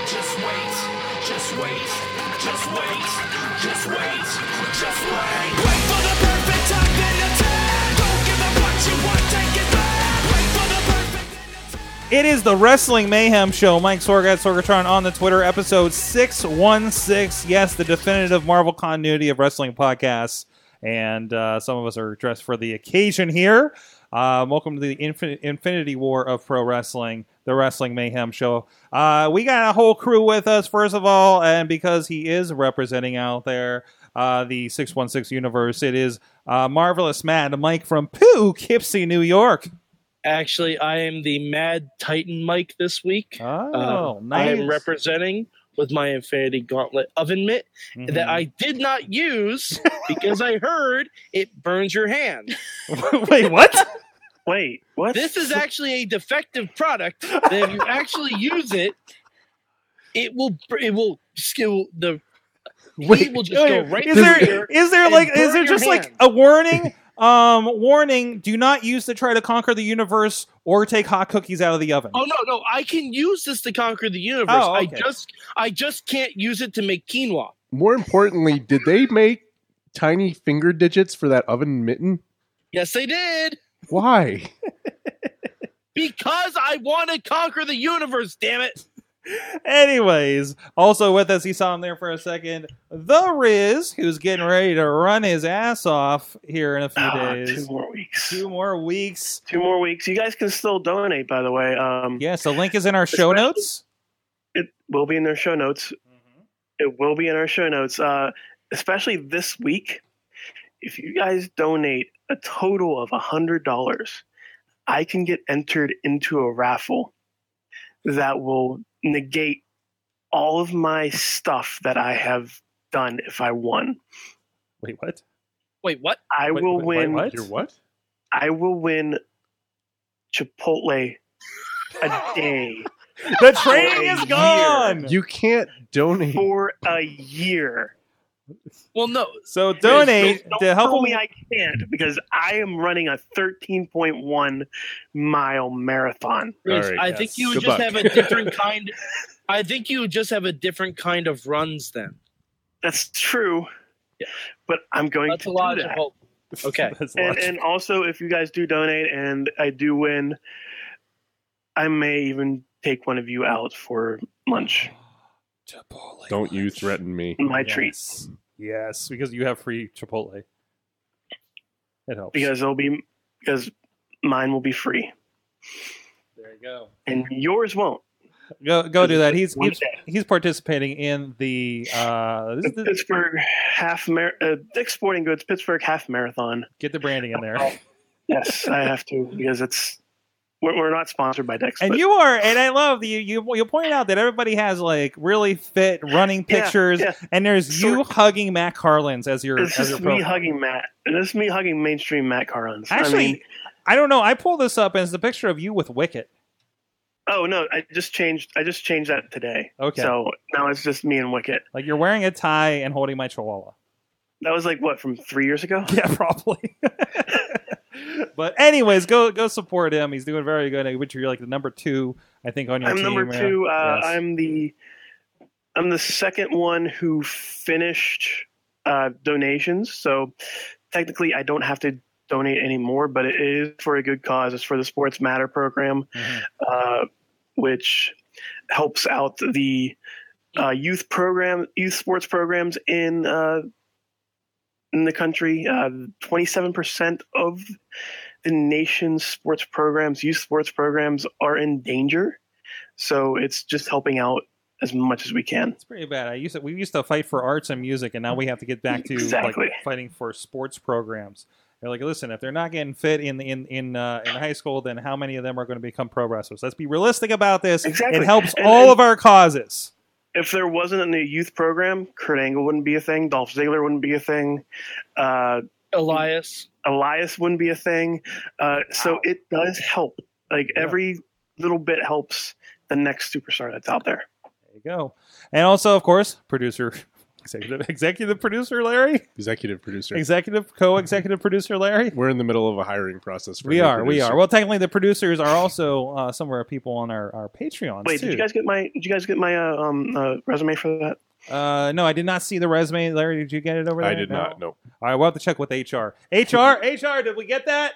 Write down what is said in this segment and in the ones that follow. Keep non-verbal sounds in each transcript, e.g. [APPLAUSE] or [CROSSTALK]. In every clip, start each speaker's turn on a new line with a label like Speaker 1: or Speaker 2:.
Speaker 1: Just wait, just wait, just wait, just wait, just wait. Wait for the perfect time, then attack. Don't give up what you want, take it back. Wait for the perfect.
Speaker 2: It is the Wrestling Mayhem Show. Mike Sorg at Sorgatron on the Twitter, episode 616. Yes, the definitive Marvel continuity of wrestling podcasts. And uh, some of us are dressed for the occasion here. Uh, welcome to the infin- Infinity War of Pro Wrestling, the Wrestling Mayhem Show. Uh, we got a whole crew with us, first of all, and because he is representing out there uh, the 616 universe, it is uh, Marvelous Matt and Mike from Poughkeepsie, New York.
Speaker 3: Actually, I am the Mad Titan Mike this week.
Speaker 2: Oh,
Speaker 3: Um,
Speaker 2: nice.
Speaker 3: I am representing with my Infinity Gauntlet oven mitt
Speaker 2: Mhm.
Speaker 3: that I did
Speaker 2: [LAUGHS]
Speaker 3: not use because I heard it burns your hand.
Speaker 2: [LAUGHS] Wait, what?
Speaker 4: Wait, what?
Speaker 3: This is actually a defective product that if you
Speaker 2: [LAUGHS]
Speaker 3: actually use it, it will br- it will skill the heat will just go right
Speaker 2: is
Speaker 3: through
Speaker 2: there
Speaker 3: your-
Speaker 2: is there
Speaker 3: and
Speaker 2: like is
Speaker 3: burn
Speaker 2: there
Speaker 3: your
Speaker 2: just like
Speaker 3: hand.
Speaker 2: a warning? [LAUGHS] Um, warning: Do not use to try to conquer the universe or take hot cookies out of the oven.
Speaker 3: Oh no, no, I can use this to conquer the universe.
Speaker 2: Oh,
Speaker 3: I
Speaker 2: okay.
Speaker 3: just I just can't use it to make quinoa.
Speaker 5: More importantly, did they make tiny finger digits for that oven mitten?
Speaker 3: Yes, they did.
Speaker 5: Why?
Speaker 3: Because I want to conquer the universe, damn it.
Speaker 2: Anyways, also with us, he saw him there for a second. The Riz, who's getting ready to run his ass off here in a few
Speaker 4: Ah, two
Speaker 2: days,
Speaker 4: more weeks.
Speaker 2: two more weeks.
Speaker 4: Two more weeks. You guys can still donate, by the way. Um,
Speaker 2: Yes, the link is in our show notes.
Speaker 4: It will be in their show notes.
Speaker 2: Mm-hmm.
Speaker 4: It will be in our show notes, uh, especially this week. If you guys donate a total of $100, I can get entered into a raffle that will negate all of my stuff that I have done if I won.
Speaker 2: Wait, what?
Speaker 3: Wait, what?
Speaker 4: I
Speaker 2: Wait,
Speaker 4: will
Speaker 2: wait, wait,
Speaker 4: win.
Speaker 2: what?
Speaker 5: Your what?
Speaker 4: I will win Chipotle a day
Speaker 2: The train
Speaker 4: a
Speaker 2: is
Speaker 4: year.
Speaker 2: gone.
Speaker 5: You can't donate.
Speaker 4: for a year.
Speaker 3: Well, no.
Speaker 2: So donate
Speaker 4: Don't
Speaker 2: to help
Speaker 4: tell
Speaker 2: him-
Speaker 4: me I can't because I am running a 13.1 mile marathon.
Speaker 3: Reese,
Speaker 5: right,
Speaker 3: I
Speaker 2: yes.
Speaker 3: think you
Speaker 5: Good
Speaker 3: would just
Speaker 5: luck.
Speaker 3: have a different kind. I think you would just have a different kind of runs then.
Speaker 4: That's true, but I'm going
Speaker 3: That's a
Speaker 4: to
Speaker 3: lot
Speaker 4: do
Speaker 3: of
Speaker 4: that.
Speaker 3: hope. Okay.
Speaker 2: That's
Speaker 4: And,
Speaker 2: logical.
Speaker 4: and also, if you guys do donate and I do win, I may even take one of you out for lunch.
Speaker 5: Don't you threaten me.
Speaker 4: My
Speaker 2: yes.
Speaker 4: treat
Speaker 2: Yes, because you have free Chipotle. It helps.
Speaker 4: because it'll be because mine will be free
Speaker 2: there you go.
Speaker 4: and yours won't.
Speaker 2: Go go do that. He's
Speaker 4: One [LAUGHS]
Speaker 2: he's,
Speaker 4: day.
Speaker 2: he's participating in the uh this is the-
Speaker 4: Pittsburgh half mar- uh, Dick's Sporting Goods Pittsburgh half marathon.
Speaker 2: get the branding in
Speaker 4: [LAUGHS] Oh.
Speaker 2: there.
Speaker 4: Yes, I have to because it's we're, we're not sponsored by Dick's.
Speaker 2: And
Speaker 4: but-
Speaker 2: you are and I love that you you you point out that everybody has like really fit running
Speaker 4: Yeah,
Speaker 2: pictures
Speaker 4: yeah.
Speaker 2: and there's
Speaker 4: Sort
Speaker 2: you hugging Matt Carlins as your
Speaker 4: This
Speaker 2: as
Speaker 4: is
Speaker 2: your
Speaker 4: me
Speaker 2: profile.
Speaker 4: hugging Matt. This is me hugging mainstream Matt Carlins.
Speaker 2: Actually, I,
Speaker 4: I mean,
Speaker 2: don't know. I pulled this up and it's the picture of you with Wicket.
Speaker 4: oh no, I just changed. I just changed that today.
Speaker 2: Okay.
Speaker 4: So now it's just me and Wicket.
Speaker 2: Like you're wearing a tie and holding my
Speaker 4: [LAUGHS]
Speaker 2: chihuahua.
Speaker 4: That was like what from three years ago.
Speaker 2: Yeah, probably. [LAUGHS] but anyways, go go support him. He's doing very good. Which you're like the number two, I think, on your
Speaker 4: I'm
Speaker 2: team.
Speaker 4: number
Speaker 2: yeah.
Speaker 4: two. Uh,
Speaker 2: Yes.
Speaker 4: I'm the I'm the second one who finished uh, donations. So technically, I don't have to donate anymore, but it is for a good cause. It's for the Sports Matter program,
Speaker 2: Mhm.
Speaker 4: uh, which helps out the uh, youth program, youth sports programs in uh, in the country. Twenty seven percent of the nation's sports programs, youth sports programs, are in danger. So it's just helping out as much as we can.
Speaker 2: It's pretty bad. I used to, we used to fight for arts and music, and now we have to get back to
Speaker 4: Exactly.
Speaker 2: like fighting for sports programs. They're like, listen, if they're not getting fit in the- in in uh, in high school, then how many of them are going to become pro wrestlers? Let's be realistic about this.
Speaker 4: Exactly.
Speaker 2: It helps
Speaker 4: And-
Speaker 2: all
Speaker 4: and-
Speaker 2: of our causes.
Speaker 4: if there wasn't a youth program, Kurt Angle wouldn't be a thing. Dolph Ziggler wouldn't be a thing. Uh,
Speaker 3: Elias.
Speaker 4: Elias wouldn't be a thing. Uh, so it does help. Like
Speaker 2: Yeah.
Speaker 4: every little bit helps the next superstar that's out there.
Speaker 2: There you go. And also, of course, producer, [LAUGHS] executive, executive producer Larry,
Speaker 5: Executive producer.
Speaker 2: executive co-executive producer Larry.
Speaker 5: We're in the middle of a hiring process. For a
Speaker 2: We
Speaker 5: new
Speaker 2: are, we
Speaker 5: producer.
Speaker 2: are. Well, technically, the producers are also uh, some of our people on our our Patreons
Speaker 4: Wait,
Speaker 2: too.
Speaker 4: did you guys get my? Did you guys get my uh, um, uh, resume for that?
Speaker 2: uh, no, I did not see the resume. Larry, did you get it over there?
Speaker 5: I did
Speaker 2: No?
Speaker 5: not. No.
Speaker 2: All right, we'll have to check with HR. HR, HR, did we get that?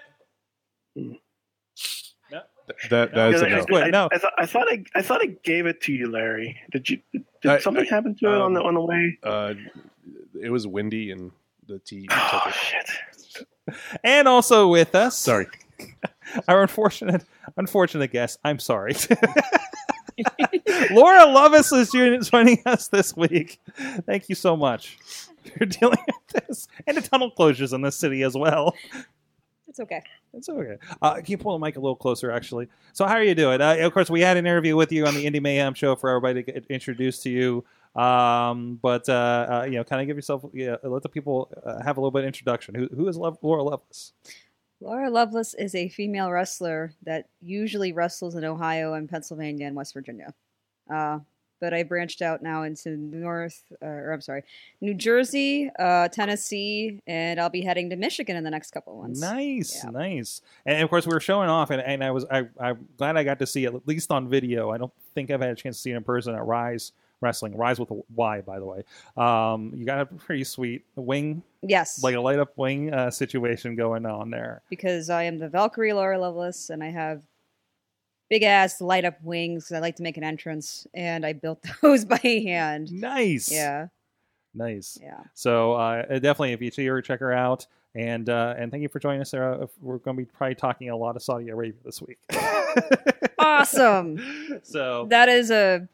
Speaker 5: Th- that that is
Speaker 4: Because
Speaker 5: a
Speaker 4: I,
Speaker 5: no.
Speaker 4: just-
Speaker 2: Wait,
Speaker 4: I-
Speaker 2: no.
Speaker 4: I, thought, I thought I, I thought I gave it to you, Larry. Did you? Did
Speaker 5: I-
Speaker 4: something
Speaker 5: I-
Speaker 4: happen to it on the
Speaker 5: um,
Speaker 4: on the way?
Speaker 5: Uh, it was windy and the tea took
Speaker 4: Oh
Speaker 5: it.
Speaker 4: shit!
Speaker 2: And also with us,
Speaker 5: Sorry.
Speaker 2: our unfortunate, unfortunate guest. I'm sorry. [LAUGHS] Laura Lovis is jo- joining us this week. Thank you so much [LAUGHS] for dealing with this and the tunnel closures in this city as well.
Speaker 6: It's okay.
Speaker 2: It's okay. Uh, can you pull the mic a little closer, actually? So, how are you doing? Uh, of course, we had an interview with you on the Indie Mayhem show for everybody to get introduced to you. Um, but uh, uh, you know, kind of give yourself, yeah, let the people uh, have a little bit of introduction. Who, who is Lo- Laura Lovis?
Speaker 6: Laura Lovelace is a female wrestler that usually wrestles in Ohio and Pennsylvania and West Virginia. Uh, but I branched out now into North, uh, or I'm sorry, New Jersey, uh, Tennessee, and I'll be heading to Michigan in the next couple of months.
Speaker 2: Nice,
Speaker 6: Yeah.
Speaker 2: nice. And, and of course, we were showing off, and, and I was I, I'm glad I got to see it at least on video. I don't think I've had a chance to see it in person at Rise Wrestling, Rise with a Y, by the way. Um, you got a pretty sweet wing,
Speaker 6: Yes,
Speaker 2: like a light up wing uh, situation going on there.
Speaker 6: because I am the Valkyrie Laura Lovelace, and I have big ass light up wings. I like to make an entrance, and I built [LAUGHS] those by hand.
Speaker 2: Nice,
Speaker 6: Yeah,
Speaker 2: nice.
Speaker 6: yeah.
Speaker 2: So uh, definitely, if you see her, check her out. And uh, and thank you for joining us, Sarah. If- We're going to be probably talking a lot of Saudi Arabia this
Speaker 6: [LAUGHS]
Speaker 2: week. [LAUGHS]
Speaker 6: Awesome.
Speaker 2: so
Speaker 6: That is a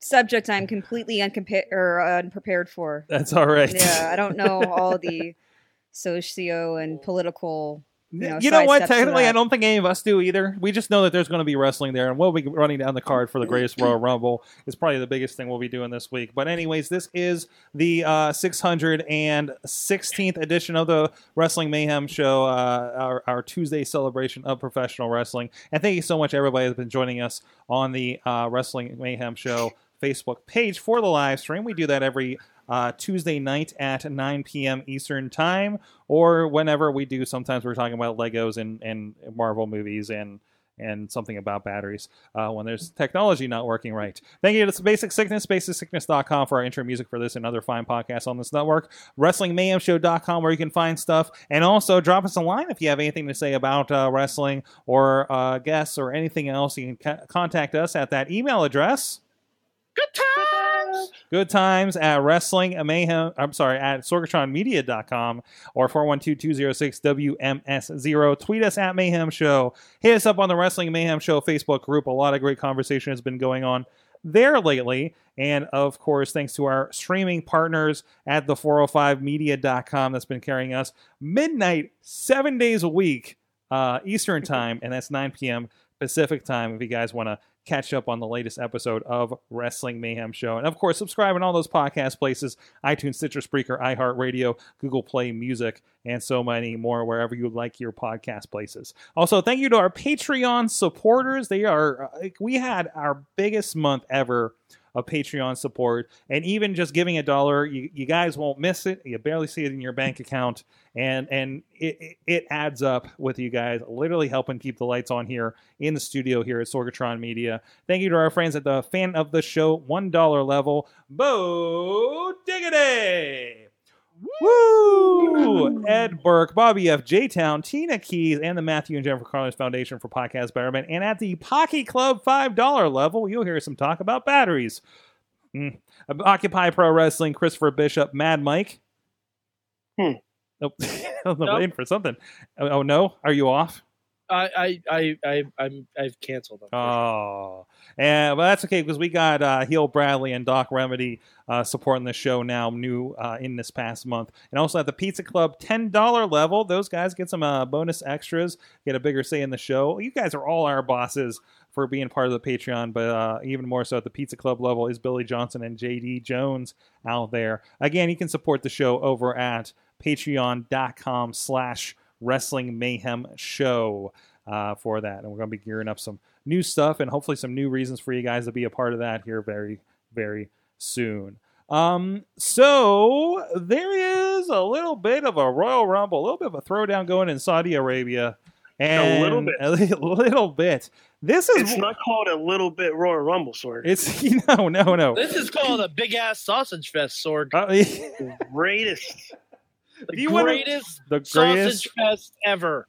Speaker 6: subject I'm completely uncompa- or unprepared for.
Speaker 2: that's all right.
Speaker 6: Yeah, I don't know all the socio and political.
Speaker 2: you know,
Speaker 6: know,
Speaker 2: what?
Speaker 6: sidesteps to
Speaker 2: Technically,
Speaker 6: that.
Speaker 2: I don't think any of us do either. We just know that there's going to be wrestling there, and we'll be running down the card for the Greatest
Speaker 6: [CLEARS THROAT]
Speaker 2: Royal Rumble. Is probably the biggest thing we'll be doing this week. But anyways, this is the uh, 616th edition of the Wrestling Mayhem Show, uh, our, our Tuesday celebration of professional wrestling. And thank you so much, everybody that's been joining us on the uh, Wrestling Mayhem Show Facebook page for the live stream. We do that every uh, Tuesday night at 9 p.m. Eastern Time, or whenever we do. Sometimes we're talking about Legos and, and Marvel movies and and something about batteries uh, when there's technology not working right. Thank you to Basic Sickness, basicsickness.com for our intro music for this and other fine podcasts on this network, WrestlingMayhemShow.com where you can find stuff, and also drop us a line if you have anything to say about uh, wrestling or uh, guests or anything else. You can co- contact us at that email address
Speaker 3: Good times.
Speaker 2: good times at wrestling mayhem i'm sorry at sorgatronmedia.com or 412-206-wms0 tweet us at mayhem show hit us up on the wrestling mayhem show facebook group a lot of great conversation has been going on there lately and of course thanks to our streaming partners at the 405media.com that's been carrying us midnight seven days a week uh, eastern time and that's 9 p.m pacific time if you guys want to catch up on the latest episode of Wrestling Mayhem Show. And of course, subscribe on all those podcast places iTunes, Stitcher, Spreaker, iHeartRadio, Google Play Music, and so many more, wherever you like your podcast places. Also, thank you to our Patreon supporters. They are, uh, we had our biggest month ever of Patreon support. And even just giving a dollar, you, you guys won't miss it. You barely see it in your bank account. And and it, it, it adds up with you guys literally helping keep the lights on here in the studio here at Sorgatron Media. Thank you to our friends at the fan of the show $1 level, Bo Diggity. Woo! Ed Burke, Bobby F. J Town, Tina Keys, and the Matthew and Jennifer Carlos Foundation for Podcast Betterment. And at the Pocky Club $5 level, you'll hear some talk about batteries. Mm. Occupy Pro Wrestling, Christopher Bishop, Mad Mike.
Speaker 4: Hmm.
Speaker 2: Nope. [LAUGHS] I'm
Speaker 3: Nope.
Speaker 2: waiting for something. Oh, oh, no? Are you off?
Speaker 3: I I I I I'm, I've canceled them.
Speaker 2: Oh, and well, that's okay because we got uh, Heel Bradley and Doc Remedy uh, supporting the show now, new uh, in this past month, and also at the Pizza Club ten dollar level. Those guys get some uh, bonus extras, get a bigger say in the show. You guys are all our bosses for being part of the Patreon, but uh, even more so at the Pizza Club level is Billy Johnson and JD Jones out there. Again, you can support the show over at Patreon.com/slash Wrestling Mayhem Show uh, for that, and we're going to be gearing up some new stuff and hopefully some new reasons for you guys to be a part of that here very very soon um so there is a little bit of a royal rumble a little bit of a throwdown going in saudi arabia and
Speaker 4: little bit.
Speaker 2: [LAUGHS] a li- little bit this is
Speaker 4: It's not called a little bit Royal Rumble, Sorg.
Speaker 2: [LAUGHS] it's [LAUGHS] no no no
Speaker 3: This is called a big ass sausage fest, Sorg.
Speaker 2: Uh, [LAUGHS] the
Speaker 4: It's the greatest.
Speaker 3: The
Speaker 2: you wanna-
Speaker 3: greatest
Speaker 2: greatest
Speaker 3: sausage fest ever.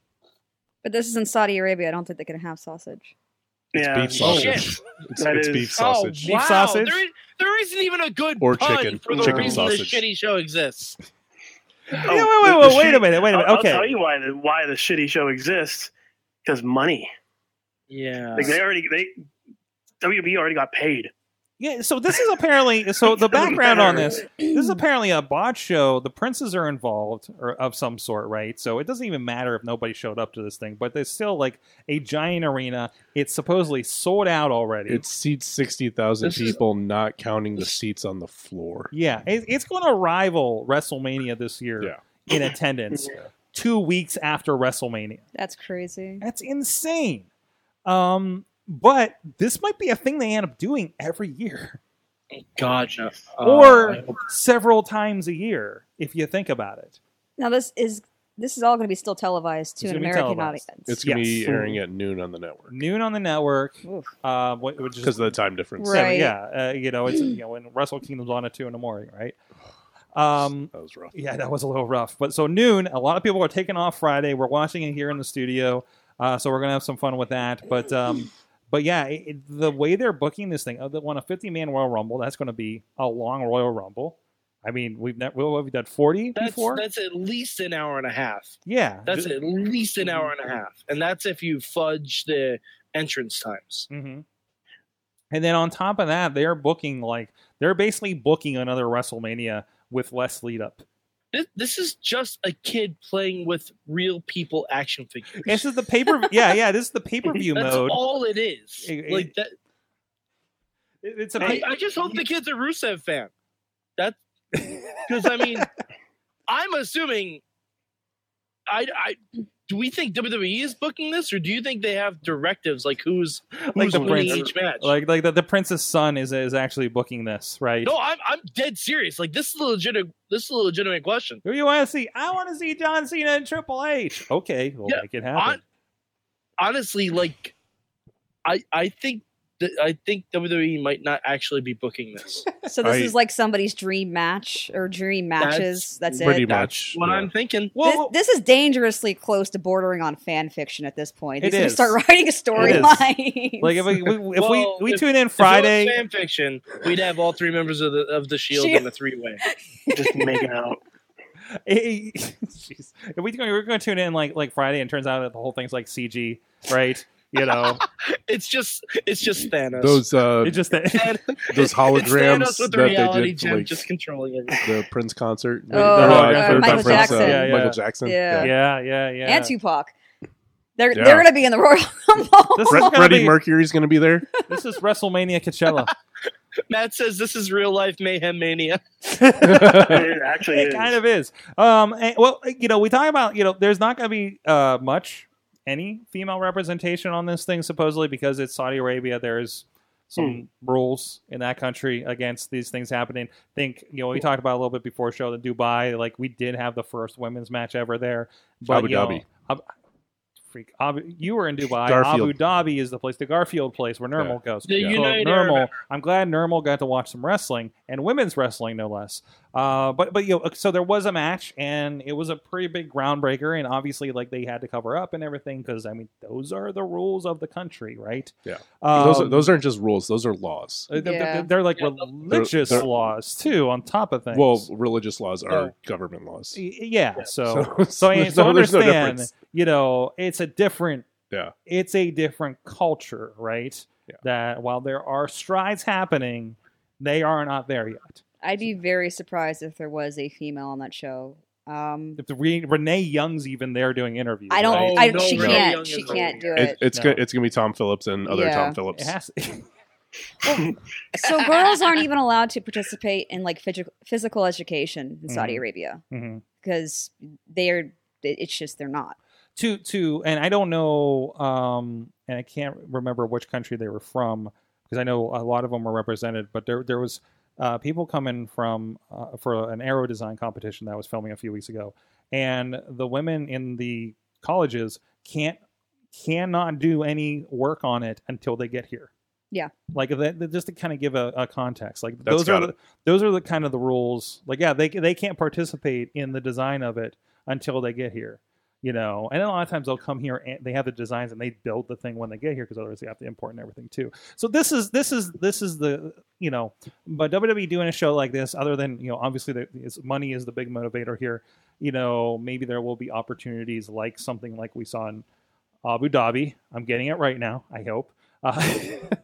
Speaker 6: But this is in Saudi Arabia. I don't think they can have sausage.
Speaker 5: It's
Speaker 4: Yeah. oh,
Speaker 5: beef sausage.
Speaker 3: Shit.
Speaker 5: It's,
Speaker 4: That
Speaker 5: it's
Speaker 4: is-
Speaker 5: beef sausage.
Speaker 3: Oh, wow.
Speaker 2: sausage?
Speaker 3: There, is, there isn't even a good
Speaker 5: Or
Speaker 3: pun
Speaker 5: chicken.
Speaker 3: for the
Speaker 4: Chicken
Speaker 3: reason this
Speaker 5: sausage.
Speaker 3: shitty show exists.
Speaker 2: Yeah, wait wait
Speaker 4: Oh,
Speaker 2: wait
Speaker 4: the- the
Speaker 2: wait a minute
Speaker 4: shitty-
Speaker 2: wait a
Speaker 4: I'll-
Speaker 2: minute
Speaker 4: I'll,
Speaker 2: okay
Speaker 4: tell you why the why the shitty show exists. Because money.
Speaker 3: Yeah.
Speaker 4: Like they already they WB already got paid.
Speaker 2: Yeah, so this is apparently so the
Speaker 4: Doesn't
Speaker 2: background on this.
Speaker 4: matter.
Speaker 2: This is apparently a bot show. The princes are involved or of some sort, right? So it doesn't even matter if nobody showed up to this thing, but there's still like a giant arena. It's supposedly sold out already.
Speaker 5: It seats sixty thousand
Speaker 3: This is-
Speaker 5: people, not counting the seats on the floor.
Speaker 2: yeah, it, it's going to rival WrestleMania this year in attendance. Two weeks after WrestleMania.
Speaker 6: That's crazy.
Speaker 2: That's insane. Um, but this might be a thing they end up doing every year
Speaker 3: God, no. Uh,
Speaker 2: or several times a year if you think about it.
Speaker 6: Now this is this is all going to be still televised to
Speaker 2: It's
Speaker 6: an
Speaker 2: gonna be
Speaker 6: American
Speaker 2: televised.
Speaker 6: audience.
Speaker 5: It's gonna
Speaker 2: Yes.
Speaker 5: be airing at noon on the network
Speaker 2: noon on the network.
Speaker 6: Oof.
Speaker 2: Uh, wh- which
Speaker 5: because
Speaker 2: is
Speaker 5: of the time difference.
Speaker 2: seven,
Speaker 6: Right.
Speaker 2: yeah, uh, you know, it's you know when Wrestle Kingdom's on at two in the morning, right? Um,
Speaker 5: That was rough.
Speaker 2: yeah, that was a little rough, but so noon. A lot of people are taking off Friday. We're watching it here in the studio, uh, so we're gonna have some fun with that. But um, but yeah, it, it- the way they're booking this thing, uh, they want a fifty-man Royal Rumble. That's going to be a long Royal Rumble. I mean, we've never we've we've done forty
Speaker 3: that's,
Speaker 2: before.
Speaker 3: that's at least an hour and a half.
Speaker 2: yeah,
Speaker 3: That's at least an hour
Speaker 2: Mm.
Speaker 3: and a half. And that's if you fudge the entrance times.
Speaker 2: Mm-hmm. And then on top of that, they're booking like they're basically booking another WrestleMania with less lead up.
Speaker 3: This, this is just a kid playing with real people action figures.
Speaker 2: This is the paper.
Speaker 3: [LAUGHS]
Speaker 2: yeah, yeah. This is the pay per view
Speaker 3: That's
Speaker 2: mode.
Speaker 3: all it is.
Speaker 2: It-
Speaker 3: like
Speaker 2: it-
Speaker 3: that,
Speaker 2: It- it's a.
Speaker 3: I,
Speaker 2: pa-
Speaker 3: I just hope the kid's a Rusev
Speaker 2: [LAUGHS]
Speaker 3: fan. That because I mean, I'm assuming. I, I do we think WWE is booking this, or do you think they have directives like who's
Speaker 2: Like
Speaker 3: like
Speaker 2: the
Speaker 3: the winning
Speaker 2: prince-
Speaker 3: each match?
Speaker 2: [LAUGHS] like like the, the prince's son is is actually booking this right.
Speaker 3: no, I'm I'm dead serious. Like this is a legitimate this is a legitimate question.
Speaker 2: Who you want to see? I want to see John Cena and Triple H. Okay, we'll
Speaker 3: Yeah,
Speaker 2: make it
Speaker 3: Hon-
Speaker 2: happen.
Speaker 3: honestly, like I I think that I think WWE might not actually be booking
Speaker 5: [LAUGHS]
Speaker 3: this.
Speaker 6: So this
Speaker 5: I-
Speaker 6: is like somebody's dream match or dream matches. That's,
Speaker 5: pretty
Speaker 6: it.
Speaker 5: much.
Speaker 3: What
Speaker 5: yeah.
Speaker 3: I'm thinking.
Speaker 2: well,
Speaker 6: this, this is dangerously close to bordering on fan fiction at this point.
Speaker 2: It
Speaker 6: These gonna
Speaker 2: is.
Speaker 6: start [LAUGHS] writing a storyline.
Speaker 2: like if we, we if
Speaker 3: Well,
Speaker 2: we, we
Speaker 3: if-
Speaker 2: tune in
Speaker 3: if it was
Speaker 2: Friday,
Speaker 3: fan fiction, we'd have all three members of the of the Shield in the three way.
Speaker 4: Just making out.
Speaker 2: Eh, [LAUGHS] Jeez. If we we're going to tune in like like Friday, and it turns out that the whole thing's like CG, right? You
Speaker 3: [LAUGHS]
Speaker 2: know,
Speaker 3: It's just it's just Thanos. [LAUGHS]
Speaker 5: Those uh,
Speaker 2: [LAUGHS] it just that
Speaker 3: Than-
Speaker 2: [LAUGHS]
Speaker 5: those
Speaker 3: it's Thanos
Speaker 5: holograms
Speaker 3: with the
Speaker 5: that they
Speaker 3: reality
Speaker 5: did,
Speaker 3: gem
Speaker 5: for, like
Speaker 3: just controlling it.
Speaker 5: the Prince concert.
Speaker 6: Oh, uh,
Speaker 5: for
Speaker 6: Michael Jackson.
Speaker 2: Yeah, yeah.
Speaker 5: Michael Jackson.
Speaker 6: Yeah.
Speaker 2: yeah, yeah, yeah.
Speaker 6: and Tupac. They're
Speaker 5: Yeah.
Speaker 6: they're gonna be in the Royal Rumble. [LAUGHS]
Speaker 2: This is,
Speaker 5: Fre-
Speaker 2: gonna
Speaker 5: Freddie
Speaker 2: be-
Speaker 5: Mercury's going to be there.
Speaker 2: this is WrestleMania
Speaker 5: [LAUGHS]
Speaker 2: Coachella. [LAUGHS]
Speaker 3: Matt says this is real life mayhem mania.
Speaker 4: It actually
Speaker 2: [LAUGHS] it
Speaker 4: is.
Speaker 2: kind of is. Um, and- well, you know, we talk about you know, there's not going to be uh much any female representation on this thing supposedly because it's Saudi Arabia. There's some rules in that country against these things happening. Think you know we talked about a little bit before show that Dubai, like we did have the first women's match ever there. But,
Speaker 5: Abu
Speaker 2: you know,
Speaker 5: Dhabi.
Speaker 2: Ab- freak, Abu, you were in Dubai.
Speaker 5: Garfield.
Speaker 2: Abu Dhabi is the place, the Garfield place where Nermal goes.
Speaker 3: The
Speaker 5: Yeah.
Speaker 2: So
Speaker 3: United
Speaker 2: Nirmal,
Speaker 3: Arab-
Speaker 2: I'm glad Nirmal got to watch some wrestling and women's wrestling, no less. Uh, but but you know, so there was a match, and it was a pretty big groundbreaker, and obviously like they had to cover up and everything because I mean those are the rules of the country, right?
Speaker 5: Yeah.
Speaker 2: Um,
Speaker 5: those, are, those aren't just rules; those are laws.
Speaker 2: uh, th- th-
Speaker 6: Yeah.
Speaker 2: they're like
Speaker 3: Yeah, those-
Speaker 2: religious
Speaker 5: They're- they're-
Speaker 2: laws too, on top of things.
Speaker 5: Well, religious laws are
Speaker 3: Yeah.
Speaker 5: government laws.
Speaker 2: Y- Oh. yeah, so.
Speaker 5: [LAUGHS] So-
Speaker 2: So, I
Speaker 5: there's
Speaker 2: so
Speaker 5: [LAUGHS] no- there's no
Speaker 2: understand,
Speaker 5: difference.
Speaker 2: you know, it's a different
Speaker 5: Yeah.
Speaker 2: It's a different culture, right?
Speaker 5: Yeah.
Speaker 2: That while there are strides happening, they are not there yet.
Speaker 6: I'd be very surprised if there was a female on that show. Um,
Speaker 2: If the Re- Renee Young's even there doing interviews,
Speaker 6: I don't.
Speaker 2: right?
Speaker 6: I,
Speaker 3: no,
Speaker 6: she
Speaker 5: Renee
Speaker 3: Young
Speaker 6: can't. She
Speaker 3: is old.
Speaker 6: can't do
Speaker 5: It,
Speaker 6: it.
Speaker 5: it's
Speaker 2: No.
Speaker 5: good. It's gonna be Tom Phillips and other
Speaker 6: Yeah.
Speaker 5: Tom Phillips.
Speaker 2: It has
Speaker 6: so girls aren't even allowed to participate in like physical physical education in Saudi
Speaker 2: Mhm.
Speaker 6: Arabia
Speaker 2: Mhm.
Speaker 6: because they're. it- It's just they're not.
Speaker 2: to to and I don't know um and I can't remember which country they were from because I know a lot of them were represented but there there was uh, people coming from uh, for an aero design competition that was filming a few weeks ago and the women in the colleges can't cannot do any work on it until they get here
Speaker 6: Yeah.
Speaker 2: like that, that- just to kind of give a, a context like
Speaker 5: That's
Speaker 2: those are
Speaker 5: gotta-
Speaker 2: the, those are the kind of the rules like yeah they, they can't participate in the design of it until they get here you know and a lot of times they'll come here and they have the designs and they build the thing when they get here because otherwise they have to import and everything too so this is this is this is the you know but wwe doing a show like this other than you know obviously the, is money is the big motivator here you know maybe there will be opportunities like something like we saw in abu dhabi i'm getting it right now i hope uh,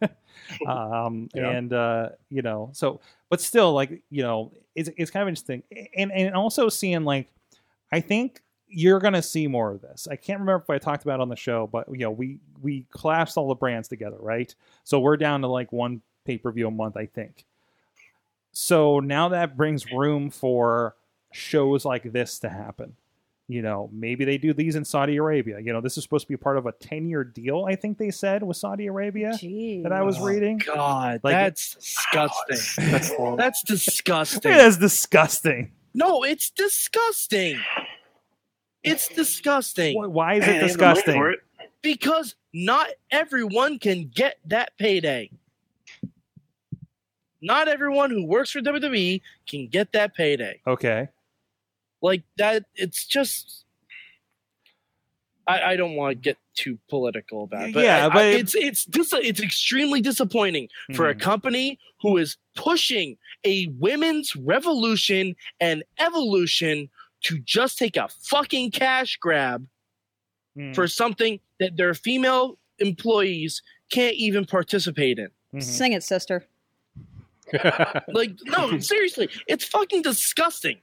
Speaker 2: [LAUGHS] um
Speaker 5: Yeah.
Speaker 2: and uh you know so but still like you know it's, it's kind of interesting and and also seeing like i think you're going to see more of this. I can't remember if I talked about it on the show, but you know, we we collapsed all the brands together, right? So we're down to like one pay-per-view a month, I think. So now that brings room for shows like this to happen. You know, maybe they do these in Saudi Arabia. You know, this is supposed to be part of a 10-year deal, I think they said with Saudi Arabia
Speaker 6: Jeez.
Speaker 2: that I was reading.
Speaker 3: God,
Speaker 2: Like-
Speaker 3: that's disgusting.
Speaker 4: That's
Speaker 2: [LAUGHS]
Speaker 4: long.
Speaker 3: That's
Speaker 2: Dude,
Speaker 3: disgusting.
Speaker 2: that's disgusting.
Speaker 3: No, it's disgusting. It's disgusting.
Speaker 2: Why, why is
Speaker 4: Man,
Speaker 2: it
Speaker 4: they have the money for
Speaker 2: disgusting?
Speaker 4: it.
Speaker 3: because not everyone can get that payday. Not everyone who works for WWE can get that payday.
Speaker 2: Okay.
Speaker 3: Like that, it's just. I, I don't want to get too political about it, but
Speaker 2: Yeah,
Speaker 3: yeah,
Speaker 2: but it-
Speaker 3: it's it's dis- it's extremely disappointing for a
Speaker 2: Mhm.
Speaker 3: company who is pushing a women's revolution and evolution to just take a fucking cash grab
Speaker 2: Mhm.
Speaker 3: for something that their female employees can't even participate in.
Speaker 2: Mhm.
Speaker 6: Sing it, sister.
Speaker 5: [LAUGHS]
Speaker 3: Like, no, seriously, it's fucking disgusting.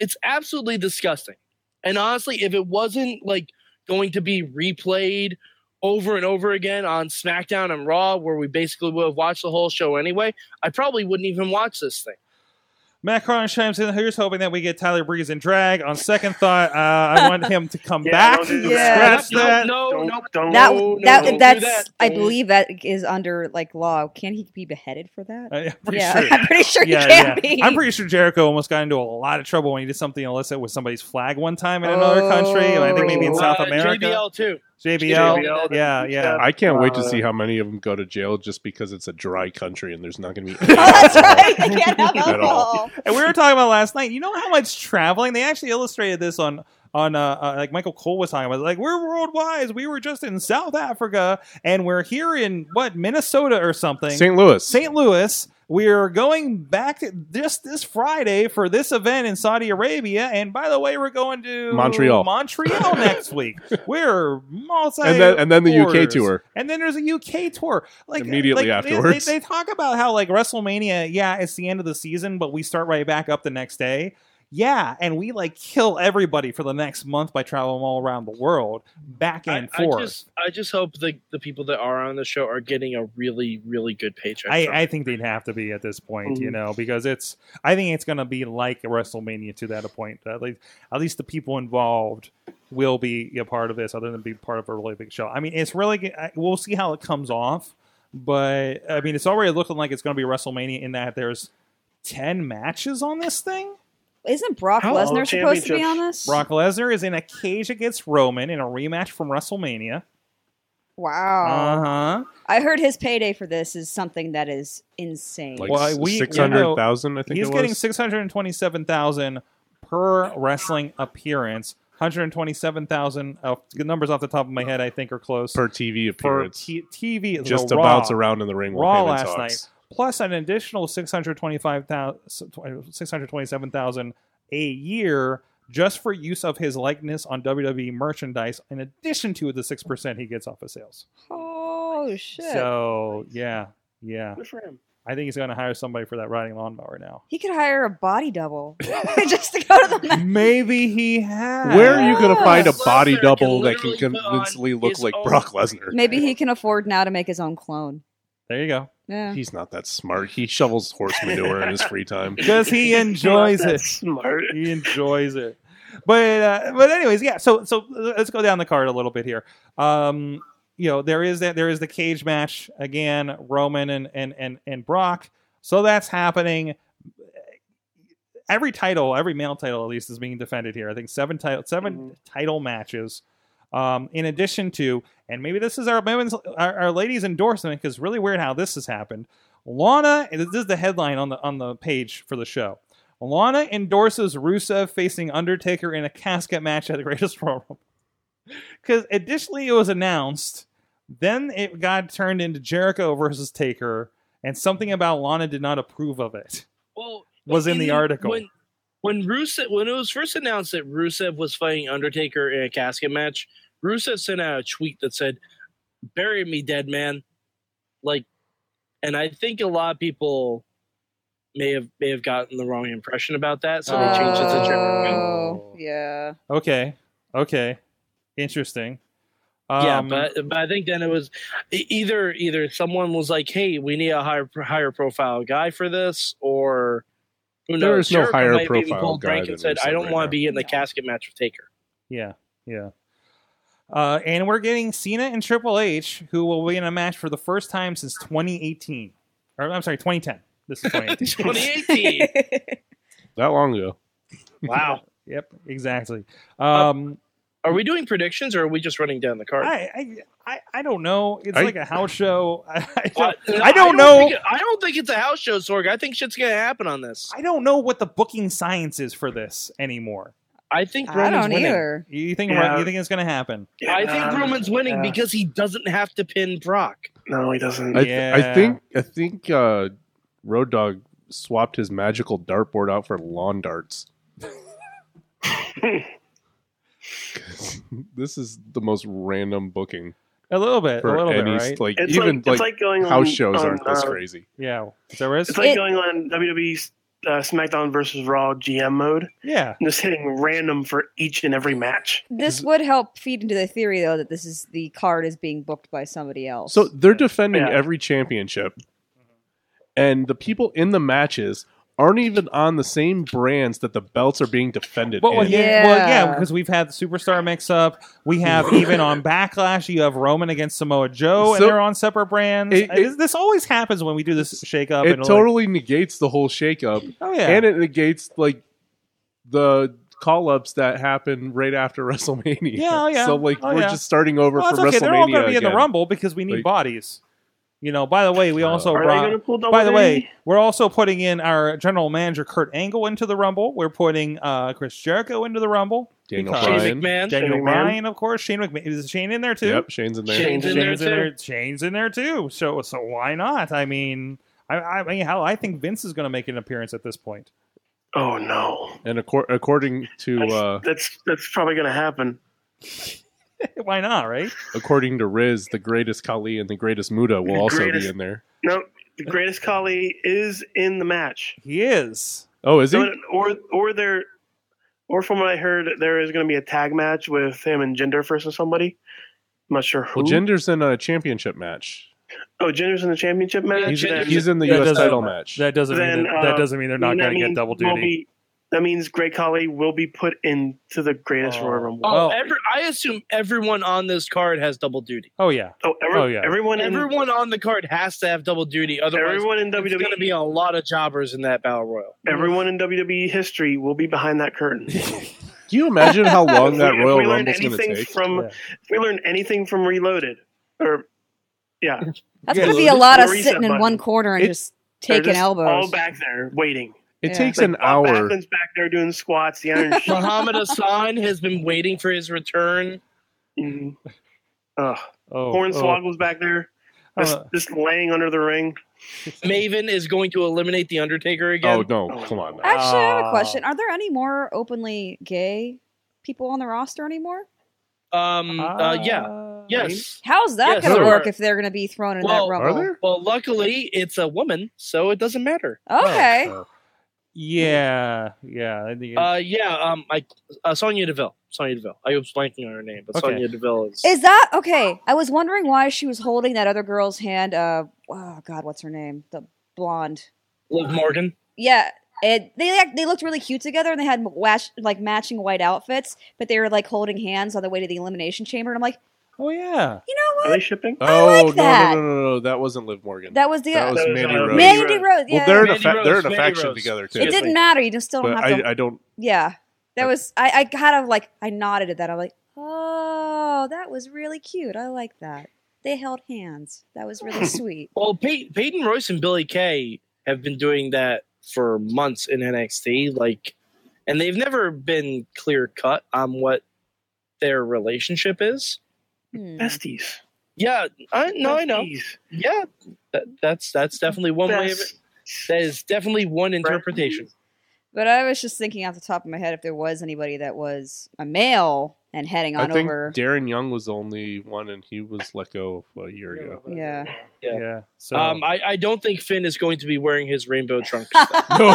Speaker 3: It's absolutely disgusting. And honestly, if it wasn't like going to be replayed over and over again on SmackDown and Raw, where we basically would have watched the whole show anyway, I probably wouldn't even watch this thing.
Speaker 2: Matt Carlin chimes in. Here's hoping that we get Tyler Breeze and drag. On second thought, uh, I want him to come
Speaker 4: Yeah,
Speaker 2: back.
Speaker 4: don't do
Speaker 6: Yeah.
Speaker 4: that.
Speaker 2: Scratch that.
Speaker 3: No, no, no.
Speaker 4: Don't, don't.
Speaker 6: that
Speaker 3: no,
Speaker 6: that
Speaker 3: don't do
Speaker 6: that's
Speaker 3: that.
Speaker 6: I
Speaker 3: Don't.
Speaker 6: believe that is under like law. Can he be beheaded for that?
Speaker 2: Uh, yeah, pretty
Speaker 6: yeah,
Speaker 2: sure.
Speaker 6: [LAUGHS] I'm pretty sure he
Speaker 2: Yeah,
Speaker 6: can
Speaker 2: yeah.
Speaker 6: be.
Speaker 2: I'm pretty sure Jericho almost got into a lot of trouble when he did something illicit with somebody's flag one time in another country, and I think maybe in
Speaker 6: Oh.
Speaker 2: South
Speaker 3: Uh,
Speaker 2: America.
Speaker 3: JBL too.
Speaker 2: JBL.
Speaker 4: JBL.
Speaker 2: Yeah, yeah.
Speaker 5: I can't wait to
Speaker 4: Uh,
Speaker 5: see how many of them go to jail just because it's a dry country and there's not going to be.
Speaker 6: [LAUGHS] [LAUGHS] oh, that's right. They can't
Speaker 2: [LAUGHS]
Speaker 6: have
Speaker 5: [LAUGHS] At all.
Speaker 6: alcohol.
Speaker 2: And we were talking about last night. You know how much traveling they actually illustrated this on on uh, uh, like Michael Cole was talking about. Like we're worldwide. We were just in South Africa, and we're here in what Minnesota or something.
Speaker 5: St. Louis.
Speaker 2: St. Louis. We are going back to this this Friday for this event in Saudi Arabia, and by the way, we're going to
Speaker 5: Montreal.
Speaker 2: Montreal next
Speaker 5: [LAUGHS]
Speaker 2: week. We're multi,
Speaker 5: and then and then the UK
Speaker 2: borders.
Speaker 5: tour.
Speaker 2: and then there's a UK tour. Like uh,
Speaker 5: Immediately
Speaker 2: like, they-
Speaker 5: afterwards.
Speaker 2: they, they talk about how like WrestleMania, yeah, it's the end of the season, but we start right back up the next day. Yeah, and we like kill everybody for the next month by traveling all around the world, back and
Speaker 3: I,
Speaker 2: forth.
Speaker 3: I just, I just hope the, the people that are on the show are getting a really, really good paycheck. from
Speaker 2: I,
Speaker 3: it.
Speaker 2: I think they'd have to be at this point, you
Speaker 4: Mhm.
Speaker 2: know, because it's. I think it's going to be like WrestleMania to that point. At least, at least the people involved will be a part of this, other than be part of a really big show. I mean, it's really. g- I- We'll see how it comes off, but I mean, it's already looking like it's going to be WrestleMania in that there's ten matches on this thing.
Speaker 6: Isn't Brock
Speaker 4: How-
Speaker 6: Lesnar supposed to be
Speaker 4: Championships.
Speaker 6: on this?
Speaker 2: Brock Lesnar is in a cage against Roman in a rematch from WrestleMania.
Speaker 6: Wow.
Speaker 2: Uh huh.
Speaker 6: I heard his payday for this is something that is insane.
Speaker 5: Like
Speaker 2: Well, we- you know,
Speaker 5: six hundred thousand, I think
Speaker 2: He's
Speaker 5: it was.
Speaker 2: getting six hundred and twenty-seven thousand per wrestling appearance. One hundred twenty-seven thousand. Oh, the numbers off the top of my head, I think, are close
Speaker 5: per TV
Speaker 2: for
Speaker 5: appearance.
Speaker 2: T- TV. is
Speaker 5: just
Speaker 2: the
Speaker 5: to
Speaker 2: Raw,
Speaker 5: bounce around in the ring. while
Speaker 2: Raw
Speaker 5: Heyman
Speaker 2: last
Speaker 5: talks.
Speaker 2: night, plus an additional 625,000 627,000 a year just for use of his likeness on WWE merchandise, in addition to the six percent he gets off of sales.
Speaker 6: Oh shit!
Speaker 2: So yeah, yeah,
Speaker 4: Good for him.
Speaker 2: I think he's going to hire somebody for that riding lawnmower now.
Speaker 6: he could hire a body double [LAUGHS] just to go
Speaker 2: [LAUGHS]
Speaker 6: to the. ma-
Speaker 2: Maybe he has.
Speaker 5: Where are you going to find a
Speaker 3: Brock
Speaker 5: body
Speaker 3: Lesnar
Speaker 5: double that
Speaker 3: can
Speaker 5: can
Speaker 3: literally put on
Speaker 5: convincingly look
Speaker 3: his
Speaker 5: like
Speaker 3: own-
Speaker 5: Brock Lesnar?
Speaker 6: Maybe he can afford now to make his own clone.
Speaker 2: There you go.
Speaker 6: [LAUGHS] Yeah.
Speaker 5: He's not that smart. He shovels horse manure in his
Speaker 2: [LAUGHS]
Speaker 5: free time.
Speaker 2: Because he enjoys
Speaker 4: Not that
Speaker 2: it.
Speaker 4: Smart. [LAUGHS]
Speaker 2: he enjoys it. But uh, but anyways, yeah. So so let's go down the card a little bit here. Um, you know there is that there is the cage match again, Roman and and and and Brock. So that's happening. Every title, every male title at least, is being defended here. I think seven title 7 title matches. Um, in addition to, and maybe this is our women's our, our ladies endorsement because really weird how this has happened. Lana, and this is the headline on the on the page for the show. Lana endorses Rusev facing Undertaker in a casket match at the Greatest [LAUGHS] Royal Rumble. Because additionally, it was announced. Then it got turned into Jericho versus Taker, and something about Lana did not approve of it. [LAUGHS]
Speaker 3: Well,
Speaker 2: Was in the article.
Speaker 3: when when Rusev when it was first announced that Rusev was fighting Undertaker in a casket match. Rusev sent out a tweet that said, "Bury me, dead man." Like, and I think a lot of people may have may have gotten the wrong impression about that, so they changed it to Jericho.
Speaker 6: Oh, yeah.
Speaker 2: Okay, okay, interesting.
Speaker 3: yeah,
Speaker 2: Um,
Speaker 3: but but I think then it was e- either either someone was like, "Hey, we need a higher higher profile guy for this," or who
Speaker 5: There
Speaker 3: knows?
Speaker 5: is no
Speaker 3: Jericho
Speaker 5: higher
Speaker 3: might have even
Speaker 5: profile
Speaker 3: pulled
Speaker 5: guy
Speaker 3: rank and
Speaker 5: than
Speaker 3: said,
Speaker 5: Rusev
Speaker 3: "I don't
Speaker 5: right
Speaker 3: want
Speaker 5: now."
Speaker 3: to be in the casket match with Taker."
Speaker 2: Yeah, yeah. Uh, and we're getting Cena and Triple H, who will be in a match for the first time since 2018. Or I'm sorry, 2010. This is 2018.
Speaker 3: [LAUGHS]
Speaker 6: [LAUGHS]
Speaker 3: 2018.
Speaker 5: That long ago.
Speaker 3: wow.
Speaker 2: yep, exactly.
Speaker 3: Uh,
Speaker 2: Um,
Speaker 3: Are we doing predictions or are we just running down the card?
Speaker 2: I, I I I don't know. It's
Speaker 5: I-
Speaker 2: like a house show. [LAUGHS] I, I
Speaker 3: Well,
Speaker 2: don't, I don't know.
Speaker 3: think it- I don't think it's a house show, Sorg. I think shit's gonna happen on this.
Speaker 2: I don't know what the booking science is for this anymore.
Speaker 3: I think
Speaker 6: I
Speaker 3: Roman's
Speaker 6: don't
Speaker 3: winning.
Speaker 6: either.
Speaker 2: You think
Speaker 4: Yeah.
Speaker 2: you think it's going to happen?
Speaker 3: I think
Speaker 4: Yeah.
Speaker 3: Roman's winning
Speaker 4: Um, yeah.
Speaker 3: because he doesn't have to pin Brock.
Speaker 4: No, he doesn't.
Speaker 5: I, th-
Speaker 2: Yeah.
Speaker 5: I think I think uh, Road Dog swapped his magical dartboard out for lawn darts. [LAUGHS] 'Cause this is the most random booking
Speaker 2: A little bit, a
Speaker 5: for
Speaker 2: little bit,
Speaker 5: any
Speaker 2: right?
Speaker 5: like
Speaker 4: it's
Speaker 5: even
Speaker 4: like,
Speaker 5: like,
Speaker 4: it's like going
Speaker 5: house
Speaker 4: on,
Speaker 5: shows
Speaker 4: on,
Speaker 5: aren't this
Speaker 4: uh,
Speaker 5: crazy.
Speaker 2: yeah, is that where it is?
Speaker 4: It's like
Speaker 6: It-
Speaker 4: going on WWE's uh, SmackDown versus Raw GM mode,
Speaker 2: yeah,
Speaker 4: and just hitting random for each and every match.
Speaker 6: This would help feed into the theory, though, that this is the card is being booked by somebody else.
Speaker 5: So they're defending
Speaker 4: Yeah.
Speaker 5: every championship, and the people in the matches aren't even on the same brands that the belts are being defended.
Speaker 2: But well,
Speaker 5: in.
Speaker 2: yeah. well, yeah,
Speaker 6: Yeah.
Speaker 2: because we've had the superstar mix up. We
Speaker 5: [LAUGHS]
Speaker 2: have even on Backlash, you have Roman against Samoa Joe, and
Speaker 5: So-
Speaker 2: they're on separate brands.
Speaker 5: It-
Speaker 2: Uh, this always happens when we do this shake up.
Speaker 5: it
Speaker 2: and like,
Speaker 5: totally negates the whole shakeup.
Speaker 2: oh yeah,
Speaker 5: and it negates like the call ups that happen right after [LAUGHS] WrestleMania.
Speaker 2: Yeah, oh, yeah.
Speaker 5: So like
Speaker 2: Oh,
Speaker 5: we're
Speaker 2: yeah.
Speaker 5: just starting over
Speaker 2: well,
Speaker 5: for
Speaker 2: that's okay.
Speaker 5: WrestleMania.
Speaker 2: They're all going to be in the
Speaker 5: again.
Speaker 2: Rumble because we need
Speaker 5: Like- Oh.
Speaker 2: bodies. You know. By the way, we also
Speaker 4: Are they
Speaker 2: brought.
Speaker 4: going to pull E? double?
Speaker 2: By the way,
Speaker 4: A?
Speaker 2: we're also putting in our general manager Kurt Angle into the Rumble. We're putting uh, Chris Jericho into the Rumble.
Speaker 5: Daniel
Speaker 2: Because-
Speaker 5: Bryan.
Speaker 3: Shane McMahon.
Speaker 2: Daniel
Speaker 4: Shane McMahon.
Speaker 2: Bryan, of course. Shane McMahon. Is Shane in there too?
Speaker 5: Yep, Shane's in there.
Speaker 3: Shane- Shane's in there, too.
Speaker 2: Shane's in there too. So so why not? I mean, I, I mean, hell, I think Vince is going to make an appearance at this point. [LAUGHS]
Speaker 4: Oh no,
Speaker 5: And accor- according to
Speaker 4: that's
Speaker 5: uh,
Speaker 4: that's, that's probably going to happen.
Speaker 2: why not? Right?
Speaker 5: according to Riz, the greatest Kali and the greatest Muda will
Speaker 4: The
Speaker 5: also
Speaker 4: greatest-
Speaker 5: be in there.
Speaker 4: No, the greatest Kali is in the match,
Speaker 2: He is.
Speaker 5: Oh, is he?
Speaker 4: No, or or there, or from what I heard, there is going to be a tag match with him and Gender versus somebody. I'm not sure who.
Speaker 5: Well, Gender's in a championship match.
Speaker 4: oh, Gender's in the championship match.
Speaker 5: He's,
Speaker 3: Jinder's-
Speaker 5: he's in the
Speaker 2: That
Speaker 5: U.S.
Speaker 2: doesn't-
Speaker 5: title match.
Speaker 2: That doesn't
Speaker 4: Then,
Speaker 2: mean that, that
Speaker 4: uh,
Speaker 2: doesn't mean they're not
Speaker 4: That
Speaker 2: going to get
Speaker 4: means
Speaker 2: double
Speaker 4: will
Speaker 2: duty.
Speaker 4: be- that means Great Kali will be put into the greatest
Speaker 2: Oh.
Speaker 4: Royal Rumble.
Speaker 3: Oh,
Speaker 4: Oh,
Speaker 2: Well-
Speaker 3: every, I assume everyone on this card has double duty.
Speaker 2: oh yeah.
Speaker 4: every-
Speaker 2: oh, yeah.
Speaker 4: everyone, in-
Speaker 3: Everyone on the card has to have double duty. Otherwise,
Speaker 4: everyone in
Speaker 3: there's going to
Speaker 4: WWE,
Speaker 3: be a lot of jobbers in that battle royal.
Speaker 4: everyone in WWE history will be behind that curtain.
Speaker 5: Can you imagine how
Speaker 4: [LAUGHS]
Speaker 5: long that
Speaker 4: If we- if
Speaker 5: Royal
Speaker 4: we learn
Speaker 5: Rumble's going to
Speaker 4: anything
Speaker 5: take?
Speaker 4: From,
Speaker 2: Yeah.
Speaker 4: If we learn anything from Reloaded, or yeah,
Speaker 6: That's
Speaker 2: Yeah,
Speaker 6: going to be
Speaker 2: so
Speaker 6: a
Speaker 2: this
Speaker 6: lot
Speaker 4: is
Speaker 6: of
Speaker 4: the
Speaker 6: sitting in
Speaker 4: reset
Speaker 6: one
Speaker 4: button.
Speaker 6: corner and
Speaker 5: It-
Speaker 6: just
Speaker 4: they're
Speaker 6: taking
Speaker 4: just all
Speaker 6: elbows.
Speaker 4: back there waiting.
Speaker 5: it
Speaker 6: Yeah.
Speaker 5: takes an
Speaker 4: Bob
Speaker 5: hour.
Speaker 4: Backlund's back there doing squats, the Iron Sheik.
Speaker 3: Muhammad Hassan has been waiting for his return.
Speaker 4: Mhm. Ugh.
Speaker 2: Oh, oh.
Speaker 4: Hornswoggle's back there, just,
Speaker 2: Uh,
Speaker 4: just laying under the ring.
Speaker 3: Maven is going to eliminate the Undertaker again.
Speaker 5: Oh no! Come on. Now.
Speaker 6: Actually, I have
Speaker 2: Ah.
Speaker 6: a question. Are there any more openly gay people on the roster anymore?
Speaker 2: Oh,
Speaker 3: Um.
Speaker 4: Ah,
Speaker 3: uh, yeah. Yes.
Speaker 6: How's that
Speaker 3: Yes,
Speaker 6: going
Speaker 3: there
Speaker 6: to work
Speaker 3: are.
Speaker 6: if they're going to be thrown in
Speaker 3: Well,
Speaker 6: that
Speaker 5: Are
Speaker 6: rumble?
Speaker 5: there?
Speaker 3: Well, luckily it's a woman, so it doesn't matter.
Speaker 6: Okay.
Speaker 5: Oh,
Speaker 2: Yeah, yeah. I think it-
Speaker 3: Uh. Yeah. Um. I. Uh, Sonya Deville. Sonya Deville. I was blanking on her name, but
Speaker 2: Okay.
Speaker 3: Sonya Deville is.
Speaker 6: Is that okay? I was wondering why she was holding that other girl's hand. Uh, oh God, what's her name? The blonde.
Speaker 3: Liv Morgan.
Speaker 6: Yeah, and they act- they looked really cute together, and they had wash, like matching white outfits, but they were like holding hands on the way to the elimination chamber. And I'm like,
Speaker 2: oh yeah.
Speaker 6: you
Speaker 4: Are
Speaker 6: know what?
Speaker 4: they
Speaker 2: Uh,
Speaker 4: shipping?
Speaker 6: I like
Speaker 5: Oh, no,
Speaker 6: that.
Speaker 5: no, no, no, no! That wasn't Liv Morgan.
Speaker 6: That was the
Speaker 5: That was
Speaker 4: Uh,
Speaker 5: Mandy
Speaker 4: uh,
Speaker 5: Rose.
Speaker 4: Mandy
Speaker 6: Mandy
Speaker 4: Rose.
Speaker 6: Rose. Yeah,
Speaker 5: Well, they're in a
Speaker 3: Mandy
Speaker 5: fa-
Speaker 3: Rose,
Speaker 5: they're in a
Speaker 3: Mandy
Speaker 5: faction
Speaker 3: Rose.
Speaker 5: together too.
Speaker 6: it didn't matter. You just don't
Speaker 5: But
Speaker 6: have to.
Speaker 5: I, I don't.
Speaker 6: yeah, that was I. I kind of like I nodded at that. I'm like, oh, that was really cute. I like that. They held hands. That was really sweet.
Speaker 3: Well, Pey- Peyton Royce and Billy Kay have been doing that for months in NXT, like, and they've never been clear cut on what their relationship is.
Speaker 6: Hmm.
Speaker 4: Besties.
Speaker 3: Yeah, I no, I know.
Speaker 4: Besties.
Speaker 3: Yeah, that, that's that's definitely one way of it.
Speaker 4: Best.
Speaker 3: That is definitely one interpretation.
Speaker 6: But I was just thinking off the top of my head if there was anybody that was a male and heading
Speaker 5: I
Speaker 6: on
Speaker 5: think
Speaker 6: over.
Speaker 5: Darren Young was the only one, and he was let go a year
Speaker 6: [LAUGHS]
Speaker 5: ago.
Speaker 6: yeah.
Speaker 2: yeah,
Speaker 3: Yeah.
Speaker 2: So
Speaker 3: Um, I, I don't think Finn is going to be wearing his rainbow trunks.
Speaker 5: [LAUGHS] No.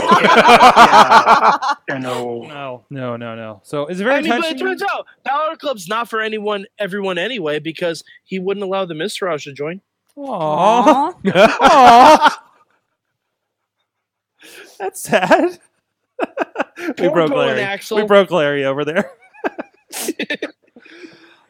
Speaker 4: I know.
Speaker 2: no, no, no, no. So it's very
Speaker 3: I mean, but it
Speaker 2: touching.
Speaker 3: turns out Power Club's not for anyone, everyone anyway, because he wouldn't allow the Mistourage to join.
Speaker 2: Aw.
Speaker 6: Aw.
Speaker 2: Aw. That's sad. [LAUGHS] we
Speaker 3: Poor
Speaker 2: broke
Speaker 3: Bo and
Speaker 2: Larry.
Speaker 3: Axel.
Speaker 2: We broke Larry over there.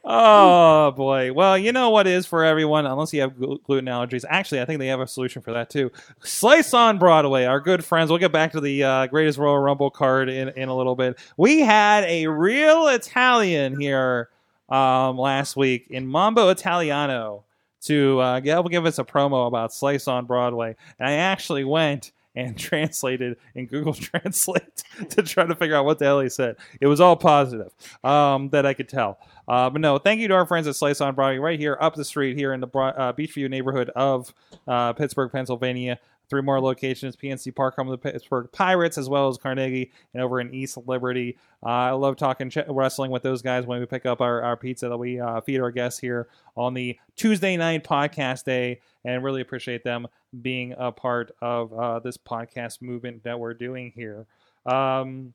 Speaker 2: oh boy. Well, you know what is for everyone, unless you have glu- gluten allergies. Actually, I think they have a solution for that too. Slice on Broadway, our good friends. We'll get back to the uh, greatest Royal Rumble card in, in a little bit. We had a real Italian here um, last week in Mambo Italiano to uh, give, give us a promo about Slice on Broadway. And I actually went and [LAUGHS] translated in Google [LAUGHS] Translate to try to figure out what the hell he said. It was all positive um, that I could tell. Uh, but no, thank you to our friends at Slice on Broadway right here up the street here in the Bro- uh, Beachview neighborhood of uh, Pittsburgh, Pennsylvania. Three more locations: PNC Park, home of the Pittsburgh Pirates, as well as Carnegie, and over in East Liberty. Uh, I love talking ch- wrestling with those guys when we pick up our, our pizza that we uh, feed our guests here on the Tuesday night podcast day, and really appreciate them being a part of uh, this podcast movement that we're doing here. Um,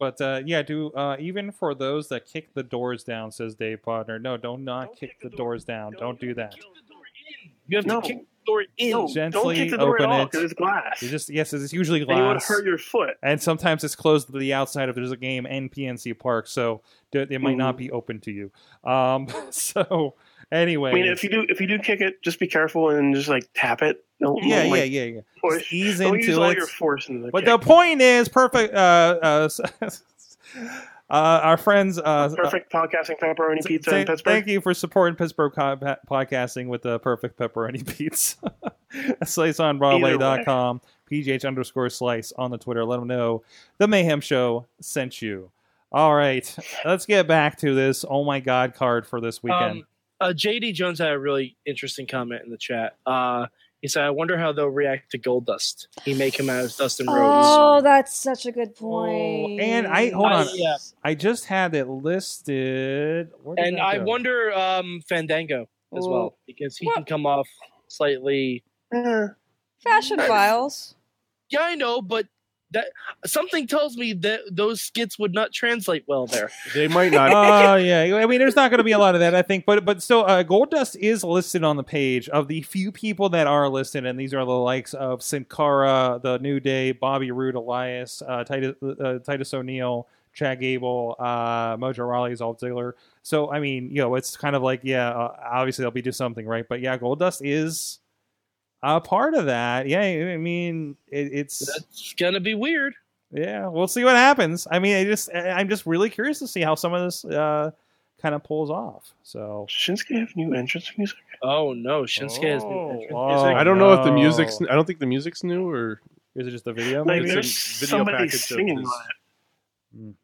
Speaker 2: but uh, yeah, do uh, even for those that kick the doors down, says Dave Podner. No, don't not kick, the doors down. Don't do that.
Speaker 3: You have
Speaker 4: No.
Speaker 3: to kick the door in.
Speaker 4: No, don't
Speaker 2: Gently
Speaker 4: kick the door
Speaker 2: open
Speaker 4: at all
Speaker 2: it.
Speaker 4: because it's glass.
Speaker 2: You just yes, it's usually
Speaker 4: And you would
Speaker 2: glass,
Speaker 4: hurt your foot.
Speaker 2: and sometimes it's closed to the outside if there's a game in PNC Park, so d- it might not be open to you. Um, [LAUGHS] so anyway,
Speaker 4: Mm-hmm. I mean, if you do, if you do kick it, just be careful and just like tap it.
Speaker 2: [LAUGHS]
Speaker 4: Don't,
Speaker 2: yeah,
Speaker 4: don't,
Speaker 2: yeah,
Speaker 4: like,
Speaker 2: yeah, yeah, Just
Speaker 4: Push.
Speaker 2: ease
Speaker 4: Don't use
Speaker 2: into
Speaker 4: all
Speaker 2: it.
Speaker 4: your force in the
Speaker 2: But
Speaker 4: kick.
Speaker 2: the point is perfect. Uh, [LAUGHS] uh, uh, our friends, uh,
Speaker 4: perfect podcasting pepperoni
Speaker 2: Th-
Speaker 4: pizza
Speaker 2: th-
Speaker 4: in Pittsburgh.
Speaker 2: Thank you for supporting Pittsburgh co- pa- podcasting with the perfect pepperoni pizza. [LAUGHS] slice on Broadway.com, PGH underscore slice on the Twitter. Let them know the Mayhem Show sent you. All right, let's get back to this. Oh my God, card for this weekend.
Speaker 3: Um, uh, JD Jones had a really interesting comment in the chat. Uh, he said, "I wonder how they'll react to Gold Dust. He may come out as Dustin Rhodes.
Speaker 6: Oh, that's such a good
Speaker 2: Oh,
Speaker 6: point.
Speaker 2: and I- hold
Speaker 3: I-
Speaker 2: on.
Speaker 3: yeah.
Speaker 2: I just had it listed. Where did
Speaker 3: And
Speaker 2: that
Speaker 3: I
Speaker 2: go?
Speaker 3: wonder um, Fandango as
Speaker 6: Oh,
Speaker 3: well because he can come off slightly.
Speaker 4: Eh,
Speaker 6: Fashion files.
Speaker 3: Yeah, I know, but that something tells me that those skits would not translate well [LAUGHS] there.
Speaker 5: They might not.
Speaker 2: Oh yeah, I mean, there's not going to be a lot of that, I think. But but so uh, Gold Dust is listed on the page of the few people that are listed, and these are the likes of Sin Cara, the New Day, Bobby Roode, Elias, uh, Titus, uh, Titus O'Neil, Chad Gable, uh, Mojo Rawley, Zolf Ziggler. So I mean, you know, it's kind of like yeah, uh, obviously they'll be do something right, but yeah, Gold Dust is a part of that. Yeah, I mean, it, it's
Speaker 3: That's gonna be weird.
Speaker 2: yeah, we'll see what happens. I mean, I just I- I'm just really curious to see how some of this uh, kind of pulls off. So
Speaker 4: Shinsuke have new entrance music?
Speaker 3: Oh no, Shinsuke has been
Speaker 2: Oh,
Speaker 3: entrance
Speaker 2: wow.
Speaker 3: music.
Speaker 5: I don't know if the
Speaker 2: No.
Speaker 5: music's. I don't think the music's new or.
Speaker 2: is it just a video?
Speaker 5: [LAUGHS]
Speaker 4: Maybe
Speaker 5: it's a
Speaker 4: there's
Speaker 5: video
Speaker 4: somebody
Speaker 5: package of
Speaker 4: singing
Speaker 5: this.
Speaker 4: on it.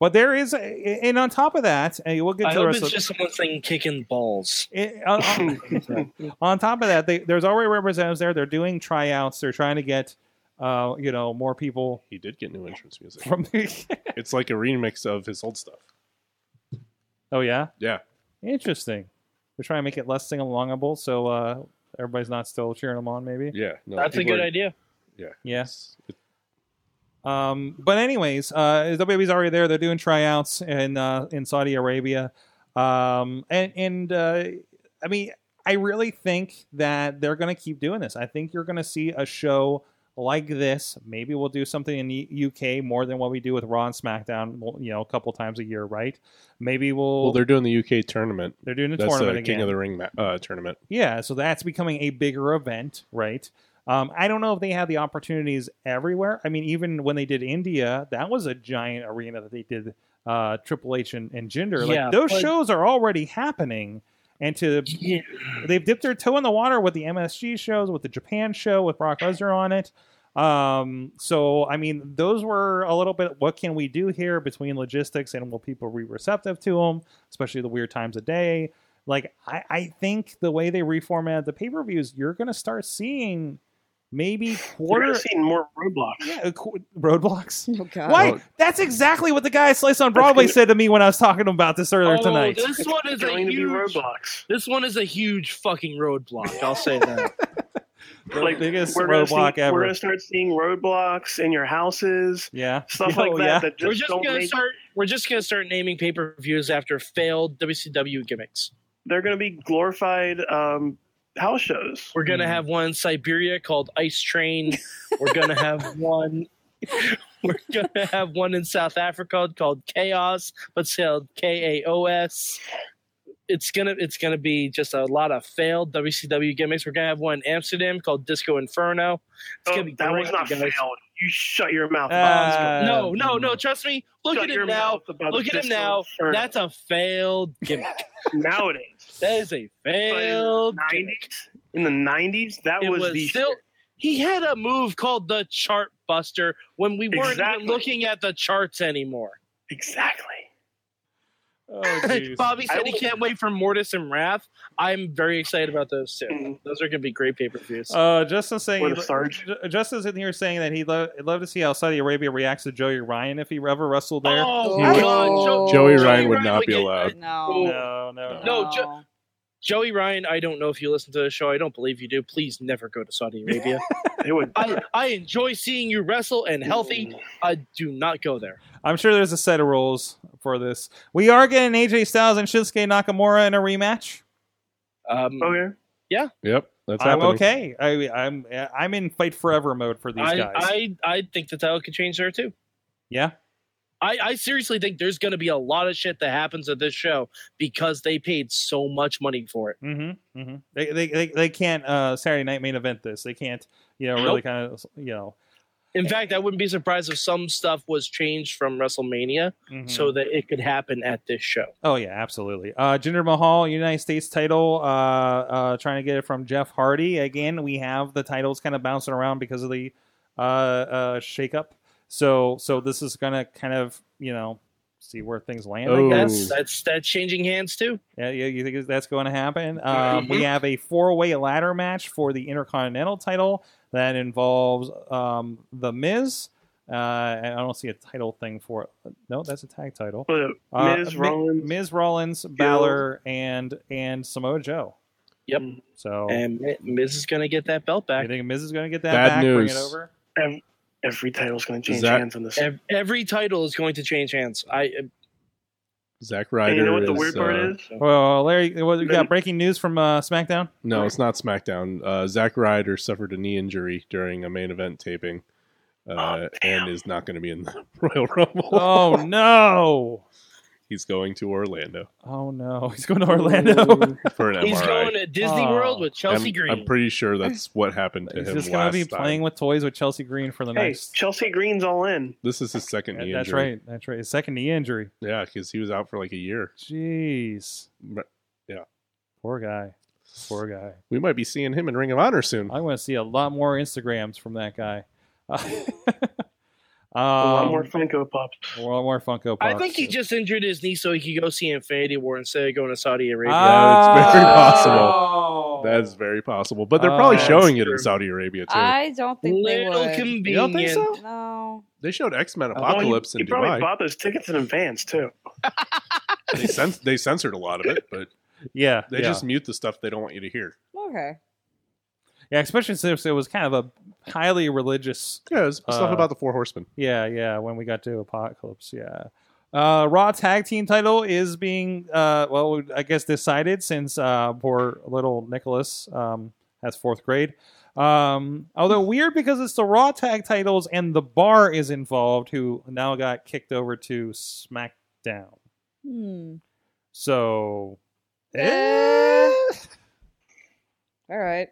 Speaker 2: But there is, and on top of that, and we'll get
Speaker 3: I
Speaker 2: to the
Speaker 3: hope
Speaker 2: rest
Speaker 3: it's
Speaker 2: of
Speaker 3: just someone saying kicking balls.
Speaker 2: it, on, on- uh,
Speaker 3: [LAUGHS]
Speaker 2: [LAUGHS] on top of that, they, there's already representatives there. They're doing tryouts. They're trying to get, uh, you know, more people
Speaker 5: He did get new entrance music.
Speaker 2: from [LAUGHS] the.
Speaker 5: It's like a remix of his old stuff.
Speaker 2: oh yeah,
Speaker 5: Yeah.
Speaker 2: interesting. They're trying to make it less sing alongable, so uh, everybody's not still cheering them on, maybe.
Speaker 5: Yeah. No,
Speaker 3: That's a
Speaker 5: people
Speaker 3: good
Speaker 5: are-
Speaker 3: idea.
Speaker 2: Yes. Um, but anyways, uh, WWE's already there. They're doing tryouts in uh, in Saudi Arabia, um, and and uh, I mean, I really think that they're going to keep doing this. I think you're going to see a show like this. Maybe we'll do something in the UK more than what we do with Raw and SmackDown. well, You know, a couple times a year, right? Maybe we'll.
Speaker 5: Well, they're doing the UK tournament.
Speaker 2: they're doing a
Speaker 5: That's
Speaker 2: tournament
Speaker 5: the
Speaker 2: again.
Speaker 5: King of the Ring ma- uh, tournament.
Speaker 2: Yeah, so that's becoming a bigger event, right? Um, I don't know if they have the opportunities everywhere. I mean, even when they did India, that was a giant arena that they did uh, Triple H and, and Jinder. Like
Speaker 3: Yeah,
Speaker 2: those
Speaker 3: but-
Speaker 2: shows are already happening, and to
Speaker 3: Yeah.
Speaker 2: they've dipped their toe in the water with the MSG shows, with the Japan show, with Brock Lesnar on it. Um, so I mean, those were a little bit. What can we do here between logistics and will people be receptive to them, especially the weird times of day? Like I, I think the way they reformat the pay per views, you're going to start seeing maybe
Speaker 4: We're
Speaker 2: quarter
Speaker 4: seeing more roadblocks.
Speaker 2: yeah, qu- roadblocks.
Speaker 6: Oh God.
Speaker 2: Why? That's exactly what the guy at Slice on Broadway said to me when I was talking about this earlier
Speaker 3: Oh,
Speaker 2: tonight.
Speaker 3: this one is
Speaker 4: It's
Speaker 3: a
Speaker 4: going to be
Speaker 3: huge.
Speaker 4: roadblocks.
Speaker 3: This one is a huge fucking roadblock. I'll say that.
Speaker 4: Like
Speaker 2: biggest
Speaker 4: we're gonna
Speaker 2: roadblock
Speaker 4: see-
Speaker 2: ever.
Speaker 4: We're gonna start seeing roadblocks in your houses,
Speaker 2: yeah,
Speaker 4: stuff
Speaker 2: Oh,
Speaker 4: like that.
Speaker 2: yeah.
Speaker 4: That
Speaker 3: we're
Speaker 4: just,
Speaker 3: just
Speaker 4: don't
Speaker 3: gonna
Speaker 4: make.
Speaker 3: start. We're just gonna start naming pay per views after failed WCW gimmicks.
Speaker 4: They're gonna be glorified um, house shows.
Speaker 3: We're gonna have one in Siberia called Ice Train. We're gonna
Speaker 4: [LAUGHS]
Speaker 3: have one. We're gonna have one in South Africa called Chaos, but spelled K A O S. It's gonna it's gonna be just a lot of failed WCW gimmicks. We're gonna have one in Amsterdam called Disco Inferno. It's
Speaker 4: Oh,
Speaker 3: gonna be
Speaker 4: that
Speaker 3: great,
Speaker 4: was not
Speaker 3: guys.
Speaker 4: failed. You shut your mouth. Bob's gonna-
Speaker 2: Uh,
Speaker 3: no, no, no. Trust me. Look
Speaker 4: shut
Speaker 3: at
Speaker 4: your
Speaker 3: him now.
Speaker 4: mouth about
Speaker 3: Look at him
Speaker 4: Disco
Speaker 3: now.
Speaker 4: Inferno.
Speaker 3: That's a failed gimmick.
Speaker 4: nowadays.
Speaker 3: that is a failed gimmick.
Speaker 4: Nineties in the nineties, that
Speaker 3: it
Speaker 4: was,
Speaker 3: was,
Speaker 4: the
Speaker 3: still he had a move called the chart buster when we weren't
Speaker 4: Exactly.
Speaker 3: even looking at the charts anymore
Speaker 4: [LAUGHS] exactly. [LAUGHS]
Speaker 2: Oh, jeez.
Speaker 3: bobby
Speaker 4: I
Speaker 3: said he
Speaker 4: will-
Speaker 3: can't wait for mortis and wrath i'm very excited about those two
Speaker 4: Mhm.
Speaker 3: those are going to be great pay-per-views
Speaker 5: Oh,
Speaker 2: Uh, Justin's saying
Speaker 4: Or the Sarge.
Speaker 2: Ju- Justin's in here saying that he'd, lo- he'd love to see how Saudi Arabia reacts to Joey Ryan if he ever wrestled there.
Speaker 3: oh
Speaker 5: He would-
Speaker 3: God, Jo-
Speaker 5: Joey
Speaker 6: Joey
Speaker 5: Ryan would
Speaker 3: Ryan
Speaker 5: not
Speaker 3: would
Speaker 5: be
Speaker 3: get-
Speaker 5: allowed.
Speaker 6: No.
Speaker 2: No, Oh, no,
Speaker 3: No. Jo- joey ryan i don't know if you listen to the show i don't believe you do please never go to saudi
Speaker 4: [LAUGHS]
Speaker 3: arabia
Speaker 4: It would.
Speaker 3: I, I enjoy seeing you wrestle and [LAUGHS]
Speaker 4: Mm.
Speaker 3: healthy i do not go there
Speaker 2: I'm sure there's a set of rules for this. We are getting AJ Styles and Shinsuke Nakamura in a rematch.
Speaker 3: um,
Speaker 4: okay.
Speaker 5: Yep. That's
Speaker 2: I'm
Speaker 5: happening.
Speaker 2: okay. I, I'm I'm in fight forever mode for these
Speaker 3: I,
Speaker 2: guys.
Speaker 3: I, I think the title could change there too
Speaker 2: yeah,
Speaker 3: I, I seriously think there's going to be a lot of shit that happens at this show because they paid so much money for it.
Speaker 2: mm-hmm, mm-hmm. They, they they they can't uh, Saturday night main event this. They can't you know really
Speaker 3: Nope.
Speaker 2: kind of you know.
Speaker 3: In fact, I wouldn't be surprised if some stuff was changed from WrestleMania
Speaker 2: mhm.
Speaker 3: so that it could happen at this show.
Speaker 2: Oh yeah, absolutely. Uh, Jinder Mahal, United States title, uh, uh, trying to get it from Jeff Hardy. Again, we have the titles kind of bouncing around because of the uh, uh, shakeup. So, so this is gonna kind of you know see where things land. I
Speaker 5: Oh.
Speaker 2: guess.
Speaker 3: That's that's that's changing hands too.
Speaker 2: Yeah, you, you think that's going to happen? Um, we have a four-way ladder match for the Intercontinental title that involves um, the Miz. Uh, I don't see a title thing for it. No, that's a tag title.
Speaker 4: But
Speaker 2: Uh,
Speaker 4: Ms.
Speaker 2: Mi-
Speaker 4: Rollins.
Speaker 2: Ms. Rollins, Balor, and and Samoa Joe.
Speaker 3: Yep.
Speaker 5: Oh.
Speaker 2: So
Speaker 3: And Mi- Miz is going to get that belt
Speaker 2: you
Speaker 3: back.
Speaker 2: think Miz is going to get that
Speaker 5: Bad
Speaker 2: back? Bring it
Speaker 5: news.
Speaker 2: over.
Speaker 4: ev- every title's going to change
Speaker 5: that-
Speaker 4: hands on this.
Speaker 3: Ev- Every title is going to change hands. I
Speaker 5: Zack
Speaker 4: and
Speaker 5: Ryder.
Speaker 4: you know what the
Speaker 5: is,
Speaker 4: weird part
Speaker 5: uh,
Speaker 4: is?
Speaker 2: Well, Larry, what, we got
Speaker 4: Then-
Speaker 2: breaking news from uh, SmackDown.
Speaker 5: No, it's not SmackDown. Uh, Zack Ryder suffered a knee injury during a main event taping, uh,
Speaker 4: Oh,
Speaker 5: and
Speaker 4: damn.
Speaker 5: is not going to be in the [LAUGHS] Royal Rumble.
Speaker 2: Oh no!
Speaker 5: He's going
Speaker 2: [LAUGHS]
Speaker 5: to Orlando
Speaker 2: Oh no! He's going to [LAUGHS] Orlando.
Speaker 5: for an
Speaker 3: he's
Speaker 5: MRI.
Speaker 3: going to Disney
Speaker 2: Oh.
Speaker 3: World with Chelsea
Speaker 5: I'm,
Speaker 3: Green.
Speaker 5: I'm pretty sure that's what happened to
Speaker 2: He's
Speaker 5: him
Speaker 2: just going to be
Speaker 5: last time.
Speaker 2: playing with toys with Chelsea Green for the
Speaker 4: Hey,
Speaker 2: next.
Speaker 4: Chelsea Green's all in.
Speaker 5: This is his second knee
Speaker 2: That's
Speaker 5: injury.
Speaker 2: right. That's right. His second knee injury.
Speaker 5: Yeah, because he was out for like a year.
Speaker 2: Jeez.
Speaker 5: But, yeah.
Speaker 2: Poor guy. Poor guy.
Speaker 5: We might be seeing him in Ring of Honor
Speaker 2: [LAUGHS]
Speaker 5: soon.
Speaker 2: I want to see a lot more Instagrams from that guy. Uh,
Speaker 4: a lot
Speaker 2: Um,
Speaker 4: more Funko Pops.
Speaker 2: a lot more Funko Pops.
Speaker 3: I think he just injured his knee so he could go see Infinity War instead of going to Saudi Arabia.
Speaker 2: Ah,
Speaker 5: Yeah, it's very
Speaker 2: possible.
Speaker 5: That is very possible. But they're
Speaker 2: Oh,
Speaker 5: probably
Speaker 2: that's
Speaker 5: showing it
Speaker 3: true.
Speaker 5: in Saudi Arabia too.
Speaker 6: I don't think they
Speaker 3: Little
Speaker 6: would.
Speaker 3: convenient.
Speaker 5: you don't think so?
Speaker 6: no.
Speaker 5: They showed X Men
Speaker 4: Well, he-
Speaker 5: Apocalypse
Speaker 4: he,
Speaker 5: in
Speaker 4: Oh, probably
Speaker 5: Dubai.
Speaker 4: bought those tickets in advance too.
Speaker 5: they, cens- they censored a lot of it, but
Speaker 2: yeah,
Speaker 5: they
Speaker 2: yeah.
Speaker 5: just mute the stuff they don't want you to hear.
Speaker 6: Okay.
Speaker 2: yeah, especially since it was kind of a highly religious.
Speaker 5: Yeah, it's stuff
Speaker 2: Uh,
Speaker 5: about the Four Horsemen.
Speaker 2: Yeah, yeah. When we got to Apocalypse, yeah. Uh, Raw tag team title is being uh, well, I guess decided since uh, poor little Nicholas um, has fourth grade. Um, although weird because it's the Raw tag titles and the Bar is involved, who now got kicked over to SmackDown.
Speaker 6: Hmm.
Speaker 2: So,
Speaker 6: Eh. All right.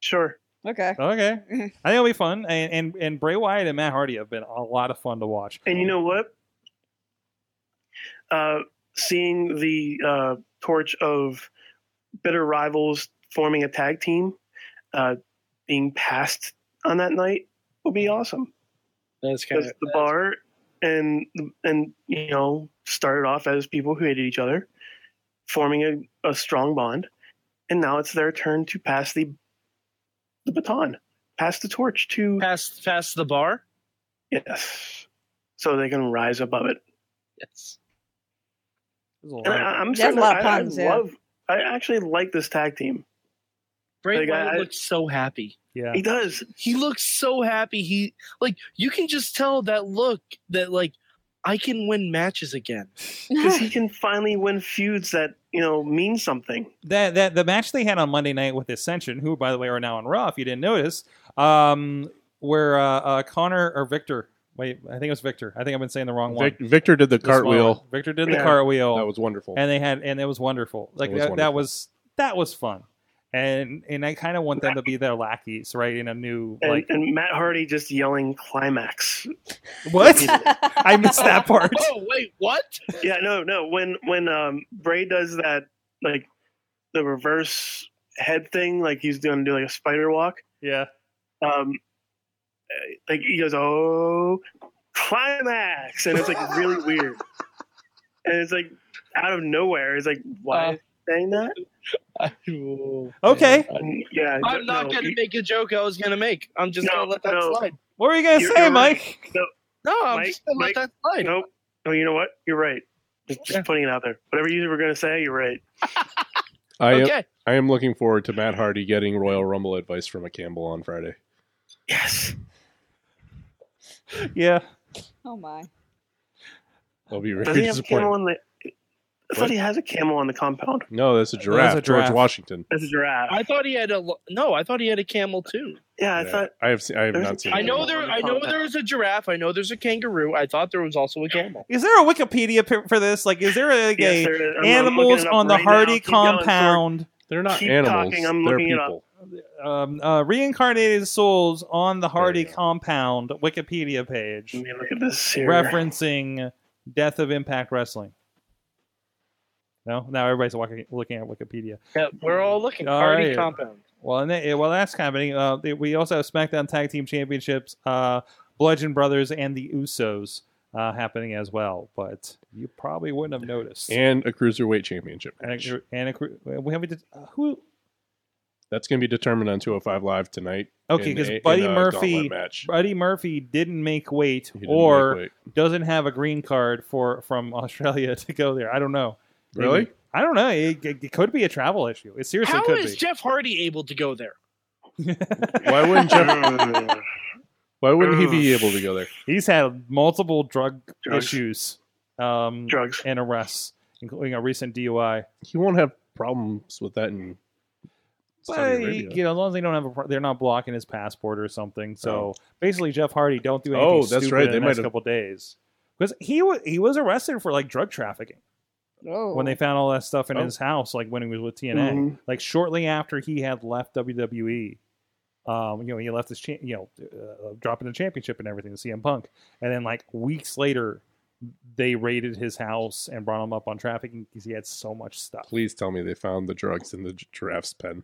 Speaker 4: Sure.
Speaker 6: Okay. [LAUGHS]
Speaker 4: [LAUGHS]
Speaker 2: Okay, I think it'll be fun. And, and and Bray Wyatt and Matt Hardy have been a lot of fun to watch.
Speaker 4: And you know what? Uh, seeing the uh, torch of bitter rivals forming a tag team uh, being passed on that night will be awesome
Speaker 3: That's kind
Speaker 4: because
Speaker 3: of
Speaker 4: the bar and and you know started off as people who hated each other, forming a, a strong bond, and now it's their turn to pass the the baton, pass the torch to
Speaker 3: past past the bar.
Speaker 4: yes, so they can rise above it.
Speaker 3: Yes.
Speaker 2: There's a
Speaker 4: And uh, I,
Speaker 2: lot of-
Speaker 4: I'm
Speaker 6: That's a
Speaker 4: certain-
Speaker 6: lot of
Speaker 4: I-
Speaker 6: puns,
Speaker 4: I,
Speaker 6: yeah.
Speaker 4: love. I actually like this tag team.
Speaker 3: Bray
Speaker 4: Like,
Speaker 3: Wyatt
Speaker 4: I-
Speaker 3: looks so happy.
Speaker 2: yeah,
Speaker 4: He does.
Speaker 3: He looks so happy. He like you can just tell that look that like I can win matches
Speaker 5: [LAUGHS]
Speaker 3: again.
Speaker 4: because [LAUGHS]
Speaker 6: [SIGHS] [LAUGHS]
Speaker 4: he can finally win feuds that you know mean something.
Speaker 2: that that the match they had on Monday night with Ascension, who by the way are now on Raw, if you didn't notice, um, where uh, uh, Connor or Victor. Wait, I think it was Victor. I think I've been saying the wrong one.
Speaker 5: Vic- Victor did the
Speaker 2: The small one.
Speaker 5: cartwheel.
Speaker 2: Victor did the
Speaker 4: Yeah.
Speaker 2: cartwheel,
Speaker 5: That was wonderful.
Speaker 2: and they had and it was wonderful. Like
Speaker 5: was
Speaker 2: that, that
Speaker 5: wonderful.
Speaker 2: was that was fun, and and I kind of want them to be their lackeys, right? In a new
Speaker 4: And, [LAUGHS]
Speaker 2: like
Speaker 4: and Matt Hardy just yelling climax.
Speaker 2: what? [LAUGHS] I missed that part.
Speaker 3: Oh wait, what?
Speaker 4: yeah, no, no. When when um, Bray does that, like the reverse head thing, like he's going to do like a spider walk.
Speaker 2: Yeah,
Speaker 4: Um, uh, like he goes, "Oh, climax," and it's like really weird, and it's like out of nowhere. It's like, why
Speaker 3: Uh,
Speaker 4: is he saying that?
Speaker 2: Okay.
Speaker 4: And, yeah,
Speaker 3: I'm not
Speaker 4: no,
Speaker 3: gonna
Speaker 4: you-
Speaker 3: make a joke I was gonna make. I'm just
Speaker 4: No,
Speaker 3: gonna let that
Speaker 4: no.
Speaker 3: slide.
Speaker 2: what were you gonna
Speaker 4: You're-
Speaker 2: say,
Speaker 4: you're right.
Speaker 2: Mike?
Speaker 3: No, I'm
Speaker 4: Mike,
Speaker 3: just gonna
Speaker 4: Mike,
Speaker 3: let that slide.
Speaker 4: Nope. Oh, you know what? You're right. Just, just
Speaker 3: Yeah.
Speaker 4: putting it out there. Whatever you were going to say, you're right.
Speaker 5: I am,
Speaker 3: okay.
Speaker 5: I am looking forward to Matt Hardy getting Royal Rumble advice from a Campbell on Friday.
Speaker 4: Yes.
Speaker 2: Yeah,
Speaker 6: oh my.
Speaker 5: I'll be
Speaker 4: Does
Speaker 5: very
Speaker 4: he have a
Speaker 5: disappointed.
Speaker 4: camel on the? I thought
Speaker 5: What?
Speaker 4: he has a camel on the compound.
Speaker 5: No, that's a giraffe.
Speaker 2: giraffe.
Speaker 5: George Washington.
Speaker 4: That's a giraffe.
Speaker 3: I thought he had a lo- no. I thought he had a camel too.
Speaker 4: yeah, I
Speaker 5: Yeah,
Speaker 4: thought.
Speaker 5: I have seen. I have
Speaker 4: There's a
Speaker 5: not seen.
Speaker 3: I
Speaker 5: that
Speaker 3: know
Speaker 5: one.
Speaker 3: there. I know there was a giraffe. I know there's a kangaroo. I thought there was also a camel.
Speaker 2: is there a Wikipedia p- for this? Like, is there like
Speaker 4: Yes,
Speaker 2: a
Speaker 4: there is. I'm- I'm
Speaker 2: animals
Speaker 4: looking it up
Speaker 2: on the
Speaker 4: right now.
Speaker 2: Hardy
Speaker 4: Keep going, Sorg.
Speaker 2: compound?
Speaker 5: They're not
Speaker 4: Keep
Speaker 5: animals.
Speaker 4: talking, I'm
Speaker 5: they're
Speaker 4: looking it up.
Speaker 5: people.
Speaker 2: um, uh, reincarnated souls on the Hardy
Speaker 5: go.
Speaker 2: compound Wikipedia page
Speaker 4: Let me look at this here.
Speaker 2: referencing death of Impact Wrestling. No, now everybody's walking, looking at Wikipedia.
Speaker 3: Yeah, we're all looking.
Speaker 2: All
Speaker 3: Party
Speaker 2: right.
Speaker 3: compound.
Speaker 2: Well, and they, well, that's happening. Uh, they- we also have SmackDown Tag Team Championships, uh, Bludgeon Brothers, and the Usos uh, happening as well. But you probably wouldn't have noticed.
Speaker 5: And a cruiserweight championship.
Speaker 2: and
Speaker 5: match.
Speaker 2: a, and a, we haven't. Uh, who?
Speaker 5: That's going to be determined on 205 Live tonight.
Speaker 2: Okay,
Speaker 5: in
Speaker 2: because
Speaker 5: a-
Speaker 2: Buddy
Speaker 5: in a
Speaker 2: Murphy,
Speaker 5: gauntlet match.
Speaker 2: Buddy Murphy didn't make weight,
Speaker 5: He didn't
Speaker 2: or
Speaker 5: make weight.
Speaker 2: doesn't have a green card for from Australia [LAUGHS] to go there. I don't know.
Speaker 5: really?
Speaker 2: I don't know. It, it- it could be a travel issue. It seriously
Speaker 3: How
Speaker 2: could
Speaker 3: is
Speaker 2: be.
Speaker 3: Jeff Hardy able to go there?
Speaker 5: [LAUGHS] Why wouldn't Jeff?
Speaker 4: Mm.
Speaker 5: Why wouldn't
Speaker 2: [LAUGHS]
Speaker 5: he be able to go there?
Speaker 2: [LAUGHS] He's had multiple drug
Speaker 4: Drugs.
Speaker 2: issues um,
Speaker 4: [LAUGHS] Drugs.
Speaker 2: and arrests, including a recent DUI.
Speaker 5: He won't have problems with that in Saudi
Speaker 2: But
Speaker 5: Arabia.
Speaker 2: you know, as long as they don't have a, pro- they're not blocking his passport or something. So basically, Jeff Hardy don't do anything.
Speaker 5: Oh, that's
Speaker 2: stupid
Speaker 5: right.
Speaker 2: In
Speaker 5: They
Speaker 2: the next
Speaker 5: might have-
Speaker 2: couple days because he was he was arrested for like drug trafficking
Speaker 6: Oh. Mm-hmm.
Speaker 2: when they found all that stuff in
Speaker 5: Oh.
Speaker 2: his house, like when he was with TNA.
Speaker 4: Mhm.
Speaker 2: like shortly after he had left WWE. Um, you know, he left his, cha- you know, uh, dropping the championship and everything to CM Punk, and then like weeks later, they raided his house and brought him up on trafficking because he had so much stuff. [LAUGHS]
Speaker 5: Please tell me they found the drugs in the gi- giraffe's pen.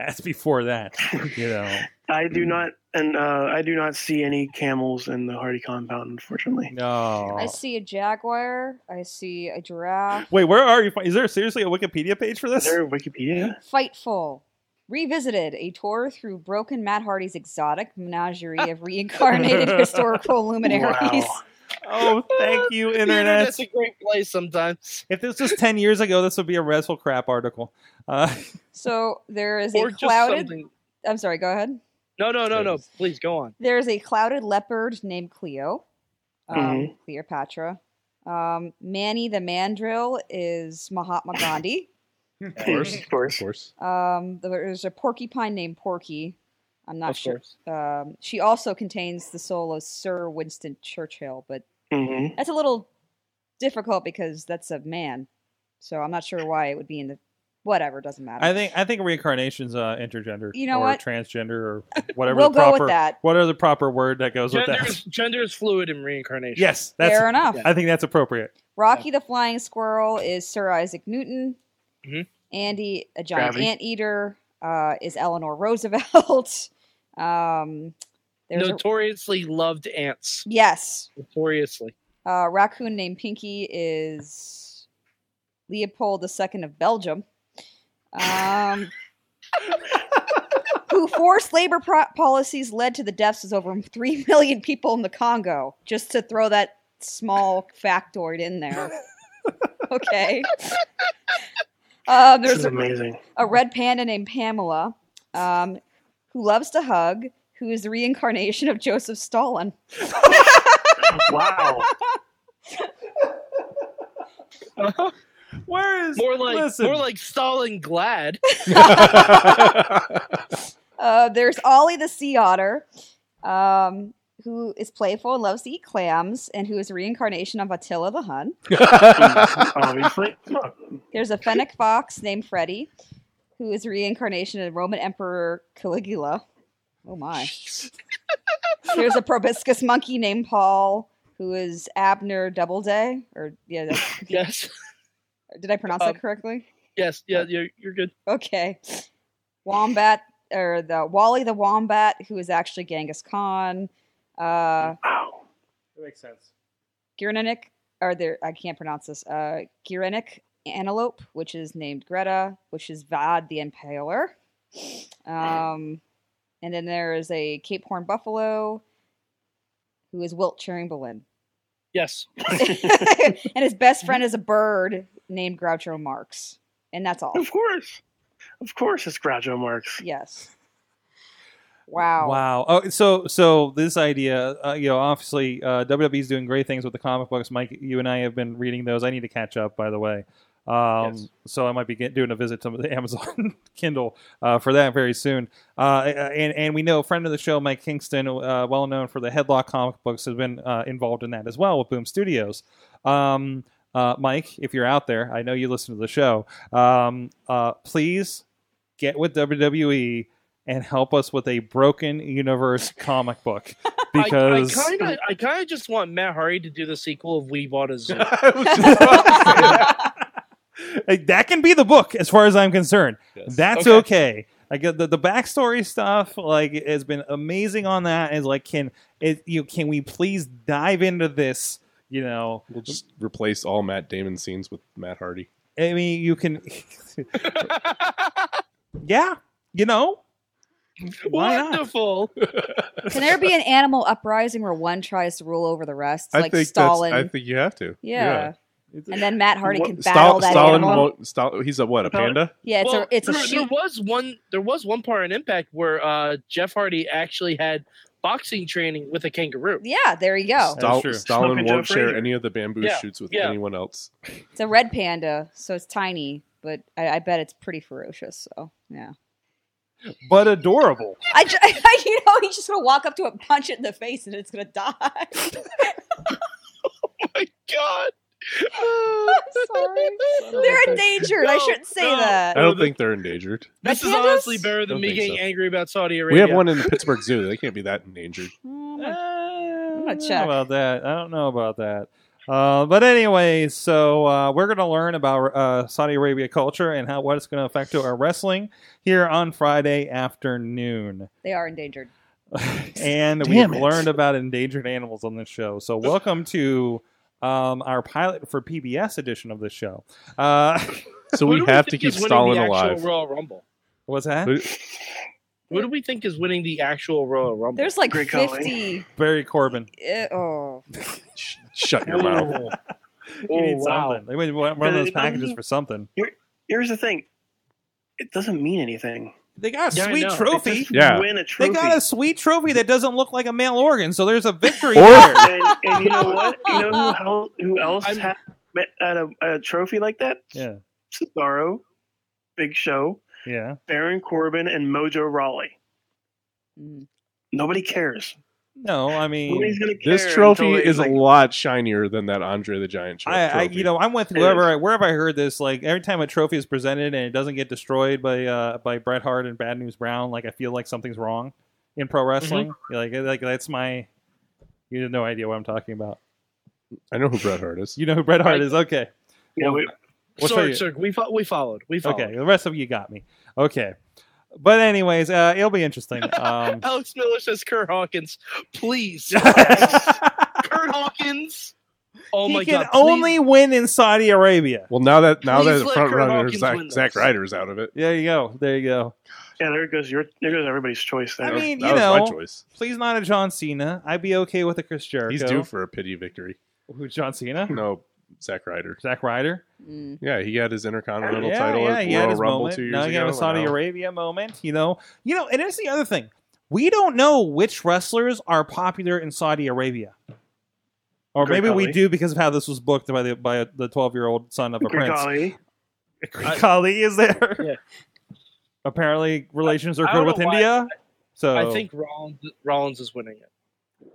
Speaker 2: as before that. You know,
Speaker 4: I do not, and uh, I do not see any camels in the Hardy compound, unfortunately.
Speaker 2: no.
Speaker 6: [LAUGHS] I see a jaguar. I see a giraffe.
Speaker 2: Wait, where are you? fi- Is there seriously a Wikipedia page for
Speaker 4: Is
Speaker 2: this?
Speaker 4: there a Wikipedia?
Speaker 6: Fightful. Revisited a tour through broken Matt Hardy's exotic menagerie of reincarnated historical luminaries.
Speaker 4: Wow.
Speaker 2: [LAUGHS] Oh, thank [LAUGHS] you,
Speaker 3: The
Speaker 2: internet.
Speaker 3: Internet's a great place sometimes.
Speaker 2: If this was ten years ago, this would be a wrestle crap article. Uh,
Speaker 6: So there is
Speaker 3: Or
Speaker 6: a
Speaker 3: just
Speaker 6: clouded.
Speaker 3: something.
Speaker 6: I'm sorry. Go ahead.
Speaker 3: No, no, no, no. Please go on.
Speaker 6: There is a clouded leopard named Cleo, um,
Speaker 4: Mhm.
Speaker 6: Cleopatra. Um, Manny the Mandrill is Mahatma Gandhi.
Speaker 5: Of
Speaker 4: Of course.
Speaker 5: course.
Speaker 6: um, there's a porcupine named Porky. I'm not
Speaker 3: of
Speaker 6: sure.
Speaker 3: course.
Speaker 6: Um, she also contains the soul of Sir Winston Churchill, but
Speaker 4: hmm
Speaker 6: that's a little difficult because that's a man. So I'm not sure why it would be in the whatever doesn't
Speaker 2: [LAUGHS]
Speaker 6: matter.
Speaker 2: I think I think reincarnation's uh, intergender,
Speaker 6: You know
Speaker 2: or
Speaker 6: what?
Speaker 2: transgender, or whatever.
Speaker 6: [LAUGHS] we'll
Speaker 2: the
Speaker 6: go
Speaker 2: proper,
Speaker 6: with that.
Speaker 2: What are the proper word that goes with
Speaker 3: Gender
Speaker 2: that?
Speaker 3: is, gender is fluid in reincarnation.
Speaker 2: [LAUGHS] Yes, that's.
Speaker 6: Fair enough.
Speaker 2: I think that's appropriate.
Speaker 6: Rocky the Flying Squirrel is Sir Isaac Newton.
Speaker 2: Mm-hmm.
Speaker 3: Mhm.
Speaker 6: Andy, a giant
Speaker 4: Gravity.
Speaker 6: anteater, uh, is Eleanor Roosevelt. [LAUGHS] um, there's a,
Speaker 3: Notoriously loved ants.
Speaker 6: yes,
Speaker 3: Notoriously.
Speaker 6: uh, raccoon named Pinky is Leopold II of Belgium, um, who forced labor pro- policies led to the deaths of over three million people in the Congo. Just to throw that small factoid in there, okay. Um,
Speaker 4: This
Speaker 6: there's
Speaker 4: is
Speaker 2: [LAUGHS]
Speaker 6: a,
Speaker 4: amazing.
Speaker 6: a red panda named Pamela, um, who loves to hug, who is the reincarnation of Joseph Stalin.
Speaker 4: wow.
Speaker 2: Where is
Speaker 3: More like
Speaker 2: listen,
Speaker 3: more like Stalin
Speaker 6: [LAUGHS]
Speaker 3: glad.
Speaker 6: Uh, there's Ollie the sea otter, um, who is playful and loves to eat clams, and who is a reincarnation of Attila the Hun.
Speaker 2: [LAUGHS]
Speaker 4: [LAUGHS] Obviously.
Speaker 6: There's a fennec fox named Freddy, who is a reincarnation of Roman Emperor Caligula. Oh my. There's a proboscis monkey named Paul, who is Abner Doubleday. Or yeah, that's,
Speaker 3: Yes.
Speaker 6: did I pronounce
Speaker 3: Um,
Speaker 6: that correctly?
Speaker 3: Yes. Yeah, you're, you're good.
Speaker 6: Okay. Wombat or the Wally the wombat, who is actually Genghis Khan. Uh,
Speaker 4: Wow.
Speaker 2: That makes sense.
Speaker 6: Girinic, or there I can't pronounce this. Uh, Girinic antelope, which is named Greta, which is Vad the Impaler. Um, and then there is a Cape Horn buffalo, who is
Speaker 5: [LAUGHS]
Speaker 6: Wilt Chamberlain,
Speaker 3: Yes.
Speaker 6: and his best friend is a bird named Groucho Marx, and that's all.
Speaker 4: Of course. Of course it's Groucho Marx.
Speaker 6: Yes. Wow.
Speaker 2: Wow. Oh, so so this idea, uh, you know, obviously uh, WWE's doing great things with the comic books. Mike, you and I have been reading those. I need to catch up, by the way. Um,
Speaker 3: Yes.
Speaker 2: So I might be get, doing a visit to the [LAUGHS] Amazon Kindle uh, for that very soon. Uh, and and we know a friend of the show, Mike Kingston, uh, well known for the Headlock comic books, has been uh, involved in that as well with Boom Studios. Um, uh, Mike, if you're out there, I know you listen to the show. Um, uh, please get with WWE and help us with a broken universe comic book because
Speaker 3: I kind of I kind of just want Matt Hardy to do the sequel of We Bought
Speaker 2: [LAUGHS]
Speaker 3: a Zoo.
Speaker 5: I was just about to say
Speaker 6: [LAUGHS]
Speaker 5: that.
Speaker 2: Like, that can be the book as far as I'm concerned.
Speaker 5: Yes.
Speaker 2: That's okay.
Speaker 3: Okay.
Speaker 2: I get the, the backstory stuff like has been amazing on that. Is like can it you can we please dive into this? You know,
Speaker 5: We'll just replace all Matt Damon scenes with Matt Hardy.
Speaker 2: I mean, you can, [LAUGHS] yeah, you know, why not?
Speaker 3: Wonderful.
Speaker 6: [LAUGHS] Can there be an animal uprising where one tries to rule over the rest,
Speaker 5: I
Speaker 6: like
Speaker 5: think
Speaker 6: Stalin?
Speaker 5: that's. I think you have to.
Speaker 6: yeah. And then Matt Hardy
Speaker 4: What-
Speaker 6: can
Speaker 5: Stal-
Speaker 6: battle that
Speaker 5: Stalin
Speaker 6: animal.
Speaker 5: won't. Stal- he's a what? A panda?
Speaker 6: Yeah, it's
Speaker 3: Well,
Speaker 6: a it's a
Speaker 3: there, there
Speaker 6: shoot.
Speaker 3: was one there was one part in Impact where uh, Jeff Hardy actually had boxing training with a kangaroo.
Speaker 6: Yeah, there you go.
Speaker 2: That's true.
Speaker 5: Stal- Stalin
Speaker 4: Smoking Joe
Speaker 5: won't share
Speaker 4: Frazier.
Speaker 5: any of the bamboo
Speaker 3: Yeah,
Speaker 5: shoots with
Speaker 3: yeah.
Speaker 5: anyone else.
Speaker 6: It's a red panda, so it's tiny, but I, I bet it's pretty ferocious. So yeah,
Speaker 2: but adorable.
Speaker 6: I, ju- [LAUGHS] I you know he's just gonna walk up to it, punch it in the face, and it's gonna die. [LAUGHS]
Speaker 3: My God.
Speaker 6: Sorry. They're endangered.
Speaker 3: No,
Speaker 6: I shouldn't say
Speaker 3: no.
Speaker 6: that.
Speaker 5: I don't think they're endangered.
Speaker 3: This
Speaker 6: The
Speaker 3: is
Speaker 6: pandas?
Speaker 3: honestly better than
Speaker 5: Don't
Speaker 3: me
Speaker 5: think
Speaker 3: getting
Speaker 5: so.
Speaker 3: angry about Saudi
Speaker 5: We
Speaker 3: Arabia.
Speaker 5: have one in the Pittsburgh Zoo. They can't be that endangered.
Speaker 6: Mm,
Speaker 2: Uh, I
Speaker 6: gonna
Speaker 2: don't know
Speaker 6: check.
Speaker 2: about that. I don't know about that. Uh, but anyway, so uh, we're going to learn about uh, Saudi Arabia culture and how what it's going to affect to our wrestling here on Friday [LAUGHS] afternoon.
Speaker 6: They are endangered.
Speaker 2: and
Speaker 5: Damn
Speaker 2: we've
Speaker 5: it.
Speaker 2: learned about endangered animals on this show. So welcome to um, our pilot for PBS edition of this show. Uh, [LAUGHS]
Speaker 5: So
Speaker 3: Who
Speaker 5: we
Speaker 3: do
Speaker 5: have to
Speaker 3: think
Speaker 5: keep
Speaker 3: is winning
Speaker 5: Stalin
Speaker 3: the actual
Speaker 5: alive.
Speaker 3: Royal Rumble.
Speaker 2: what's that?
Speaker 5: Who-
Speaker 3: What do we think is winning the actual Royal Rumble?
Speaker 6: There's like
Speaker 4: Great calling.
Speaker 6: 50.
Speaker 2: Barry [LAUGHS] Corbin.
Speaker 6: eh, oh.
Speaker 5: Sh- Shut your mouth.
Speaker 2: You need
Speaker 3: wow.
Speaker 2: something. Oh, They made one one of those packages for something.
Speaker 4: Here's the thing. It doesn't mean anything.
Speaker 2: They got a
Speaker 3: Yeah, I
Speaker 2: sweet
Speaker 3: know.
Speaker 4: They
Speaker 2: trophy.
Speaker 4: just
Speaker 5: Yeah.
Speaker 4: win
Speaker 2: They
Speaker 4: a trophy.
Speaker 2: got a sweet trophy that doesn't look like a male organ, so there's a victory
Speaker 5: [LAUGHS] Or-
Speaker 2: there.
Speaker 4: and, and
Speaker 2: [LAUGHS]
Speaker 4: you know what? You know who else, who else
Speaker 3: I'm-
Speaker 4: had, met- had a, a trophy like that?
Speaker 2: Yeah,
Speaker 4: Cesaro, Big Show,
Speaker 2: yeah.
Speaker 4: Baron Corbin, and Mojo Rawley.
Speaker 6: Mm.
Speaker 4: Nobody cares.
Speaker 2: No, I
Speaker 4: Nobody's
Speaker 2: mean,
Speaker 4: gonna care.
Speaker 5: This trophy
Speaker 4: until they,
Speaker 5: is
Speaker 4: like,
Speaker 5: a lot shinier than that Andre the Giant tro-
Speaker 2: I, I,
Speaker 5: trophy.
Speaker 2: you know, I'm with whoever, I, wherever I heard this. Like every time a trophy is presented and it doesn't get destroyed by uh, by Bret Hart and Bad News Brown, like I feel like something's wrong in
Speaker 5: Mm-hmm.
Speaker 2: pro wrestling. Like, like that's my. You have no idea what I'm talking about.
Speaker 5: I know who Bret Hart is.
Speaker 2: You know who Bret Hart
Speaker 3: Right.
Speaker 2: is? Okay,
Speaker 4: you know, it-
Speaker 2: We'll show you.
Speaker 3: Sorry, sir. We, fo- we followed. We followed.
Speaker 2: okay. The rest of you got me. Okay, but anyways, uh, it'll be
Speaker 5: [LAUGHS]
Speaker 2: interesting. Um,
Speaker 3: Alex Miller says Kurt Hawkins.
Speaker 5: [LAUGHS]
Speaker 3: Please. Kurt Hawkins. [LAUGHS] Oh
Speaker 2: he
Speaker 3: my
Speaker 2: can
Speaker 3: god. please.
Speaker 2: only win in Saudi Arabia.
Speaker 5: Well, now that now
Speaker 3: Please
Speaker 5: that the
Speaker 3: let
Speaker 5: front
Speaker 3: Kurt
Speaker 5: runner
Speaker 3: Hawkins
Speaker 5: Zack,
Speaker 3: win this.
Speaker 5: Zack Ryder's out of it.
Speaker 2: There you go. There you go.
Speaker 4: yeah, there goes your there goes everybody's choice there.
Speaker 2: I
Speaker 5: That was-
Speaker 2: mean,
Speaker 5: that
Speaker 2: you
Speaker 5: was
Speaker 2: know,
Speaker 5: my choice.
Speaker 2: Please not a John Cena. I'd be okay with a Chris Jericho.
Speaker 5: He's due for a pity victory.
Speaker 2: Who, John Cena?
Speaker 5: No, Zack Ryder.
Speaker 2: Zack Ryder.
Speaker 6: Mm.
Speaker 5: Yeah, he got his Intercontinental
Speaker 2: yeah,
Speaker 5: title
Speaker 2: yeah,
Speaker 5: at
Speaker 2: he had
Speaker 5: Royal
Speaker 2: his
Speaker 5: Rumble
Speaker 2: moment.
Speaker 5: two years
Speaker 2: now
Speaker 5: ago.
Speaker 2: he had a
Speaker 5: and
Speaker 2: Saudi
Speaker 5: now-
Speaker 2: Arabia moment. You know, you know, and here's the other thing: we don't know which wrestlers are popular in Saudi Arabia, or
Speaker 4: Great
Speaker 2: maybe we
Speaker 4: Khali.
Speaker 2: do because of how this was booked by the by the twelve year old son of a
Speaker 4: Great
Speaker 2: prince.
Speaker 4: golly.
Speaker 2: Great Khali is there.
Speaker 3: Yeah.
Speaker 2: Apparently, relations are
Speaker 3: I
Speaker 2: good
Speaker 3: don't
Speaker 2: with
Speaker 3: know why.
Speaker 2: India.
Speaker 5: Oh.
Speaker 2: So
Speaker 3: I think Rollins, Rollins is winning it.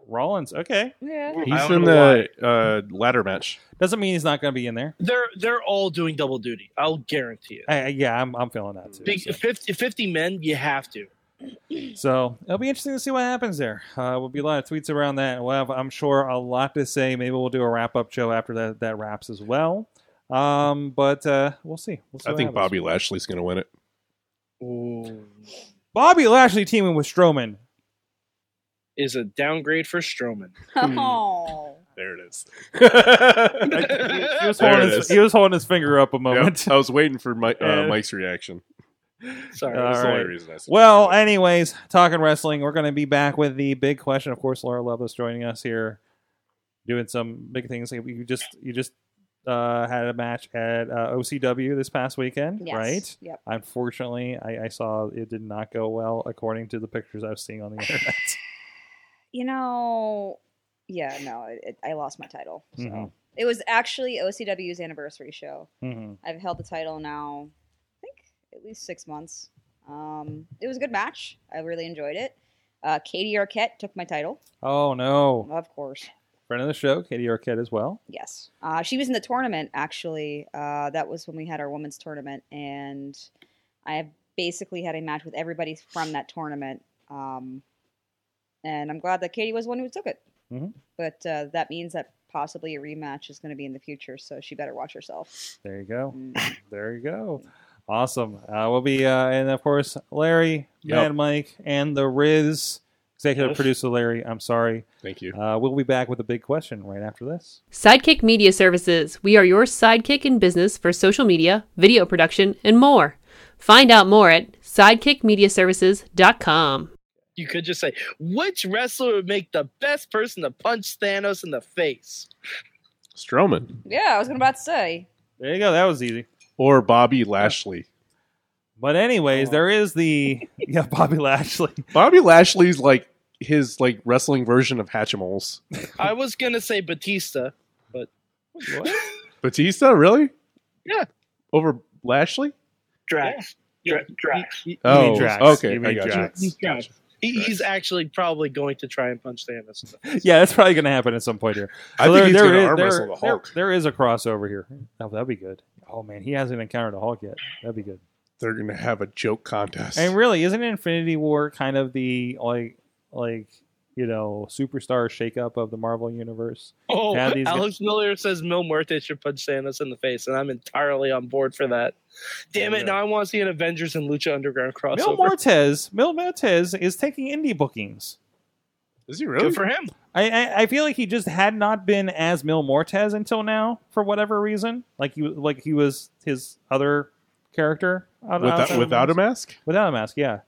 Speaker 2: Rollins. Okay,
Speaker 6: Yeah.
Speaker 3: I
Speaker 5: He's
Speaker 3: don't
Speaker 5: in
Speaker 3: know
Speaker 5: the uh, ladder match.
Speaker 2: doesn't mean he's not going to be in there.
Speaker 3: They're they're all doing double duty. I'll guarantee it.
Speaker 2: I, I- yeah, I'm, I'm feeling that too.
Speaker 3: Big, [LAUGHS]
Speaker 2: so.
Speaker 3: 50, 50 men, you have to.
Speaker 2: So it'll be interesting to see what happens there. Uh, will be a lot of tweets around that. We'll have, I'm sure, a lot to say. Maybe we'll do a wrap up show after that that wraps as well. Um, but uh, we'll see. We'll see
Speaker 5: I
Speaker 2: what
Speaker 5: think
Speaker 2: happens.
Speaker 5: Bobby Lashley's going to win it.
Speaker 2: Bobby Lashley teaming with Strowman.
Speaker 3: Is a downgrade
Speaker 2: [LAUGHS]
Speaker 3: for Strowman.
Speaker 5: Hmm.
Speaker 6: [LAUGHS] Oh.
Speaker 5: There it is. [LAUGHS] Yep,
Speaker 2: He was,
Speaker 5: There
Speaker 2: holding
Speaker 5: it
Speaker 2: his,
Speaker 5: is.
Speaker 2: he was holding his finger up a moment.
Speaker 5: [LAUGHS] I was waiting for Mike, uh,
Speaker 2: Yeah.
Speaker 5: Mike's reaction.
Speaker 3: [LAUGHS] Sorry.
Speaker 2: All
Speaker 5: That's the only
Speaker 2: right.
Speaker 5: reason I
Speaker 2: [LAUGHS]
Speaker 5: said
Speaker 2: Well,
Speaker 5: that.
Speaker 2: anyways, talking wrestling, we're going to be back with the big question. Of course, Laura Loveless joining us here, doing some big things. You just you just uh, had a match at uh, OCW this past weekend,
Speaker 6: Yes.
Speaker 2: right?
Speaker 6: Yep.
Speaker 2: Unfortunately, I, I saw it did not go well according to the pictures I was seeing on the internet.
Speaker 6: You know, yeah, no, it, it, I lost my title. So
Speaker 2: Mhm.
Speaker 6: it was actually OCW's anniversary show.
Speaker 2: hmm
Speaker 6: I've held the title now, I think, at least six months. Um, it was a good match. I really enjoyed it. Uh, Katie Arquette took my title,
Speaker 2: Oh no!
Speaker 6: of course.
Speaker 2: Friend of the show, Katie Arquette as well.
Speaker 6: Yes. Uh, she was in the tournament, actually. Uh, that was when we had our women's tournament. And I have basically had a match with everybody from that tournament. Um, and I'm glad that Katie was the one who took it.
Speaker 2: Mhm.
Speaker 6: But uh, that means that possibly a rematch is going to be in the future. So she better watch herself.
Speaker 2: There you go. [COUGHS]
Speaker 6: Mm.
Speaker 2: There you go. Awesome. Uh, we'll be, uh, and of course, Larry,
Speaker 5: Yep.
Speaker 2: Mad Mike, and the Riz, executive
Speaker 4: Yes.
Speaker 2: producer Larry. I'm sorry.
Speaker 5: Thank you.
Speaker 2: Uh, we'll be back with a big question right after this.
Speaker 7: Sidekick Media Services. We are your sidekick in business for social media, video production, and more. Find out more at sidekickmediaservices.com.
Speaker 3: You could just say, which wrestler would make the best person to punch Thanos in the face?
Speaker 5: Strowman
Speaker 6: Yeah, I was going to about to say.
Speaker 2: There you go. That was easy.
Speaker 5: or Bobby Lashley.
Speaker 2: But anyways, there is the [LAUGHS] yeah Bobby Lashley. [LAUGHS]
Speaker 5: Bobby Lashley's like his like wrestling version of Hatchimals.
Speaker 3: I was going to say Batista.
Speaker 2: What?
Speaker 5: Batista, really?
Speaker 3: Yeah.
Speaker 5: Over Lashley?
Speaker 4: Drax. Dra- Drax.
Speaker 3: He-
Speaker 2: You mean
Speaker 5: Oh,
Speaker 2: Drax.
Speaker 5: okay.
Speaker 2: You mean
Speaker 5: I got you.
Speaker 2: Drax.
Speaker 3: he's, he's actually probably going to try and punch Thanos.
Speaker 5: [LAUGHS]
Speaker 3: in the face.
Speaker 2: Yeah, that's probably going to happen at some point here.
Speaker 5: I
Speaker 2: So
Speaker 5: think he's
Speaker 2: there
Speaker 5: going to
Speaker 2: is-
Speaker 5: arm
Speaker 2: there-
Speaker 5: wrestle the
Speaker 2: there-
Speaker 5: Hulk.
Speaker 2: there is a crossover here. Oh, that'd be good. Oh man, he hasn't encountered a Hulk yet. That'd be good.
Speaker 5: They're going to have a joke contest.
Speaker 2: And really, isn't Infinity War kind of the like like you know superstar shakeup of the Marvel universe.
Speaker 3: Oh,
Speaker 2: Yeah, these
Speaker 3: Alex Miller says Mil Muerte should punch Thanos in the face, and I'm entirely on board for that. Damn it!
Speaker 2: Yeah.
Speaker 3: Now I want to see an Avengers and Lucha Underground crossover.
Speaker 2: Mil Mortez, Mil Mortez is taking indie bookings.
Speaker 5: Is he really?
Speaker 3: Good for him.
Speaker 2: I, I I feel like he just had not been as Mil Mortez until now for whatever reason. Like he like he was his other character out- outside of
Speaker 5: without, without a
Speaker 2: mask.
Speaker 5: mask?
Speaker 2: Without a mask, yeah.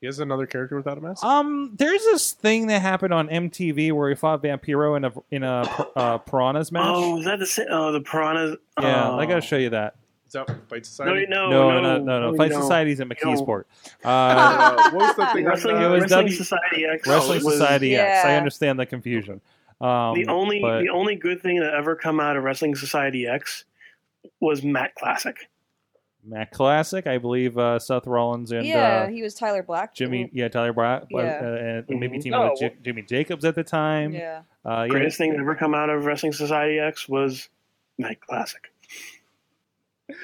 Speaker 5: He has another character without a mask?
Speaker 2: Um, there's this thing that happened on MTV where he fought Vampiro in a in a uh, piranhas match.
Speaker 4: Oh, is that the same? Oh, the piranhas.
Speaker 2: yeah,
Speaker 4: oh.
Speaker 2: I gotta show you that.
Speaker 5: Is that Fight
Speaker 4: No, [LAUGHS]
Speaker 5: Society?
Speaker 4: wait, no,
Speaker 2: no,
Speaker 4: no, Oh,
Speaker 2: no, no, no. Fight Society's in McKeesport.
Speaker 4: [LAUGHS]
Speaker 2: Uh,
Speaker 5: Uh, what was the thing?
Speaker 4: Wrestling,
Speaker 2: It was
Speaker 4: Wrestling
Speaker 2: W-
Speaker 4: Society X.
Speaker 2: Wrestling
Speaker 4: Oh, was
Speaker 2: Society X. I
Speaker 6: Yeah.
Speaker 2: understand the confusion. Um,
Speaker 4: The only
Speaker 2: but-
Speaker 4: the only good thing that ever come out of Wrestling Society X was Matt Classic.
Speaker 2: Matt Classic, I believe uh, Seth Rollins and
Speaker 6: yeah,
Speaker 2: uh,
Speaker 6: he was Tyler Black.
Speaker 2: Jimmy, yeah, Tyler Bra-
Speaker 6: Yeah.
Speaker 2: uh, and maybe
Speaker 4: Mhm.
Speaker 2: teaming with
Speaker 3: Oh.
Speaker 2: J- Jimmy Jacobs at the time.
Speaker 6: Yeah.
Speaker 2: Uh, yeah.
Speaker 4: Greatest thing that ever come out of Wrestling Society X was Matt Classic.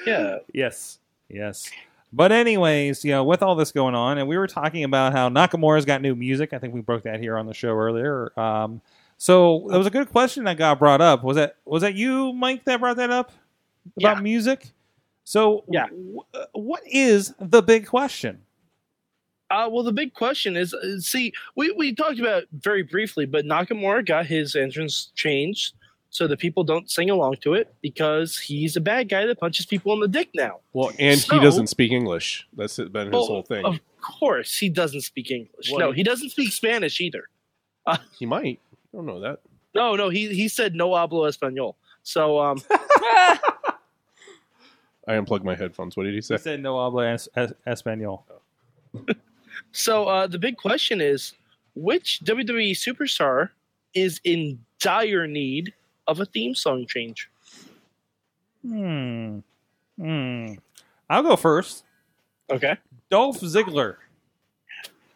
Speaker 3: Yeah,
Speaker 2: Yes, yes. But anyways, you know, with all this going on, and we were talking about how Nakamura's got new music. I think we broke that here on the show earlier. Um, so that was a good question that got brought up. Was that was that you, Mike, that brought that up about
Speaker 3: Yeah.
Speaker 2: music? So
Speaker 3: Yeah.
Speaker 2: w- uh, what is the big question?
Speaker 3: Uh, well, the big question is, uh, see, we, we talked about it very briefly, but Nakamura got his entrance changed so that people don't sing along to it because he's a bad guy that punches people in the dick now.
Speaker 5: Well, and
Speaker 3: So-
Speaker 5: he doesn't speak English. That's been his
Speaker 3: Well,
Speaker 5: whole thing.
Speaker 3: Of course, he doesn't speak English.
Speaker 5: What?
Speaker 3: No, he doesn't speak Spanish either.
Speaker 5: He might. I don't know that.
Speaker 3: No, no, he he said no hablo español. So, um,
Speaker 5: I unplugged my headphones. What did he say?
Speaker 2: He said no habla es- es- español.
Speaker 3: so uh, the big question is, which WWE superstar is in dire need of a theme song change?
Speaker 2: Hmm. Hmm. I'll go first.
Speaker 3: Okay.
Speaker 2: Dolph Ziggler.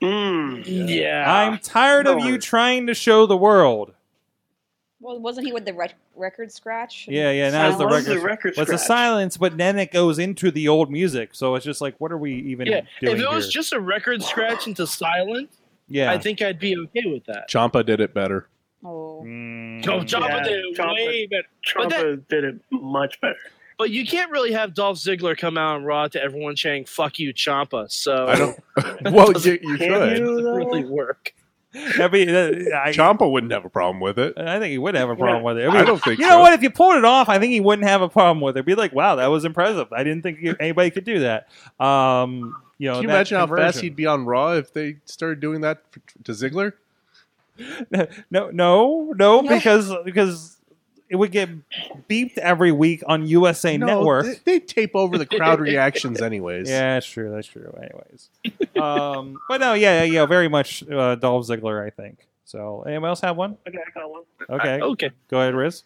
Speaker 4: Mm.
Speaker 3: Yeah.
Speaker 2: I'm tired of you
Speaker 4: Lord.
Speaker 2: trying to show the world.
Speaker 6: Well, wasn't he with the rec- record scratch?
Speaker 2: Yeah, yeah. Now it's the
Speaker 4: I love
Speaker 2: record.
Speaker 4: the record
Speaker 2: Well, it's a
Speaker 4: scratch.
Speaker 2: silence, but then it goes into the old music. So it's just like, what are we even
Speaker 3: yeah.
Speaker 2: doing
Speaker 3: If it was
Speaker 2: here?
Speaker 3: just a record scratch into silent,
Speaker 2: yeah.
Speaker 3: I think I'd be okay with that.
Speaker 5: Champa did it better.
Speaker 6: Oh.
Speaker 2: Mm.
Speaker 3: No, Jabba
Speaker 4: Yeah,
Speaker 3: did it
Speaker 4: Jabba-
Speaker 3: way better.
Speaker 4: Ciampa
Speaker 3: that-
Speaker 4: did it much better.
Speaker 3: But you can't really have Dolph Ziggler come out and Raw to everyone chanting "Fuck you, Champa." So
Speaker 5: I don't. [LAUGHS] well, you, you
Speaker 4: Can
Speaker 5: could.
Speaker 3: [LAUGHS] it
Speaker 4: you,
Speaker 3: doesn't
Speaker 4: though?
Speaker 3: really work.
Speaker 2: I, mean, uh, I,
Speaker 5: Champa wouldn't have a problem with it.
Speaker 2: I think he would have a problem with it. I
Speaker 5: I
Speaker 2: mean,
Speaker 5: don't think.
Speaker 2: you
Speaker 5: so.
Speaker 2: know what? If you pulled it off, I think he wouldn't have a problem with it. Be like, wow, that was impressive. I didn't think you- anybody could do that. Um, you know,
Speaker 5: Can you
Speaker 2: that
Speaker 5: imagine how fast
Speaker 2: conversion.
Speaker 5: he'd be on Raw if they started doing that for, to Ziggler?
Speaker 2: No, no, no, because because it would get beeped every week on USA
Speaker 5: No,
Speaker 2: Network.
Speaker 5: They, they tape over the crowd reactions, anyways.
Speaker 2: Yeah, that's true. That's true. Anyways, [LAUGHS] um, but no, yeah, yeah, yeah, very much uh, Dolph Ziggler, I think. So, anyone else have one?
Speaker 4: Okay, I got one.
Speaker 2: Okay,
Speaker 3: Okay.
Speaker 2: go ahead, Riz.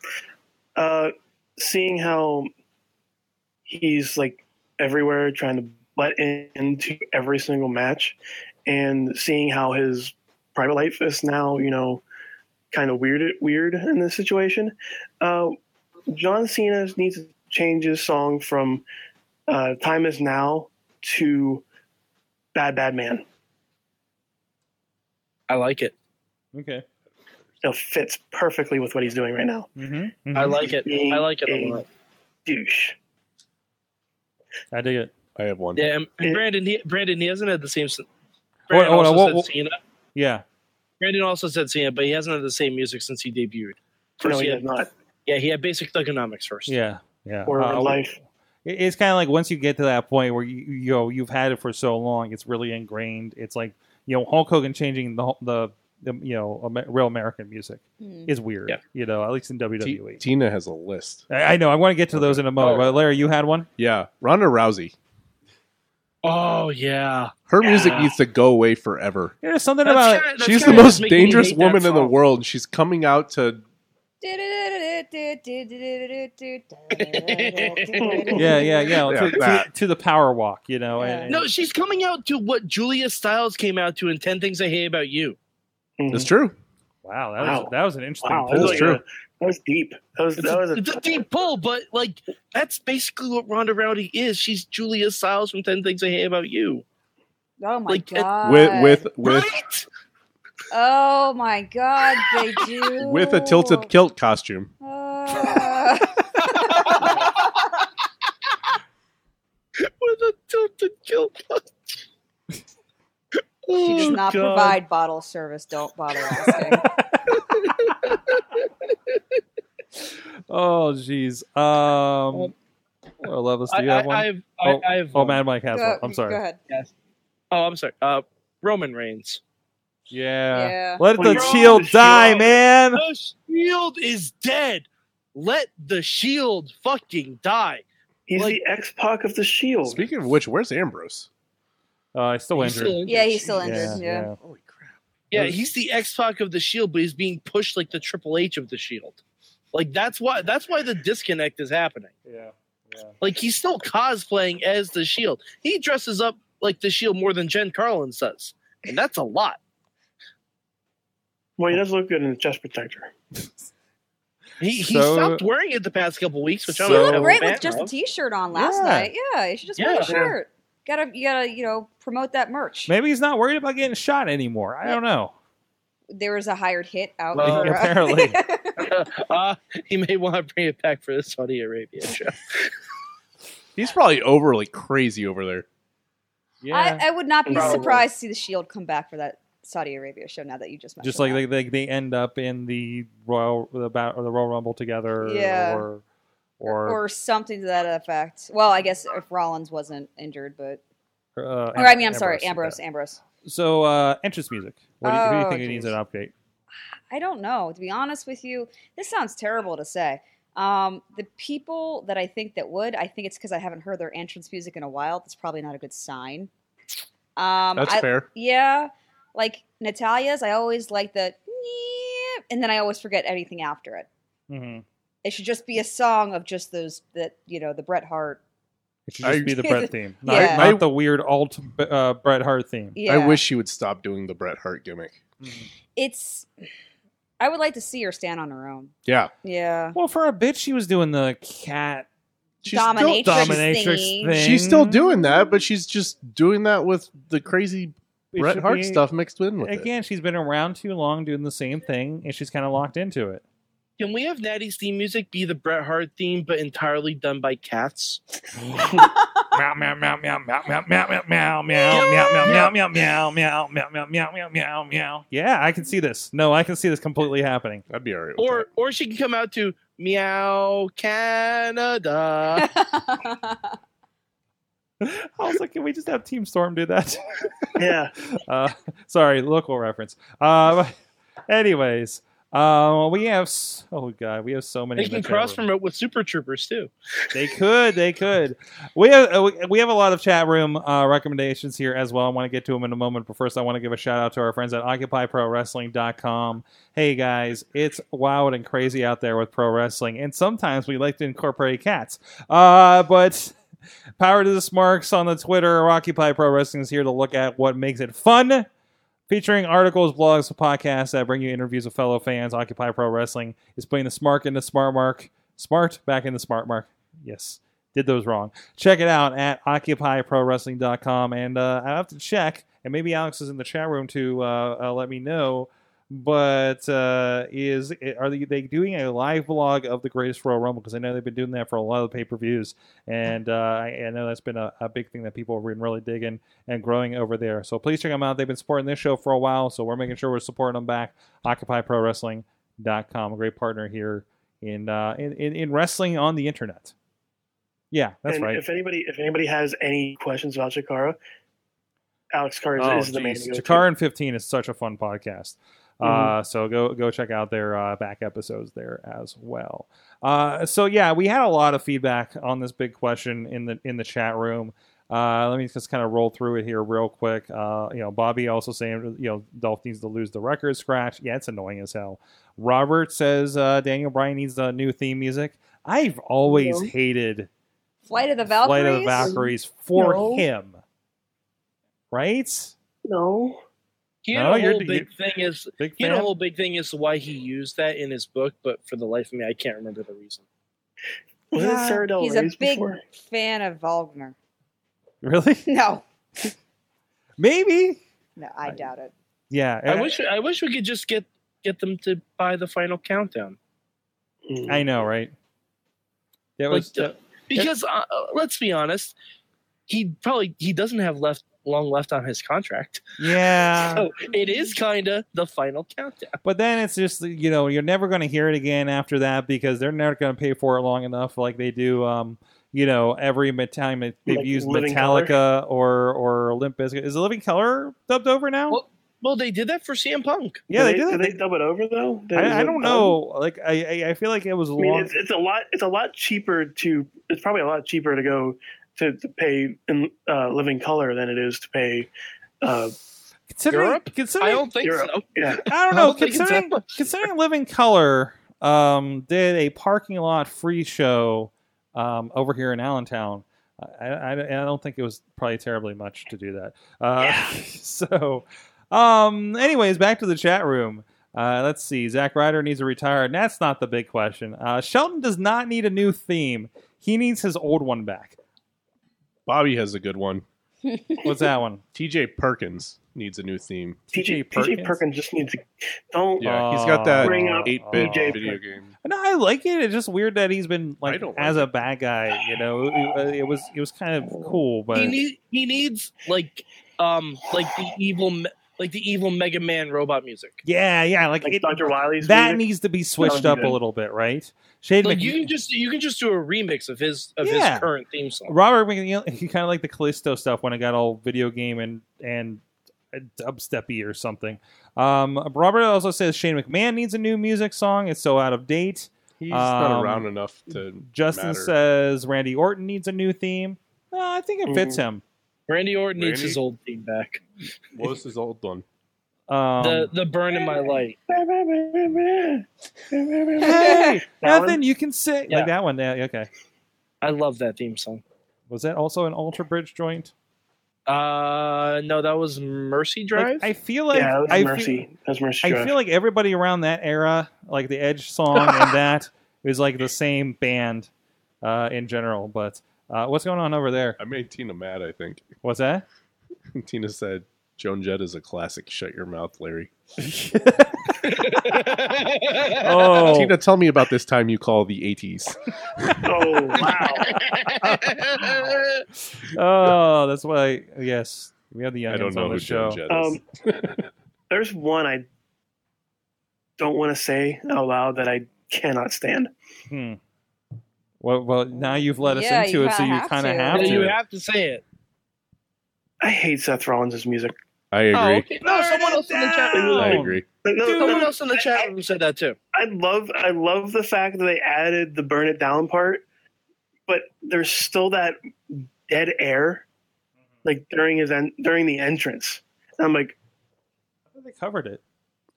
Speaker 4: Uh, seeing how he's like everywhere trying to butt in- into every single match, and seeing how his private life is now, you know, kind of weird, weird in this situation. Uh, John Cena needs to change his song from uh, "Time Is Now" to "Bad Bad Man."
Speaker 3: I like it.
Speaker 2: Okay.
Speaker 4: It fits perfectly with what he's doing right now.
Speaker 2: Mm-hmm.
Speaker 3: I like it. I like it a lot.
Speaker 4: Douche.
Speaker 2: I dig it.
Speaker 5: I have one.
Speaker 3: Yeah, and and Brandon. He, Brandon. He hasn't had the same. s-
Speaker 2: Hold on,
Speaker 3: Brandon
Speaker 2: hold on,
Speaker 3: also
Speaker 2: what-
Speaker 3: said
Speaker 2: what-
Speaker 3: Cena.
Speaker 2: Yeah.
Speaker 3: Brandon also said Cena, but he hasn't had the same music since he debuted. First,
Speaker 4: No,
Speaker 3: he
Speaker 4: he does
Speaker 3: had,
Speaker 4: not.
Speaker 3: yeah, he had Basic Thugonomics first.
Speaker 2: Yeah. Yeah.
Speaker 4: Or
Speaker 2: Uh,
Speaker 4: life.
Speaker 2: it- It's kind of like once you get to that point where you you know you've had it for so long, it's really ingrained. It's like you know Hulk Hogan changing the the, the you know Amer- real American music
Speaker 6: Hmm.
Speaker 2: is weird.
Speaker 3: Yeah.
Speaker 2: You know, at least in
Speaker 5: T-
Speaker 2: WWE.
Speaker 5: Tina has a list.
Speaker 2: I I know. I want to get to those in a moment.
Speaker 3: Oh.
Speaker 2: But Larry, you had one.
Speaker 5: Yeah, Ronda Rousey.
Speaker 3: Oh yeah.
Speaker 5: Her music
Speaker 3: Yeah.
Speaker 5: needs to go away forever.
Speaker 2: There's something
Speaker 3: That's
Speaker 2: about
Speaker 3: kinda- that's
Speaker 5: She's the
Speaker 3: kinda
Speaker 5: most
Speaker 3: making me
Speaker 5: dangerous
Speaker 3: hate that
Speaker 5: woman in the
Speaker 3: song.
Speaker 5: world, and she's coming out to.
Speaker 2: yeah, yeah, yeah.
Speaker 5: Yeah,
Speaker 2: to, to,
Speaker 5: that.
Speaker 2: to the power walk, you know. and-
Speaker 6: Yeah.
Speaker 3: No, she's coming out to what Julia Stiles came out to in Ten Things I Hate About You.
Speaker 4: Mhm.
Speaker 5: It's true.
Speaker 2: wow, that was
Speaker 4: Wow.
Speaker 2: that was an interesting
Speaker 4: Wow,
Speaker 2: pull.
Speaker 4: that was
Speaker 5: That's true.
Speaker 4: like a- that was deep. That was
Speaker 3: It's,
Speaker 4: that was
Speaker 3: a,
Speaker 4: a,
Speaker 3: it's a deep pull, but like that's basically what Ronda Rousey is. She's Julia Stiles from Ten Things I Hate About You.
Speaker 6: Oh my
Speaker 3: Like, it-
Speaker 6: god.
Speaker 5: With with with
Speaker 3: right?
Speaker 6: Oh my god, they do.
Speaker 5: with a tilted kilt costume.
Speaker 6: Uh,
Speaker 3: With a tilted kill
Speaker 6: she does
Speaker 3: Oh,
Speaker 6: not
Speaker 3: God.
Speaker 6: provide bottle service. Don't bother asking.
Speaker 2: Oh, jeez. Um, or Levis, do
Speaker 3: I,
Speaker 2: you have one?
Speaker 3: I, I've,
Speaker 2: Oh,
Speaker 3: I, I've
Speaker 2: oh, Mad Mike has one.
Speaker 6: Go-
Speaker 2: I'm sorry.
Speaker 6: Go ahead.
Speaker 3: Oh, I'm sorry. Uh, Roman Reigns.
Speaker 5: Yeah.
Speaker 6: Yeah.
Speaker 2: Let
Speaker 4: Well,
Speaker 2: the
Speaker 4: you're on
Speaker 2: shield
Speaker 4: the
Speaker 2: die,
Speaker 4: shield.
Speaker 2: man.
Speaker 3: The Shield is dead. Let the Shield fucking die.
Speaker 4: He's
Speaker 3: Like-
Speaker 4: the X Pac of the Shield.
Speaker 5: Speaking of which, where's Ambrose?
Speaker 2: Uh, he's still
Speaker 3: He's
Speaker 2: injured.
Speaker 3: still injured.
Speaker 6: Yeah, he's still injured. Yeah.
Speaker 5: Holy crap.
Speaker 3: Yeah, he's the X Pac of the Shield, but he's being pushed like the Triple H of the Shield. Like that's why that's why the disconnect is happening.
Speaker 2: yeah. yeah.
Speaker 3: Like he's still cosplaying as the Shield. He dresses up like the Shield more than Jen Carlin does, and that's a lot.
Speaker 4: Well, he does look good in the chest protector.
Speaker 3: He, he
Speaker 2: So-
Speaker 3: stopped wearing it the past couple weeks, which I'm
Speaker 2: So-
Speaker 6: You
Speaker 3: a
Speaker 2: Oh,
Speaker 3: total
Speaker 6: looked great
Speaker 3: fan
Speaker 6: with just a
Speaker 3: of.
Speaker 6: t-shirt on last
Speaker 2: Yeah.
Speaker 6: night. Yeah, you should just wear
Speaker 3: Yeah.
Speaker 6: a shirt. Gotta, you gotta, you know, promote that merch.
Speaker 2: Maybe he's not worried about getting shot anymore. I don't know.
Speaker 6: There was a hired hit
Speaker 2: [LAUGHS]
Speaker 6: out.
Speaker 3: Well,
Speaker 6: for, uh, [LAUGHS]
Speaker 2: apparently.
Speaker 3: [LAUGHS] uh, he may want to bring it back for the Saudi Arabia show.
Speaker 5: He's probably overly crazy over there.
Speaker 2: Yeah.
Speaker 6: I, I would not be
Speaker 3: Probably.
Speaker 6: surprised to see the Shield E come back for that Saudi Arabia show. Now that you just mentioned
Speaker 2: just like
Speaker 6: that.
Speaker 2: they, they, they end up in the Royal the, ba- or the Royal Rumble together,
Speaker 6: Yeah.
Speaker 2: or or,
Speaker 6: or something to that effect. Well, I guess if Rollins wasn't injured, but
Speaker 2: uh,
Speaker 6: or I mean, I'm sorry,
Speaker 2: yeah.
Speaker 6: Ambrose, Ambrose.
Speaker 2: So uh, entrance music. What do you, who do you
Speaker 6: Oh,
Speaker 2: think it needs an
Speaker 6: geez.
Speaker 2: update?
Speaker 6: I don't know. To be honest with you, this sounds terrible to say. Um, the people that I think that would, I think it's because I haven't heard their entrance music in a while. That's probably not a good sign. Um,
Speaker 5: That's
Speaker 6: I-
Speaker 5: fair.
Speaker 6: Yeah, like Natalia's, I always like the, and then I always forget anything after it.
Speaker 2: Mm-hmm.
Speaker 6: It should just be a song of just those that you know the Bret Hart.
Speaker 2: It should just
Speaker 5: I-
Speaker 2: be the Bret theme, not,
Speaker 6: Yeah.
Speaker 2: not
Speaker 5: I-
Speaker 2: the weird alt uh, Bret Hart theme.
Speaker 6: Yeah,
Speaker 5: I wish he would stop doing the Bret Hart gimmick.
Speaker 6: it's. I would like to see her stand on her own.
Speaker 5: Yeah.
Speaker 6: [LAUGHS] Yeah,
Speaker 2: Well, for a bit, she was doing the cat
Speaker 5: She's
Speaker 6: Dominatrix.
Speaker 5: still,
Speaker 2: dominatrix
Speaker 6: thingy.
Speaker 2: thing.
Speaker 5: she's still doing that, but she's just doing that with the crazy
Speaker 2: It
Speaker 5: Bret
Speaker 2: should
Speaker 5: Hart
Speaker 2: be-
Speaker 5: stuff mixed in with it.
Speaker 2: Again, she's been around too long doing the same thing, and she's kind of locked into it.
Speaker 3: Can we have Natty's theme music be the Bret Hart theme, but entirely done by cats?
Speaker 2: [LAUGHS] meow meow meow meow meow meow meow meow meow meow meow meow meow meow meow meow meow meow meow meow meow. Yeah, I can see this. No, I can see this completely happening.
Speaker 5: I'd be all right. With
Speaker 3: Or or she can come out to Meow
Speaker 2: [LAUGHS]
Speaker 3: Canada.
Speaker 2: I was like, can we just have Team Storm do that?
Speaker 4: Yeah.
Speaker 2: uh, [LAUGHS] sorry, local reference. Um, [LAUGHS] anyways, uh, we have s- oh god, we have so many.
Speaker 3: they
Speaker 2: in the
Speaker 3: can
Speaker 2: chat
Speaker 3: cross
Speaker 2: room.
Speaker 3: promote with Super Troopers too.
Speaker 2: They could. They could. We have uh, we- we have a lot of chat room uh, recommendations here as well. I want to get to them in a moment, but first I want to give a shout out to our friends at OccupyProWrestling.com. Hey guys, it's wild and crazy out there with pro wrestling, and sometimes we like to incorporate cats. Uh, but power to the Smarks on the Twitter or Occupy Pro Wrestling is here to look at what makes it fun. Featuring articles, blogs, podcasts that bring you interviews with fellow fans, Occupy Pro Wrestling is putting the smart in the smart mark, smart back in the smart mark. Yes, did those wrong. Check it out at occupyprowrestling.com. And uh, I have to check, and maybe Alex is in the chat room to uh, uh, let me know. But uh, is are they, they doing a live blog of the Greatest Royal Rumble? Because I know they've been doing that for a lot of the pay per views, and uh, I, I know that's been a, a big thing that people have been really digging and growing over there. So please check them out. They've been supporting this show for a while, so we're making sure we're supporting them back. OccupyProWrestling.com, a great partner here in uh, in, in in wrestling on the internet. Yeah, that's
Speaker 4: and
Speaker 2: right.
Speaker 4: If anybody, if anybody has any questions about Chikara, Alex Carr is,
Speaker 2: Oh,
Speaker 4: is the man.
Speaker 2: geez.
Speaker 4: to go to.
Speaker 2: Chikara and 15 is such a fun podcast.
Speaker 4: Mm-hmm.
Speaker 2: Uh, so go go check out their uh, back episodes there as well. Uh, so yeah, we had a lot of feedback on this big question in the in the chat room. Uh, let me just kind of roll through it here real quick. Uh, you know, Bobby also saying you know Dolph needs to lose the record scratch. Yeah, it's annoying as hell. Robert says uh, Daniel Bryan needs the new theme music. I've always
Speaker 4: No.
Speaker 2: hated
Speaker 6: Flight of the Valkyries.
Speaker 2: Flight of the Valkyries for
Speaker 4: No.
Speaker 2: him, right?
Speaker 4: No.
Speaker 3: He
Speaker 2: No,
Speaker 3: had a
Speaker 2: you're-
Speaker 3: whole
Speaker 2: you-
Speaker 3: big thing is
Speaker 2: Big
Speaker 3: he had a
Speaker 2: fan?
Speaker 3: [LAUGHS] whole big thing as to why he used that in his book, but for the life of me, I can't remember the reason.
Speaker 4: Wasn't
Speaker 2: Yeah.
Speaker 4: it Sarah Del
Speaker 6: He's a
Speaker 4: Rey's
Speaker 6: big
Speaker 4: before?
Speaker 6: fan of Wagner.
Speaker 2: Really?
Speaker 6: No,
Speaker 2: Maybe.
Speaker 6: no, I doubt it.
Speaker 2: Yeah,
Speaker 3: I
Speaker 2: and-
Speaker 3: wish I wish we could just get get them to buy the final countdown.
Speaker 4: Mm.
Speaker 2: I know, right? That
Speaker 3: Like,
Speaker 2: was that-
Speaker 3: because uh, uh, let's be honest, he probably he doesn't have left long left on his contract.
Speaker 2: [LAUGHS] yeah.
Speaker 3: [LAUGHS] so it is kind of the final countdown.
Speaker 2: But then it's just you know you're never going to hear it again after that because they're never going to pay for it long enough like they do. Um, you know every met- time that they've
Speaker 4: Like
Speaker 2: used
Speaker 4: Living
Speaker 2: Metallica or or Limp Bizkit. Is the Living Color dubbed over now?
Speaker 3: Well, Well, they did that for CM Punk.
Speaker 2: yeah, they,
Speaker 4: Do
Speaker 2: did.
Speaker 4: they dub it over though? Is
Speaker 2: I, I
Speaker 4: it
Speaker 2: don't
Speaker 4: dubbed?
Speaker 2: know. Like I, I I feel like it was
Speaker 4: I mean,
Speaker 2: long.
Speaker 4: it's, it's a lot. It's a lot cheaper to. It's probably a lot cheaper to go to, to pay in uh, living color than it is to pay. Uh,
Speaker 2: Considering,
Speaker 3: Europe? I
Speaker 2: considering
Speaker 3: don't think
Speaker 4: Europe.
Speaker 3: so.
Speaker 4: yeah,
Speaker 2: I don't
Speaker 3: I
Speaker 2: know.
Speaker 3: don't think it's that
Speaker 2: Considering,
Speaker 3: much.
Speaker 2: considering Living Color um, did a parking lot free show um, over here in Allentown, I, I, I don't think it was probably terribly much to do that. Uh, [LAUGHS] So, um, anyways, back to the chat room. Uh, let's see. Zach Ryder needs to retire. And that's not the big question. Uh, Shelton does not need a new theme. He needs his old one back.
Speaker 5: Bobby has a good one.
Speaker 2: What's that one?
Speaker 5: TJ Perkins needs a new theme.
Speaker 4: TJ Perkins. TJ Perkins just needs to don't.
Speaker 5: Yeah, he's
Speaker 2: Uh,
Speaker 5: got that
Speaker 4: Bring up
Speaker 5: 8 bit
Speaker 4: TJ
Speaker 5: video
Speaker 4: Perkins.
Speaker 5: game.
Speaker 2: No, I like it. It's just weird that he's been
Speaker 5: I
Speaker 2: like
Speaker 5: don't
Speaker 2: as a bad guy. You know, it, it was it was kind of cool, but
Speaker 3: He need, he needs like um like the evil me- like the evil Mega Man robot music.
Speaker 2: yeah, yeah, like,
Speaker 4: Like
Speaker 2: it,
Speaker 4: Dr. Wily's
Speaker 2: that
Speaker 4: music.
Speaker 2: needs to be switched
Speaker 4: Sounds
Speaker 2: up a
Speaker 4: good.
Speaker 2: little bit, right? Shane
Speaker 3: Like
Speaker 2: Mc-
Speaker 3: you can just you can just do a remix of his of
Speaker 2: Yeah.
Speaker 3: his current theme song.
Speaker 2: Robert McNeil, [LAUGHS] he kind of like the Callisto stuff when it got all video game and and dubsteppy or something. Um, Robert also says Shane McMahon needs a new music song. It's so out of date.
Speaker 5: He's not
Speaker 2: Um,
Speaker 5: around enough
Speaker 2: [LAUGHS]
Speaker 5: to.
Speaker 2: Justin
Speaker 5: matter.
Speaker 2: says Randy Orton needs a new theme. No, I think it fits him.
Speaker 3: Randy Orton needs
Speaker 5: Randy?
Speaker 3: his old theme back.
Speaker 5: What was his old one?
Speaker 2: Um,
Speaker 3: the the burn in my light.
Speaker 2: hey,
Speaker 4: [LAUGHS] That
Speaker 2: nothing you can say
Speaker 3: Yeah.
Speaker 2: like that one. Yeah, okay.
Speaker 3: I love that theme song.
Speaker 2: Was that also an Ultra Bridge joint?
Speaker 3: Uh no, that was Mercy Drive.
Speaker 2: Like,
Speaker 3: [LAUGHS]
Speaker 2: I feel like
Speaker 4: yeah, that was
Speaker 2: I
Speaker 4: mercy.
Speaker 2: Feel,
Speaker 4: That was mercy.
Speaker 2: I
Speaker 4: Drive.
Speaker 2: feel like everybody around that era, like the Edge song
Speaker 5: [LAUGHS]
Speaker 2: and that, is like the same band uh, in general. But uh, what's going on over there?
Speaker 5: I made Tina mad, I think. [LAUGHS]
Speaker 2: What's that?
Speaker 5: Tina said, Joan Jett is a classic. Shut your mouth, Larry.
Speaker 2: Oh,
Speaker 5: Tina, tell me about this time you call
Speaker 2: [LAUGHS]
Speaker 5: the 80s.
Speaker 4: oh wow!
Speaker 2: oh, that's why. Yes, we have the
Speaker 5: I don't
Speaker 2: youngins
Speaker 5: know
Speaker 2: on
Speaker 5: who
Speaker 2: the
Speaker 5: Joan
Speaker 2: show.
Speaker 5: Jett is.
Speaker 4: Um,
Speaker 5: [LAUGHS]
Speaker 4: there's one I don't want to say out loud that I cannot stand.
Speaker 2: Hmm. Well, well, now you've let us
Speaker 6: Yeah,
Speaker 2: into
Speaker 6: you
Speaker 2: it, so
Speaker 6: kinda
Speaker 2: you
Speaker 6: have
Speaker 2: kind of
Speaker 6: to.
Speaker 2: have
Speaker 3: Yeah,
Speaker 2: to.
Speaker 3: you have to say it.
Speaker 4: I hate Seth Rollins' music.
Speaker 5: I agree.
Speaker 3: Oh, okay. No, someone else in the chat room.
Speaker 5: I
Speaker 2: down.
Speaker 5: agree.
Speaker 4: Like, no, no,
Speaker 3: Someone
Speaker 4: no,
Speaker 3: else in the chat room said that too.
Speaker 4: I love I love the fact that they added the burn it down part, but there's still that dead air, like during his en- during the entrance. And I'm like,
Speaker 2: They covered it.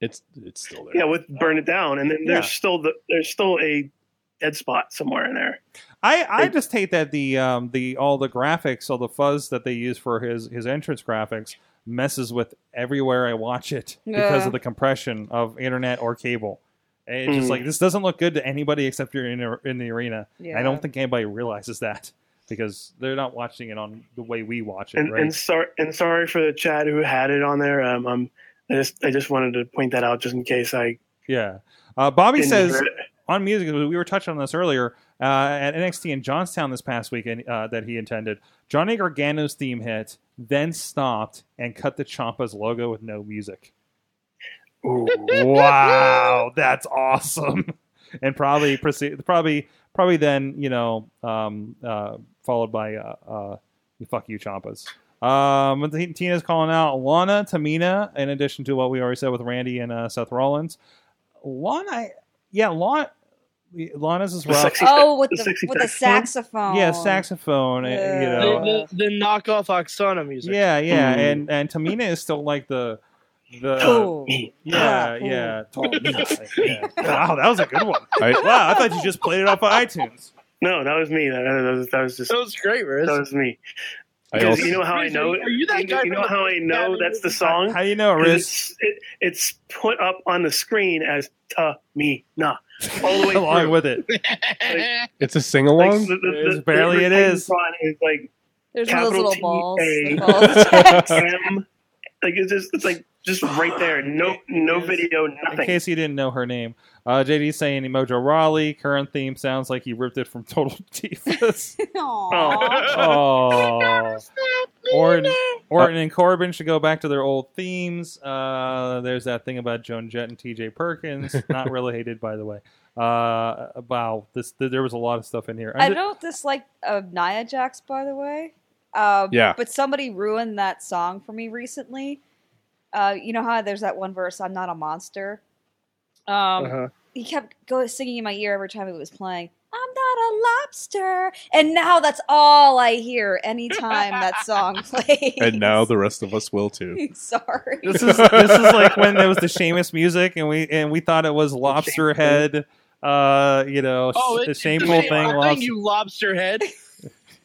Speaker 5: It's it's still there.
Speaker 4: yeah, with burn it down, and then there's
Speaker 2: Yeah.
Speaker 4: still the there's still a dead spot somewhere in there.
Speaker 2: I, I
Speaker 4: It-
Speaker 2: just hate that the um the all the graphics, all the fuzz that they use for his his entrance graphics messes with everywhere I watch it because
Speaker 6: Yeah.
Speaker 2: of the compression of internet or cable. And It's just
Speaker 4: Hmm.
Speaker 2: like this doesn't look good to anybody except you're in a- in the arena.
Speaker 6: Yeah.
Speaker 2: I don't
Speaker 4: [LAUGHS]
Speaker 2: think anybody realizes that because they're not watching it on the way we watch it,
Speaker 4: And
Speaker 2: right?
Speaker 4: and, sor- and sorry for the chat who had it on there. Um, um, I just I just wanted to point that out just in case I
Speaker 2: yeah. Uh, Bobby
Speaker 4: didn't
Speaker 2: says
Speaker 4: hear it.
Speaker 2: on music, we were touching on this earlier uh, at NXT in Johnstown this past weekend uh, that he attended. Johnny Gargano's theme hit, then stopped and cut the Champa's logo with no music.
Speaker 4: [LAUGHS] Ooh.
Speaker 2: wow, that's awesome! [LAUGHS] And probably proceed, probably probably then you know um, uh, followed by uh, uh, "fuck you, Champas." Um, T- Tina's calling out Lana, Tamina, in addition to what we already said with Randy and uh, Seth Rollins. Lana, yeah, Lana, Lana's is
Speaker 4: The
Speaker 2: rough.
Speaker 4: sexy-
Speaker 6: Oh, with
Speaker 4: The
Speaker 6: the,
Speaker 4: sexy
Speaker 6: with the
Speaker 4: saxophone?
Speaker 6: saxophone.
Speaker 2: Yeah, saxophone. uh, You
Speaker 6: Yeah.
Speaker 2: know,
Speaker 3: The, the, the knockoff Oksana music.
Speaker 2: yeah, yeah,
Speaker 4: Mm.
Speaker 2: and and Tamina is still like the the
Speaker 6: Cool.
Speaker 4: Me.
Speaker 2: yeah,
Speaker 6: Yeah.
Speaker 2: yeah.
Speaker 4: [LAUGHS]
Speaker 2: yeah. Wow, that was a good one.
Speaker 5: I,
Speaker 2: Wow, I thought you just played it off of iTunes.
Speaker 4: No, that was me. That, that was that was just
Speaker 3: That was great, Riz.
Speaker 4: that was me.
Speaker 5: I
Speaker 4: Because
Speaker 5: also,
Speaker 4: you know how I know.
Speaker 3: Are you that guy?
Speaker 4: You know
Speaker 3: from-
Speaker 4: how I know that's the song.
Speaker 2: How do you know,
Speaker 4: [LAUGHS]
Speaker 2: Riz?
Speaker 4: It's, it, it's put up on the screen as ta me na
Speaker 3: [LAUGHS]
Speaker 4: all the way
Speaker 2: Along
Speaker 4: through.
Speaker 2: with it.
Speaker 5: it's a sing
Speaker 4: Like,
Speaker 5: along. [LAUGHS]
Speaker 4: the- the-
Speaker 2: It's
Speaker 4: the-
Speaker 2: barely
Speaker 4: the
Speaker 2: it is.
Speaker 4: song is like
Speaker 6: There's one of those
Speaker 4: Capital
Speaker 6: little
Speaker 5: [LAUGHS]
Speaker 6: balls.
Speaker 4: T A.
Speaker 6: that fall off the sax.
Speaker 4: M. Like it's just it's like Just right there. No, no video,
Speaker 2: In
Speaker 4: nothing.
Speaker 2: case you didn't know her name, uh, JD's saying Mojo Raleigh. Current theme sounds like he ripped it from [LAUGHS] Total
Speaker 4: [LAUGHS]
Speaker 2: Divas. [LAUGHS]
Speaker 6: [LAUGHS] Aww.
Speaker 2: oh. Orton, Orton and Corbin should go back to their old themes. Uh, there's that thing about Joan Jett and T.J. Perkins, not related, by the way. Uh, wow, this th- there was a lot of stuff in here. I'm
Speaker 6: I
Speaker 2: ju-
Speaker 6: don't dislike uh, Nia Jax, by the way. Um,
Speaker 5: Yeah.
Speaker 6: But somebody ruined that song for me recently. Uh, you know how there's that one verse, I'm not a monster? Um,
Speaker 3: Uh-huh.
Speaker 6: He kept go singing in my ear every time it was playing. I'm not a lobster, and now that's all I hear anytime that song plays.
Speaker 5: [LAUGHS] And now
Speaker 6: [LAUGHS]
Speaker 5: the rest of us will too.
Speaker 6: sorry.
Speaker 2: [LAUGHS] this is this is like
Speaker 5: [LAUGHS]
Speaker 2: when there was the Seamus music, and we and we thought it was Lobster Head. Uh, you know,
Speaker 3: Oh,
Speaker 2: sh-
Speaker 3: it,
Speaker 2: the shameful
Speaker 3: it's a
Speaker 2: thing.
Speaker 3: shameful
Speaker 2: Lobster.
Speaker 3: you
Speaker 2: [LAUGHS]
Speaker 3: lobster head.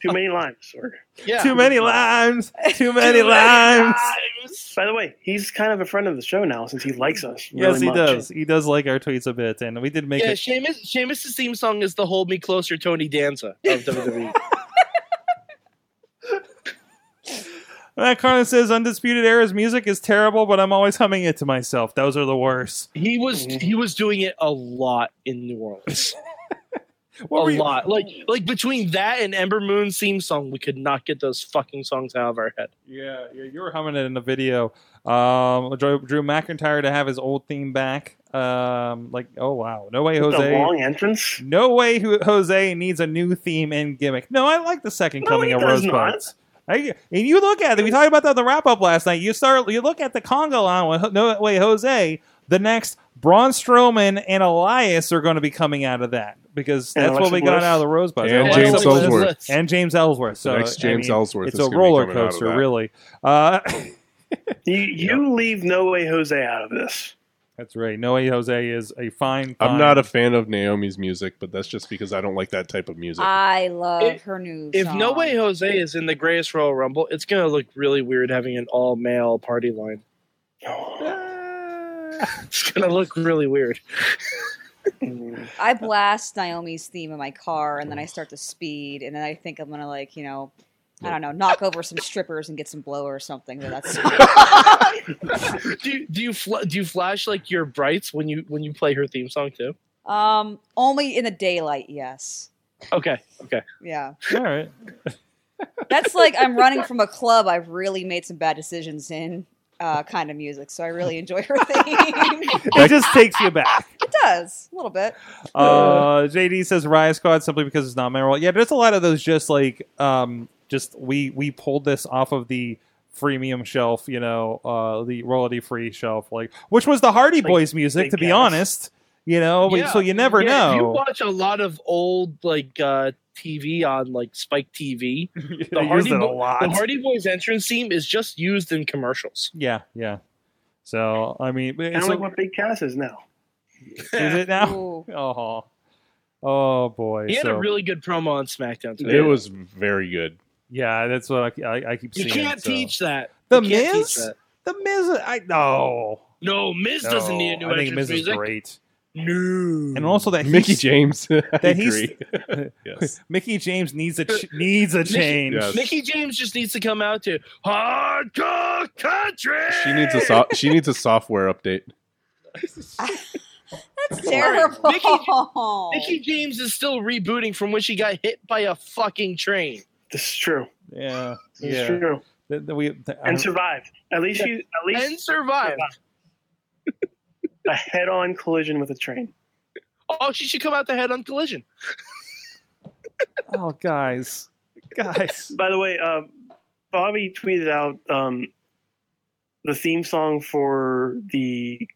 Speaker 4: Too many lines. Or,
Speaker 3: Yeah.
Speaker 2: Too many limes. Too many
Speaker 3: [LAUGHS] Too
Speaker 2: limes.
Speaker 3: limes.
Speaker 4: by the way, he's kind of a friend of the show now since he likes us. Really
Speaker 2: Yes, he
Speaker 4: much.
Speaker 2: does. He does like our tweets a bit, and we did make
Speaker 3: Yeah,
Speaker 2: it.
Speaker 3: Seamus, Seamus' theme song is the "Hold Me Closer" Tony Danza
Speaker 2: [LAUGHS]
Speaker 3: of E. WWE.
Speaker 2: Matt Carlin says Undisputed Era's music is terrible, but I'm always humming it to myself. Those are the worst.
Speaker 3: he was
Speaker 4: Mm-hmm.
Speaker 3: he was doing it a lot in New Orleans,
Speaker 2: [LAUGHS] What were
Speaker 3: a
Speaker 2: you-
Speaker 3: lot. Like like between that and Ember Moon's theme song, we could not get those fucking songs out of our head.
Speaker 2: Yeah, yeah, you were humming it in the video. Um, Drew, Drew McIntyre to have his old theme back. Um, like, oh wow, no way,
Speaker 4: The
Speaker 2: Jose.
Speaker 4: long entrance.
Speaker 2: No way Ho- Jose needs a new theme and gimmick. No, I like the second
Speaker 4: No,
Speaker 2: coming
Speaker 4: he
Speaker 2: of
Speaker 4: does
Speaker 2: Rosebuds. I, and you look at it. We talked about that on the wrap up last night. You start. You look at the conga line with Ho- No Way Jose. The next Braun Strowman and Elias are going to be coming out of that because
Speaker 4: And
Speaker 2: that's what
Speaker 4: Alexa
Speaker 2: we got
Speaker 4: Bliss.
Speaker 2: out of the Rosebuds.
Speaker 5: And
Speaker 2: Alexa
Speaker 5: James
Speaker 2: Bliss
Speaker 5: Ellsworth.
Speaker 2: and James Ellsworth. So
Speaker 5: next James
Speaker 2: I mean,
Speaker 5: Ellsworth
Speaker 2: It's
Speaker 5: is
Speaker 2: a
Speaker 5: gonna be coming
Speaker 2: roller
Speaker 5: out of
Speaker 2: coaster,
Speaker 5: that.
Speaker 2: really. Uh, [LAUGHS]
Speaker 4: You, you leave No Way Jose out of this.
Speaker 2: that's right. No Way Jose is a fine.
Speaker 5: I'm
Speaker 2: fine-
Speaker 5: not a fan of Naomi's music, but that's just because I don't like that type of music.
Speaker 6: I love
Speaker 3: If-
Speaker 6: her new
Speaker 3: If
Speaker 6: song.
Speaker 3: No Way Jose is in the Greatest Royal Rumble, it's gonna look really weird having an all male party line. It's gonna look really weird.
Speaker 6: I blast Naomi's theme in my car, and then I start to speed, and then I think I'm gonna like you know, I don't know, knock over some strippers and get some blow or something. But that's
Speaker 3: Do you, do you fl- do you flash like your brights when you when you play her theme song too?
Speaker 6: um only in the daylight. Yes,
Speaker 3: Okay, okay.
Speaker 6: yeah,
Speaker 2: All
Speaker 5: [LAUGHS]
Speaker 2: right.
Speaker 6: that's like I'm running from a club. I've really made some bad decisions in uh, kind of music, so I really enjoy her theme.
Speaker 2: It just takes you back.
Speaker 6: it does a little bit.
Speaker 2: Uh, JD says Riot Squad simply because it's not memorable. Yeah, there's a lot of those just like um just we we pulled this off of the freemium shelf, you know, uh the royalty free shelf, like which was the Hardy
Speaker 4: Like,
Speaker 2: Boys music,
Speaker 4: big
Speaker 2: to be
Speaker 4: ass.
Speaker 2: honest. You know, we-
Speaker 3: Yeah,
Speaker 2: Oh, so you never
Speaker 3: yeah, if you
Speaker 2: know.
Speaker 3: watch a lot of old like uh, TV on like Spike TV,
Speaker 2: They used
Speaker 3: Hardy
Speaker 2: it a
Speaker 3: Bo-
Speaker 2: lot.
Speaker 3: the Hardy Boys entrance theme is just used in commercials.
Speaker 2: yeah, yeah. So I mean,
Speaker 4: I
Speaker 2: it's
Speaker 4: don't like
Speaker 2: like-
Speaker 4: what Big Cass is now.
Speaker 2: is it now?
Speaker 6: Ooh.
Speaker 2: [LAUGHS] Oh, oh boy.
Speaker 3: He had
Speaker 2: so-
Speaker 3: a really good promo on SmackDown today.
Speaker 5: It was very good.
Speaker 2: yeah, that's what I, I, I keep
Speaker 3: you
Speaker 2: seeing.
Speaker 3: can't
Speaker 2: so.
Speaker 3: teach that.
Speaker 2: The
Speaker 3: You can't teach
Speaker 2: Miz?
Speaker 3: that.
Speaker 2: the Miz. I no.
Speaker 3: No, Miz doesn't need a new
Speaker 2: I think Miz
Speaker 3: entrance
Speaker 2: is
Speaker 3: music.
Speaker 2: great.
Speaker 3: No,
Speaker 2: and also that
Speaker 5: [LAUGHS] Mickey
Speaker 2: he's-
Speaker 5: James. I
Speaker 2: that he's-
Speaker 5: agree. [LAUGHS]
Speaker 2: [LAUGHS]
Speaker 5: yes.
Speaker 2: Mickey James needs a ch- needs a
Speaker 3: Mickey-
Speaker 2: change.
Speaker 5: Yes.
Speaker 3: Mickey James just needs to come out to hardcore country.
Speaker 5: She needs a so- she needs a software update.
Speaker 6: That's
Speaker 3: Sorry.
Speaker 6: terrible.
Speaker 3: Mickey James is still rebooting from when she got hit by a fucking train.
Speaker 4: This is true.
Speaker 2: Yeah,
Speaker 4: This
Speaker 2: yeah. Uh-huh.
Speaker 4: is true.
Speaker 2: Th- th- we- th- I
Speaker 4: And
Speaker 2: don't-
Speaker 4: survived. At least you. At least
Speaker 3: And survived.
Speaker 4: a head-on collision with a train.
Speaker 3: Oh, she should come out the head on collision.
Speaker 2: oh, guys, guys.
Speaker 4: By the way, uh, Bobby tweeted out um, the theme song for the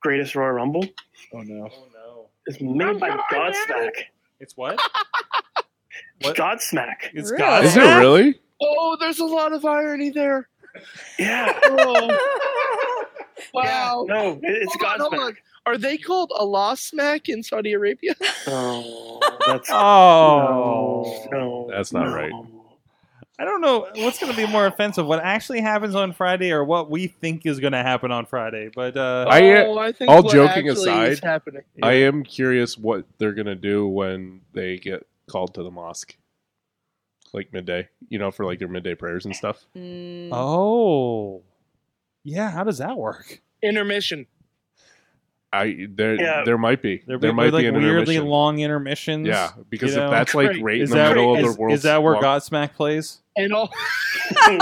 Speaker 4: Greatest Royal Rumble.
Speaker 3: Oh no.
Speaker 2: no,
Speaker 4: It's made by Godsmack.
Speaker 2: it's what? What?
Speaker 4: Godsmack.
Speaker 2: It's
Speaker 6: Really?
Speaker 2: God.
Speaker 5: Is it really?
Speaker 3: Oh, there's a lot of irony there. [LAUGHS]
Speaker 4: Yeah. [LAUGHS]
Speaker 3: Oh. wow.
Speaker 4: No, it- it's
Speaker 3: Hold on, hold
Speaker 4: Godsmack.
Speaker 3: on. Are they called Allah Smack in
Speaker 2: [LAUGHS]
Speaker 3: Saudi Arabia?
Speaker 4: Oh,
Speaker 5: [LAUGHS]
Speaker 4: that's
Speaker 2: Oh,
Speaker 4: no.
Speaker 5: That's not
Speaker 4: no.
Speaker 5: right.
Speaker 2: I don't know what's going to be more offensive: what actually happens on Friday, or what we think is going to happen on Friday. But uh,
Speaker 5: I-
Speaker 3: oh, I think
Speaker 5: all
Speaker 3: what
Speaker 5: joking
Speaker 3: actually
Speaker 5: aside,
Speaker 3: is happening.
Speaker 5: I am curious what they're gonna do when they get called to the mosque,
Speaker 6: Hmm.
Speaker 5: like midday. You know, for like their midday prayers and stuff.
Speaker 6: Mm,
Speaker 2: oh, Yeah, how does that work?
Speaker 3: Intermission.
Speaker 5: I there
Speaker 4: Yeah.
Speaker 5: there might be there,
Speaker 2: There'd be,
Speaker 5: might
Speaker 2: like
Speaker 5: be an
Speaker 2: weirdly
Speaker 5: intermission.
Speaker 2: long intermissions.
Speaker 5: Yeah, because
Speaker 2: you know?
Speaker 5: if that's like
Speaker 3: Great.
Speaker 5: right
Speaker 2: is
Speaker 5: in the
Speaker 2: that,
Speaker 5: middle of
Speaker 2: is,
Speaker 5: the world,
Speaker 2: is that where Godsmack plays?
Speaker 3: And
Speaker 4: [LAUGHS]
Speaker 3: all [LAUGHS]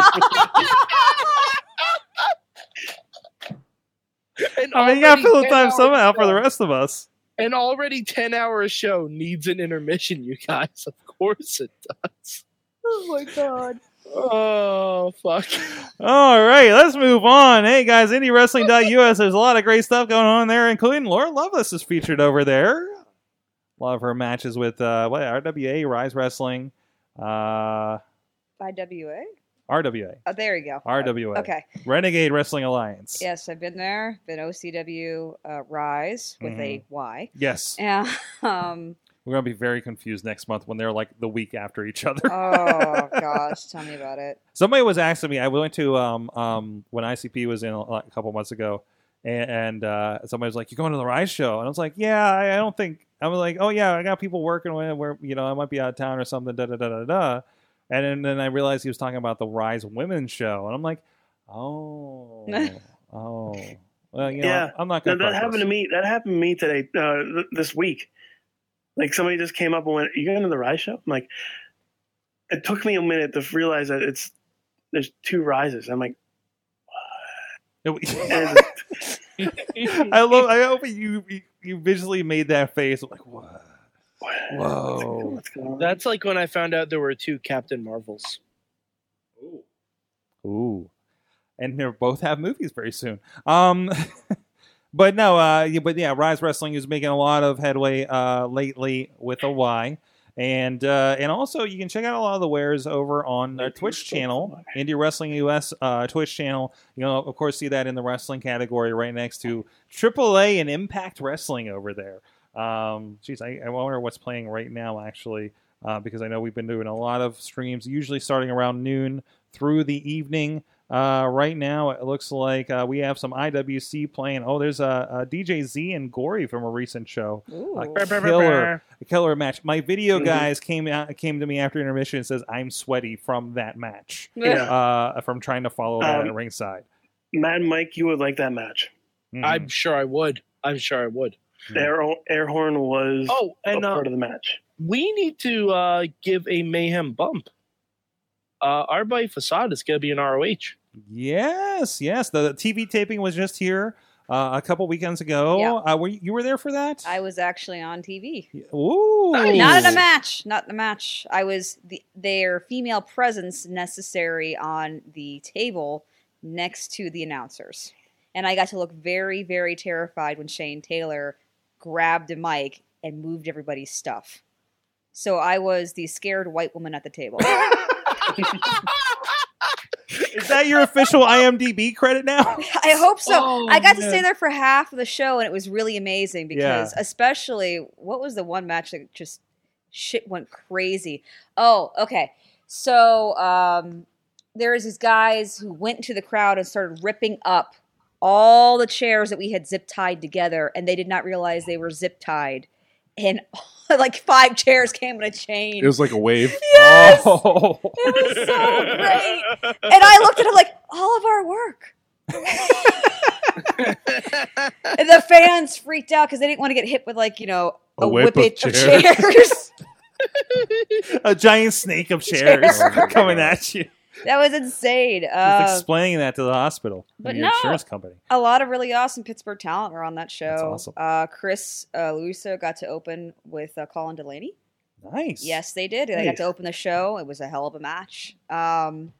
Speaker 3: and
Speaker 2: I mean, you gotta
Speaker 3: already
Speaker 2: fill the
Speaker 3: 10
Speaker 2: time
Speaker 3: hours
Speaker 2: somehow for
Speaker 3: show.
Speaker 2: the rest of us.
Speaker 3: An already ten hour show needs an intermission, you guys. Of course it does.
Speaker 6: Oh my god.
Speaker 3: Oh fuck.
Speaker 2: All right, let's move on. Hey guys, IndieWrestling.us. There's a lot of great stuff going on there, including Laura Lovelace is featured over there. Love her matches with uh, what RWA, Rise Wrestling, uh,
Speaker 6: IWA?
Speaker 2: RWA,
Speaker 6: Oh, there you go.
Speaker 2: RWA,
Speaker 6: Okay.
Speaker 2: Renegade Wrestling Alliance.
Speaker 6: Yes, I've been there. Been OCW uh, Rise with a Y.
Speaker 2: Yes,
Speaker 6: Yeah. [LAUGHS] Um,
Speaker 2: we're gonna be very confused next month when they're like the week after each other.
Speaker 6: oh gosh, tell me about it.
Speaker 2: Somebody was asking me. I went to um um when ICP was in a, a couple months ago, and, and uh, somebody was like, "You going to the Rise show?" And I was like, "Yeah, I, I don't think." I was like, "Oh yeah, I got people working with where you know I might be out of town or something." Da da da da da. And then, then I realized he was talking about the Rise Women's show, and I'm like, "Oh, oh." Well, you know,
Speaker 4: Yeah.
Speaker 2: I'm not
Speaker 4: No,
Speaker 2: gonna.
Speaker 4: that happened to me. That happened to me today. Uh, th- this week, like somebody just came up and went, "You going to the Rise show?" I'm like, it took me a minute to realize that it's there's two rises. I'm like,
Speaker 2: to
Speaker 4: and it's-
Speaker 2: [LAUGHS] I love. I hope you you- you visually made that face. I'm like, whoa,
Speaker 4: what's,
Speaker 2: whoa.
Speaker 4: going on?
Speaker 3: That's like when I found out there were two Captain Marvels.
Speaker 2: Ooh. And they both have movies very soon. Um [LAUGHS] but no, uh yeah, but yeah, Rise Wrestling is making a lot of headway uh lately with a Y. And uh and also you can check out a lot of the wares over on our Twitch channel, Indie Wrestling US uh Twitch channel. You know, of course see that in the wrestling category right next to AAA and Impact Wrestling over there. Um geez, I, I wonder what's playing right now actually. Uh, because I know we've been doing a lot of streams, usually starting around noon through the evening. Uh, right now, it looks like uh, we have some IWC playing. Oh, there's a, uh DJ Z and Gory from a recent show.
Speaker 6: Ooh.
Speaker 2: Like- Killer. A killer match. My video guys came out, came to me after intermission and says I'm sweaty from that match.
Speaker 4: Yeah.
Speaker 2: Uh, from trying to follow that
Speaker 4: Um,
Speaker 2: at ringside.
Speaker 4: Mad Mike, you would like that match.
Speaker 2: Mhm.
Speaker 3: I'm sure I would. I'm sure I would.
Speaker 5: Hmm.
Speaker 4: Air, air horn was
Speaker 3: Oh,
Speaker 4: a
Speaker 3: and uh,
Speaker 4: part of the match.
Speaker 3: we need to uh, give a mayhem bump. Uh, our buddy Facade is going to be in ROH.
Speaker 2: yes, yes. The, the TV taping was just here uh, a couple weekends ago.
Speaker 6: Yeah.
Speaker 2: Uh, were you, you were there for that?
Speaker 6: I was actually on TV.
Speaker 2: Ooh,
Speaker 6: Not in a match. Not in a match. I was the, their female presence necessary on the table next to the announcers. And I got to look very, very terrified when Shane Taylor grabbed a mic and moved everybody's stuff. So I was the scared white woman at the table.
Speaker 2: Is that your official IMDb credit now?
Speaker 6: I hope so.
Speaker 3: Oh,
Speaker 6: I got to
Speaker 3: man.
Speaker 6: stay there for half of the show, and it was really amazing because, especially, what was the one match that just shit went crazy? Oh, okay. So um, there's these guys who went into the crowd and started ripping up all the chairs that we had zip tied together, and they did not realize they were zip tied. And [LAUGHS] like five chairs came in a chain.
Speaker 5: It was like a wave.
Speaker 6: [LAUGHS] yes!
Speaker 2: Oh.
Speaker 6: It was so great. And I looked at him like, all of our work. and the fans freaked out because they didn't want to get hit with like, you know,
Speaker 5: A
Speaker 6: a,
Speaker 5: whip
Speaker 6: whip,
Speaker 5: of
Speaker 6: it of
Speaker 5: chairs.
Speaker 6: chairs.
Speaker 2: a giant snake of chairs [LAUGHS]
Speaker 6: [LAUGHS]
Speaker 5: Chairs.
Speaker 2: coming at you.
Speaker 6: that was insane.
Speaker 2: Just
Speaker 6: Uh,
Speaker 2: explaining that to the hospital, and
Speaker 6: but
Speaker 2: your
Speaker 6: no.
Speaker 2: insurance company.
Speaker 6: a lot of really awesome Pittsburgh talent were on that show.
Speaker 2: That's awesome.
Speaker 6: Uh, Chris uh, Luso got to open with uh, Colin Delaney.
Speaker 2: Nice.
Speaker 6: Yes, they did. They got
Speaker 2: Nice.
Speaker 6: to open the show. It was a hell of a match. Um,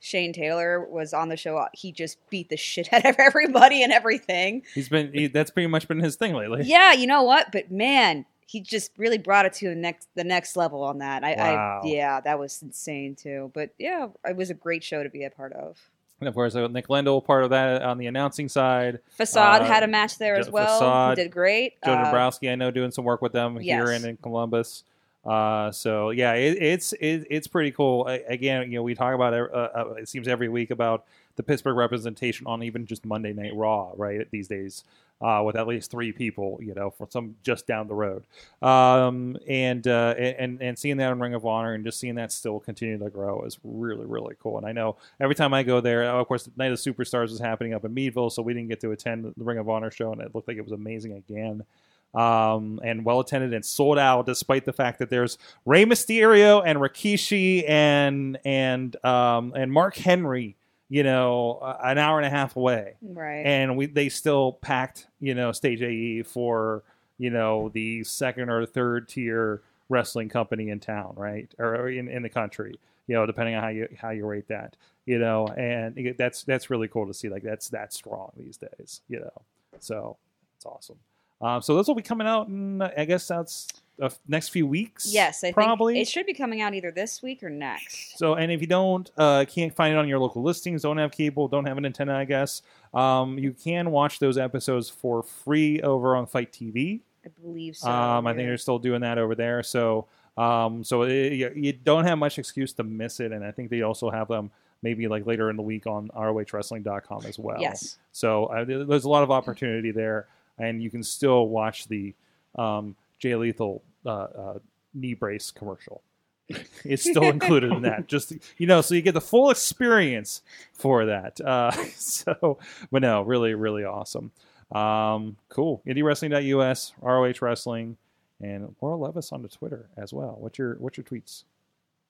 Speaker 6: Shane Taylor was on the show. He just beat the shit [LAUGHS] out of everybody and everything.
Speaker 2: he's been. He, that's pretty much been his thing lately.
Speaker 6: yeah, you know what? But man, he just really brought it to the next the next level on that. I,
Speaker 2: Wow.
Speaker 6: I yeah, that was insane too. But yeah, it was a great show to be a part of.
Speaker 2: And of course, uh, Nick Lendl, part of that uh, on the announcing side.
Speaker 6: Facade
Speaker 2: Uh,
Speaker 6: had a match there as
Speaker 2: Jo-
Speaker 6: well.
Speaker 2: Facade,
Speaker 6: he did great.
Speaker 2: Joe
Speaker 6: Uh,
Speaker 2: Dombrowski, I know, doing some work with them here
Speaker 6: yes.
Speaker 2: and in Columbus. Uh, so yeah, it, it's it, it's pretty cool. A- again, you know, we talk about uh, uh, it seems every week about the Pittsburgh representation on even just Monday Night Raw, right? These days, uh, with at least three people, you know, from some just down the road, um, and uh, and and seeing that in Ring of Honor and just seeing that still continue to grow is really really cool. And I know every time I go there, oh, of course, Night of Superstars was happening up in Meadville, so we didn't get to attend the Ring of Honor show, and it looked like it was amazing again um, and well attended and sold out, despite the fact that there's Rey Mysterio and Rikishi and and um, and Mark Henry, you know, uh, an hour and a half away,
Speaker 6: Right.
Speaker 2: and we they still packed you know stage AE for you know the second or third tier wrestling company in town, right, or, or in, in the country, you know, depending on how you how you rate that, you know, and it- that's that's really cool to see, like that's that's strong these days, you know, so it's awesome. Um, so those will be coming out in, I guess that's the f- next few weeks.
Speaker 6: yes, I
Speaker 2: probably.
Speaker 6: think it should be coming out either this week or next.
Speaker 2: So, and if you don't, uh, can't find it on your local listings, don't have cable, don't have an antenna, I guess, um, you can watch those episodes for free over on Fight TV.
Speaker 6: I believe so.
Speaker 2: um, I think
Speaker 6: yeah.
Speaker 2: they're still doing that over there. So, um, so it, you, you don't have much excuse to miss it. And I think they also have them maybe like later in the week on ROHWrestling.com as well.
Speaker 6: Yes.
Speaker 2: So uh, there- there's a lot of opportunity there, and you can still watch the um, Jay Lethal uh, uh, knee brace commercial. [LAUGHS] it's still included in that. Just you know, so you get the full experience for that. Uh, [LAUGHS] so, but no, really, really awesome. Um, cool. IndieWrestling.us, ROH Wrestling, and Laura Levis on the Twitter as well. What's your what's your tweets?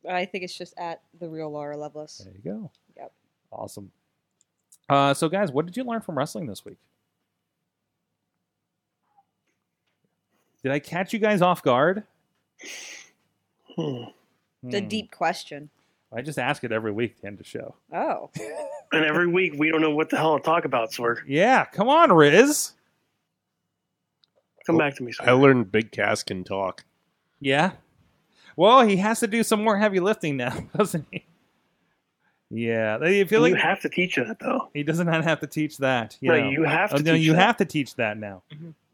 Speaker 6: I think it's just at the real Laura Loveless.
Speaker 2: There you go.
Speaker 6: Yep.
Speaker 2: Awesome. Uh, so, guys, what did you learn from wrestling this week? Did I catch you guys off guard?
Speaker 4: Hmm.
Speaker 6: The
Speaker 2: Hmm.
Speaker 6: deep question.
Speaker 2: I just ask it every week to end the show.
Speaker 6: Oh,
Speaker 4: And every week we don't know what the hell to talk about, Sorg.
Speaker 2: Yeah, come on, Riz.
Speaker 4: Come back to me, Sorg.
Speaker 5: I learned Big Cass can talk.
Speaker 2: Yeah. Well, he has to do some more heavy lifting now, [LAUGHS] doesn't he? Yeah. You feel
Speaker 4: you
Speaker 2: like
Speaker 4: have to teach that though.
Speaker 2: he does not have to teach that. You
Speaker 4: No,
Speaker 2: know.
Speaker 4: you have to.
Speaker 2: Oh, no,
Speaker 4: teach
Speaker 2: you
Speaker 4: that.
Speaker 2: have to teach that now.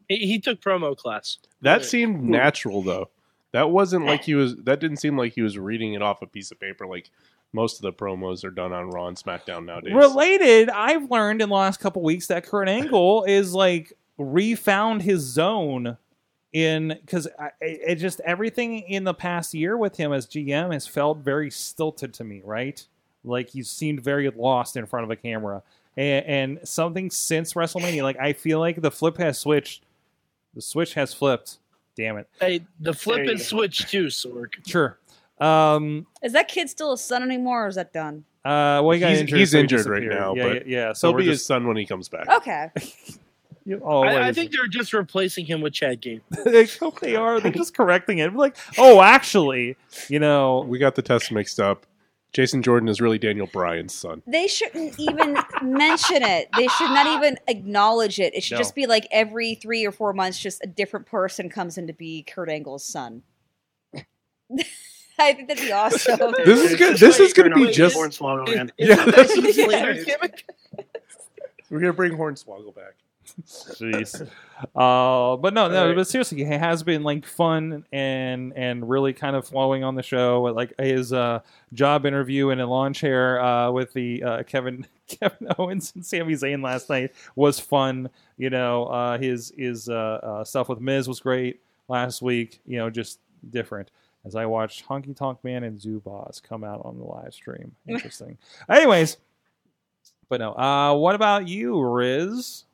Speaker 3: He, he took promo class.
Speaker 5: That
Speaker 3: Yeah.
Speaker 5: seemed natural though. That wasn't like he was. That didn't seem like he was reading it off a piece of paper like most of the promos are done on Raw and SmackDown nowadays.
Speaker 2: Related, I've learned in the last couple weeks that
Speaker 5: [LAUGHS]
Speaker 2: Kurt Angle is like refound his zone in because it just everything in the past year with him as GM has felt very stilted to me, right? Like he seemed very lost in front of a camera, and, and something since WrestleMania, like I feel like the flip has switched. The switch has flipped. Damn it!
Speaker 3: Hey, the flip
Speaker 4: There you
Speaker 3: and
Speaker 4: go.
Speaker 3: switch too, Sorg.
Speaker 2: Sure. Um.
Speaker 6: is that kid still a son anymore, or is that done?
Speaker 2: Uh. Well, he got
Speaker 5: He's-
Speaker 2: injured.
Speaker 5: he's
Speaker 2: so he
Speaker 5: injured right
Speaker 2: disappeared.
Speaker 5: now,
Speaker 2: Yeah.
Speaker 5: but
Speaker 2: yeah, yeah. So
Speaker 5: So
Speaker 2: we're
Speaker 5: be his
Speaker 2: just.
Speaker 5: son when he comes back.
Speaker 6: Okay,
Speaker 2: you always.
Speaker 3: I, I think they're just replacing him with Chad Gable.
Speaker 2: [LAUGHS] they hope they are. They're just correcting it. Like, oh, actually, you know,
Speaker 5: We got the test mixed up. Jason Jordan is really Daniel Bryan's son.
Speaker 6: they shouldn't even mention it. They should not even acknowledge it. It should
Speaker 2: No.
Speaker 6: just be like every three or four months, just a different person comes in to be Kurt Angle's son. [LAUGHS] I think that'd be awesome.
Speaker 4: [LAUGHS]
Speaker 5: This is
Speaker 4: It's
Speaker 5: good.
Speaker 4: just
Speaker 5: This
Speaker 4: like
Speaker 5: is going to
Speaker 4: you're
Speaker 5: be
Speaker 4: not
Speaker 5: just.
Speaker 4: born swallow,
Speaker 6: [LAUGHS]
Speaker 3: Is-
Speaker 4: man.
Speaker 3: is
Speaker 5: Yeah,
Speaker 3: that
Speaker 5: that's-
Speaker 3: the Slater gimmick?
Speaker 5: We're going to bring Hornswoggle back.
Speaker 2: jeez. Uh, but no, no.
Speaker 3: Alright.
Speaker 2: But seriously, it has been like fun and and really kind of flowing on the show. Like his uh, job interview in a lawn chair uh, with the uh, Kevin [LAUGHS] Kevin Owens and Sami Zayn last night was fun. You know, uh, his his uh, uh, stuff with Miz was great last week. You know, just different. As I watched Honky Tonk Man and Zubaz come out on the live stream. Interesting. Anyways, but no. Uh, what about you, Riz?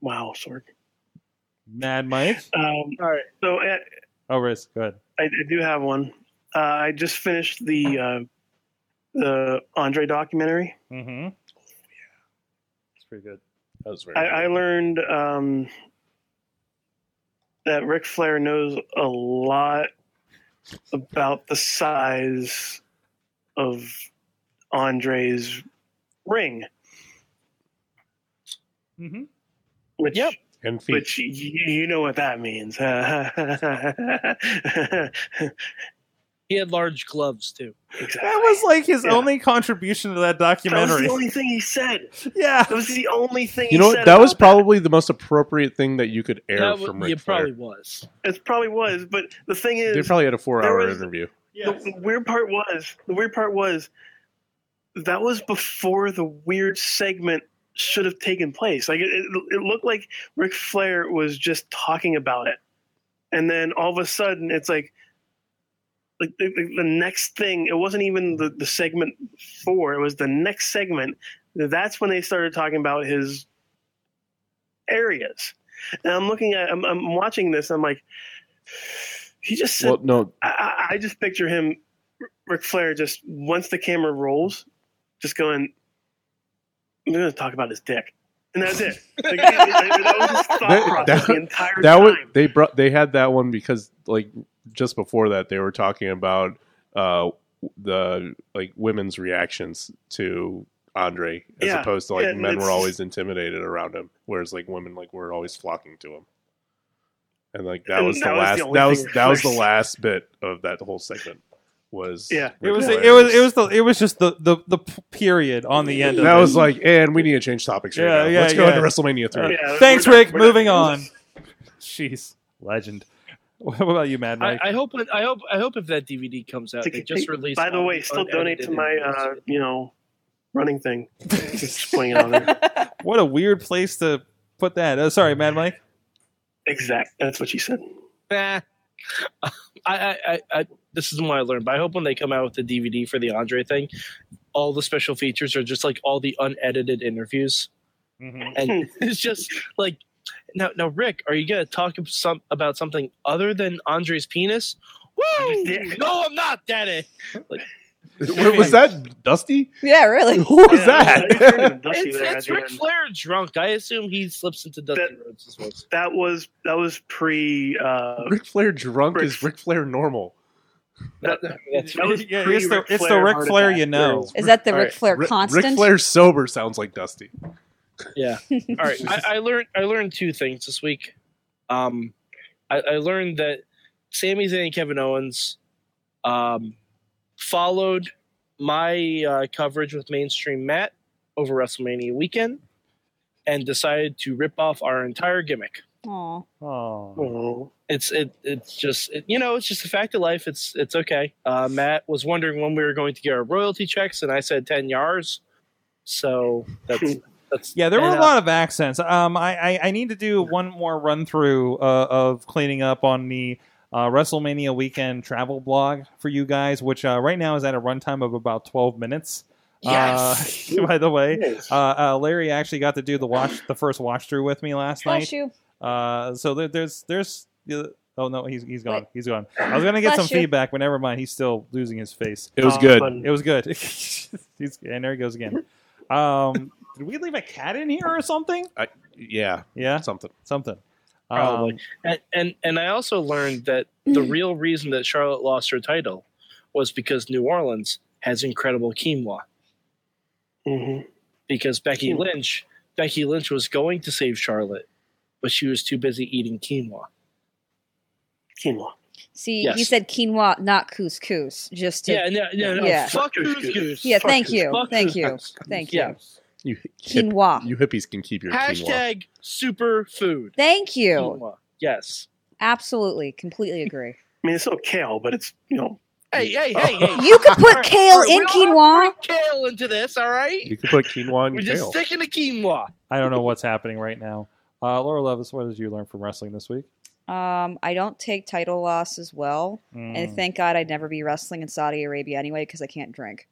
Speaker 4: Wow, Sorg.
Speaker 2: Mad Mike?
Speaker 4: Um,
Speaker 3: All right.
Speaker 4: so uh,
Speaker 2: Oh, Riz, go ahead.
Speaker 4: I, I do have one. Uh, I just finished the uh, the Andre documentary.
Speaker 2: Mm-hmm. Yeah, it's pretty good.
Speaker 5: That was very
Speaker 4: I, I
Speaker 5: good.
Speaker 4: learned um, that Ric Flair knows a lot about the size of Andre's ring,
Speaker 2: Mm-hmm.
Speaker 4: which
Speaker 3: Yep.
Speaker 5: And feet.
Speaker 4: which [LAUGHS] you, you know what that means.
Speaker 3: He had large gloves too.
Speaker 4: Exactly.
Speaker 2: That was like his
Speaker 4: Yeah.
Speaker 2: only contribution to that
Speaker 4: That was
Speaker 2: documentary.
Speaker 4: the only thing he said.
Speaker 2: [LAUGHS] yeah.
Speaker 4: That was the only thing.
Speaker 5: You
Speaker 4: he
Speaker 5: know
Speaker 4: said
Speaker 5: what? That was
Speaker 4: about
Speaker 5: probably the most appropriate thing that you could air
Speaker 3: That wa-
Speaker 5: from
Speaker 3: yeah,
Speaker 5: Ric Flair.
Speaker 3: probably was.
Speaker 4: It probably was, but the thing
Speaker 5: They
Speaker 4: is,
Speaker 5: probably had a four-hour
Speaker 4: was-
Speaker 5: interview.
Speaker 4: the weird part was the weird part was that was before the weird segment should have taken place. Like it, it, it looked like Ric Flair was just talking about it, and then all of a sudden it's like. Like the, the, the next thing, it wasn't even the, the segment four. It was the next segment. That's when they started talking about his areas. And I'm looking at, I'm, I'm watching this. I'm like, he just said
Speaker 5: Well, no,
Speaker 4: I, I I just picture him, R- Ric Flair, just once the camera rolls, just going, "I'm going to talk about his dick," and that's it. Like, it- it- that was his thought
Speaker 5: [LAUGHS] That- that-
Speaker 4: process the entire
Speaker 5: that
Speaker 4: time.
Speaker 5: was they brought they had that one because like just before that they were talking about uh the like women's reactions to Andre as
Speaker 4: Yeah,
Speaker 5: opposed to like
Speaker 4: yeah, and
Speaker 5: men were
Speaker 4: it's-
Speaker 5: always intimidated around him whereas like women like were always flocking to him and like that
Speaker 4: And
Speaker 5: was the
Speaker 4: that was the
Speaker 5: last
Speaker 4: only
Speaker 5: that
Speaker 4: thing
Speaker 5: was
Speaker 4: that
Speaker 5: that was the
Speaker 4: works.
Speaker 5: last bit of that whole segment was
Speaker 4: Yeah.
Speaker 2: It was
Speaker 5: Ric
Speaker 2: it was it
Speaker 5: Flair's-
Speaker 2: was the it was just the the, the p- period on the end of
Speaker 5: that
Speaker 2: it.
Speaker 5: was like and we need to change topics right
Speaker 2: Yeah,
Speaker 5: now
Speaker 2: yeah,
Speaker 5: let's go
Speaker 2: yeah.
Speaker 5: into WrestleMania
Speaker 2: Uh,
Speaker 5: three
Speaker 4: Yeah,
Speaker 2: Thanks,
Speaker 4: we're not-
Speaker 2: Rick.
Speaker 4: we're not
Speaker 2: Moving
Speaker 4: doing
Speaker 2: on.
Speaker 4: this.
Speaker 2: [LAUGHS] Jeez, legend. [LAUGHS] What about you, Mad Mike?
Speaker 3: I, I hope. when- I hope. I hope if that DVD comes out,
Speaker 4: It's
Speaker 3: they
Speaker 4: like-
Speaker 3: just released.
Speaker 4: By the
Speaker 3: all
Speaker 4: way, still donate
Speaker 3: unedited
Speaker 4: to my,
Speaker 3: interviews.
Speaker 4: uh, you know,
Speaker 5: [LAUGHS]
Speaker 4: running thing. just putting it on there.
Speaker 2: what a weird place to put that. Oh, sorry, Mad Mike.
Speaker 4: Exact. That's what she said.
Speaker 3: Nah. I, I, I, I, this is what I learned, but I hope when they come out with the DVD for the Andre thing, all the special features are just like all the unedited interviews,
Speaker 5: Mm-hmm.
Speaker 3: and [LAUGHS] it's just like, now, now, Rick, are you gonna talk ab- some about something other than Andre's penis? Woo!
Speaker 4: Dick.
Speaker 3: [LAUGHS] No, I'm not, Daddy.
Speaker 5: [LAUGHS] was that Dusty
Speaker 6: [LAUGHS] yeah, really.
Speaker 5: who was
Speaker 4: Yeah,
Speaker 5: that
Speaker 2: [LAUGHS]
Speaker 4: it turned into Dusty
Speaker 3: It's,
Speaker 4: there
Speaker 3: it's
Speaker 4: at the
Speaker 3: Ric
Speaker 4: end.
Speaker 3: Flair drunk. I assume he slips into Dusty Rhodes' as well.
Speaker 4: That was that was pre. Uh,
Speaker 5: Ric Flair drunk
Speaker 4: Ric-
Speaker 5: is Ric Flair normal.
Speaker 4: that,
Speaker 3: That's
Speaker 4: that was
Speaker 2: Yeah,
Speaker 4: pre-
Speaker 2: it's the
Speaker 4: Ric
Speaker 2: it's the
Speaker 4: Flair
Speaker 2: Ric
Speaker 4: heart
Speaker 2: Flair
Speaker 4: attack.
Speaker 2: you know.
Speaker 6: Is that the
Speaker 3: All
Speaker 6: Ric
Speaker 3: right.
Speaker 6: Flair
Speaker 5: Ric-
Speaker 6: constant?
Speaker 5: Ric Flair sober sounds like Dusty.
Speaker 3: Yeah. All right. I, I learned I learned two things this week. Um, I, I learned that Sami Zayn and Kevin Owens um, followed my uh, coverage with mainstream Matt over WrestleMania weekend and decided to rip off our entire gimmick.
Speaker 6: Aw.
Speaker 2: Oh,
Speaker 4: Oh,
Speaker 3: It's it it's just it, you know it's just a fact of life. It's it's okay. Uh, Matt was wondering when we were going to get our royalty checks, and I said ten yards. So that's that's
Speaker 2: yeah. There were
Speaker 3: and,
Speaker 2: a
Speaker 3: uh,
Speaker 2: lot of accents. Um, I I, I need to do one more run through uh, of cleaning up on the uh, WrestleMania weekend travel blog for you guys, which uh, right now is at a runtime of about twelve minutes. Yes. Uh, [LAUGHS] by the way,
Speaker 4: yes.
Speaker 2: uh, uh, Larry actually got to do the watch the first watch through with me last night.
Speaker 6: Bless you.
Speaker 2: Uh, so there, there's there's uh, oh no he's he's gone
Speaker 6: Wait.
Speaker 2: he's gone. I was gonna get
Speaker 6: Bless
Speaker 2: some
Speaker 6: you.
Speaker 2: feedback, but never mind. He's still losing his face.
Speaker 5: It was
Speaker 4: Oh,
Speaker 5: good.
Speaker 4: fun.
Speaker 2: It was good. [LAUGHS] he's, and there he goes again. Um, did we leave a cat in here or something?
Speaker 5: Yeah,
Speaker 2: Yeah,
Speaker 5: something.
Speaker 2: something. Um,
Speaker 3: Probably. And, and and I also learned that
Speaker 6: [CLEARS THROAT]
Speaker 3: the real reason that Charlotte lost her title was because New Orleans has incredible quinoa.
Speaker 4: hmm
Speaker 3: Because Becky
Speaker 4: Quinoa.
Speaker 3: Lynch, Becky Lynch was going to save Charlotte, but she was too busy eating quinoa.
Speaker 4: Quinoa.
Speaker 6: See, you
Speaker 3: Yes.
Speaker 6: said quinoa, not couscous. Just to,
Speaker 3: yeah, no, no, no.
Speaker 6: Yeah.
Speaker 3: Fuck
Speaker 4: Fuck
Speaker 3: who's goose.
Speaker 6: Yeah,
Speaker 4: fuck
Speaker 6: thank
Speaker 4: you.
Speaker 6: you,
Speaker 3: Fuck
Speaker 6: thank
Speaker 3: who's
Speaker 6: you,
Speaker 3: goose.
Speaker 6: thank
Speaker 3: Yeah.
Speaker 6: you.
Speaker 5: You hip-
Speaker 6: Quinoa.
Speaker 5: you hippies can keep your quinoa.
Speaker 3: Hashtag superfood.
Speaker 6: Thank you.
Speaker 3: Quinoa. Yes.
Speaker 6: Absolutely,
Speaker 3: [LAUGHS]
Speaker 6: completely agree.
Speaker 4: I mean, it's still kale, but it's you know
Speaker 3: Hey, [LAUGHS] hey, hey, hey.
Speaker 6: You could
Speaker 3: All
Speaker 6: put
Speaker 3: right, all
Speaker 6: kale
Speaker 3: right,
Speaker 6: in
Speaker 3: we all
Speaker 6: quinoa.
Speaker 3: Kale into this, all right?
Speaker 5: You can put quinoa in
Speaker 3: We're
Speaker 5: your
Speaker 3: just
Speaker 5: tail.
Speaker 3: sticking to quinoa.
Speaker 2: I don't know what's happening right now. Uh, Laura Levis, what did you learn from wrestling this week?
Speaker 6: Um, I don't take title loss as well,
Speaker 2: Mm,
Speaker 6: and thank God I'd never be wrestling in Saudi Arabia anyway because I can't drink.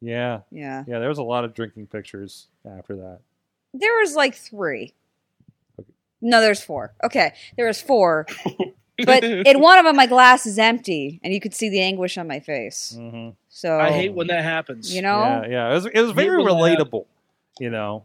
Speaker 2: yeah,
Speaker 6: Yeah,
Speaker 2: yeah. There was a lot of drinking pictures after that.
Speaker 6: there was like three. No, there's four. Okay, there was four, but in one of them my glass is empty, and you could see the anguish on my face.
Speaker 2: Mm-hmm.
Speaker 6: So
Speaker 3: I hate when that happens.
Speaker 6: Oh. you know,
Speaker 2: Yeah, yeah. It was it was very
Speaker 3: People that-
Speaker 2: relatable, you know.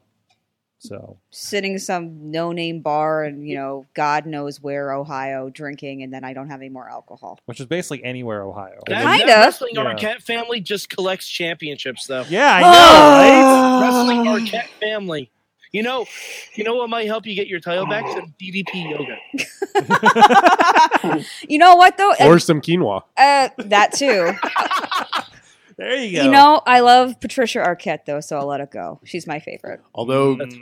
Speaker 2: So
Speaker 6: sitting some no-name bar and you know God knows where Ohio, drinking, and then I don't have any more alcohol.
Speaker 2: which is basically anywhere Ohio.
Speaker 3: That,
Speaker 6: Kind
Speaker 3: that
Speaker 6: of.
Speaker 3: Wrestling
Speaker 2: Yeah.
Speaker 3: Arquette family
Speaker 6: [SIGHS]
Speaker 3: just collects championships, though.
Speaker 2: Yeah, I know,
Speaker 6: Oh!
Speaker 2: right?
Speaker 3: Wrestling Arquette family You know, you know what might help you get your title
Speaker 6: [SIGHS]
Speaker 3: back? Some DDP yoga.
Speaker 6: you know what though?
Speaker 5: or some quinoa.
Speaker 6: Uh, that too.
Speaker 2: There you go.
Speaker 6: you know, I love Patricia Arquette though, so I'll let it go. She's my favorite.
Speaker 8: Although
Speaker 2: Mm.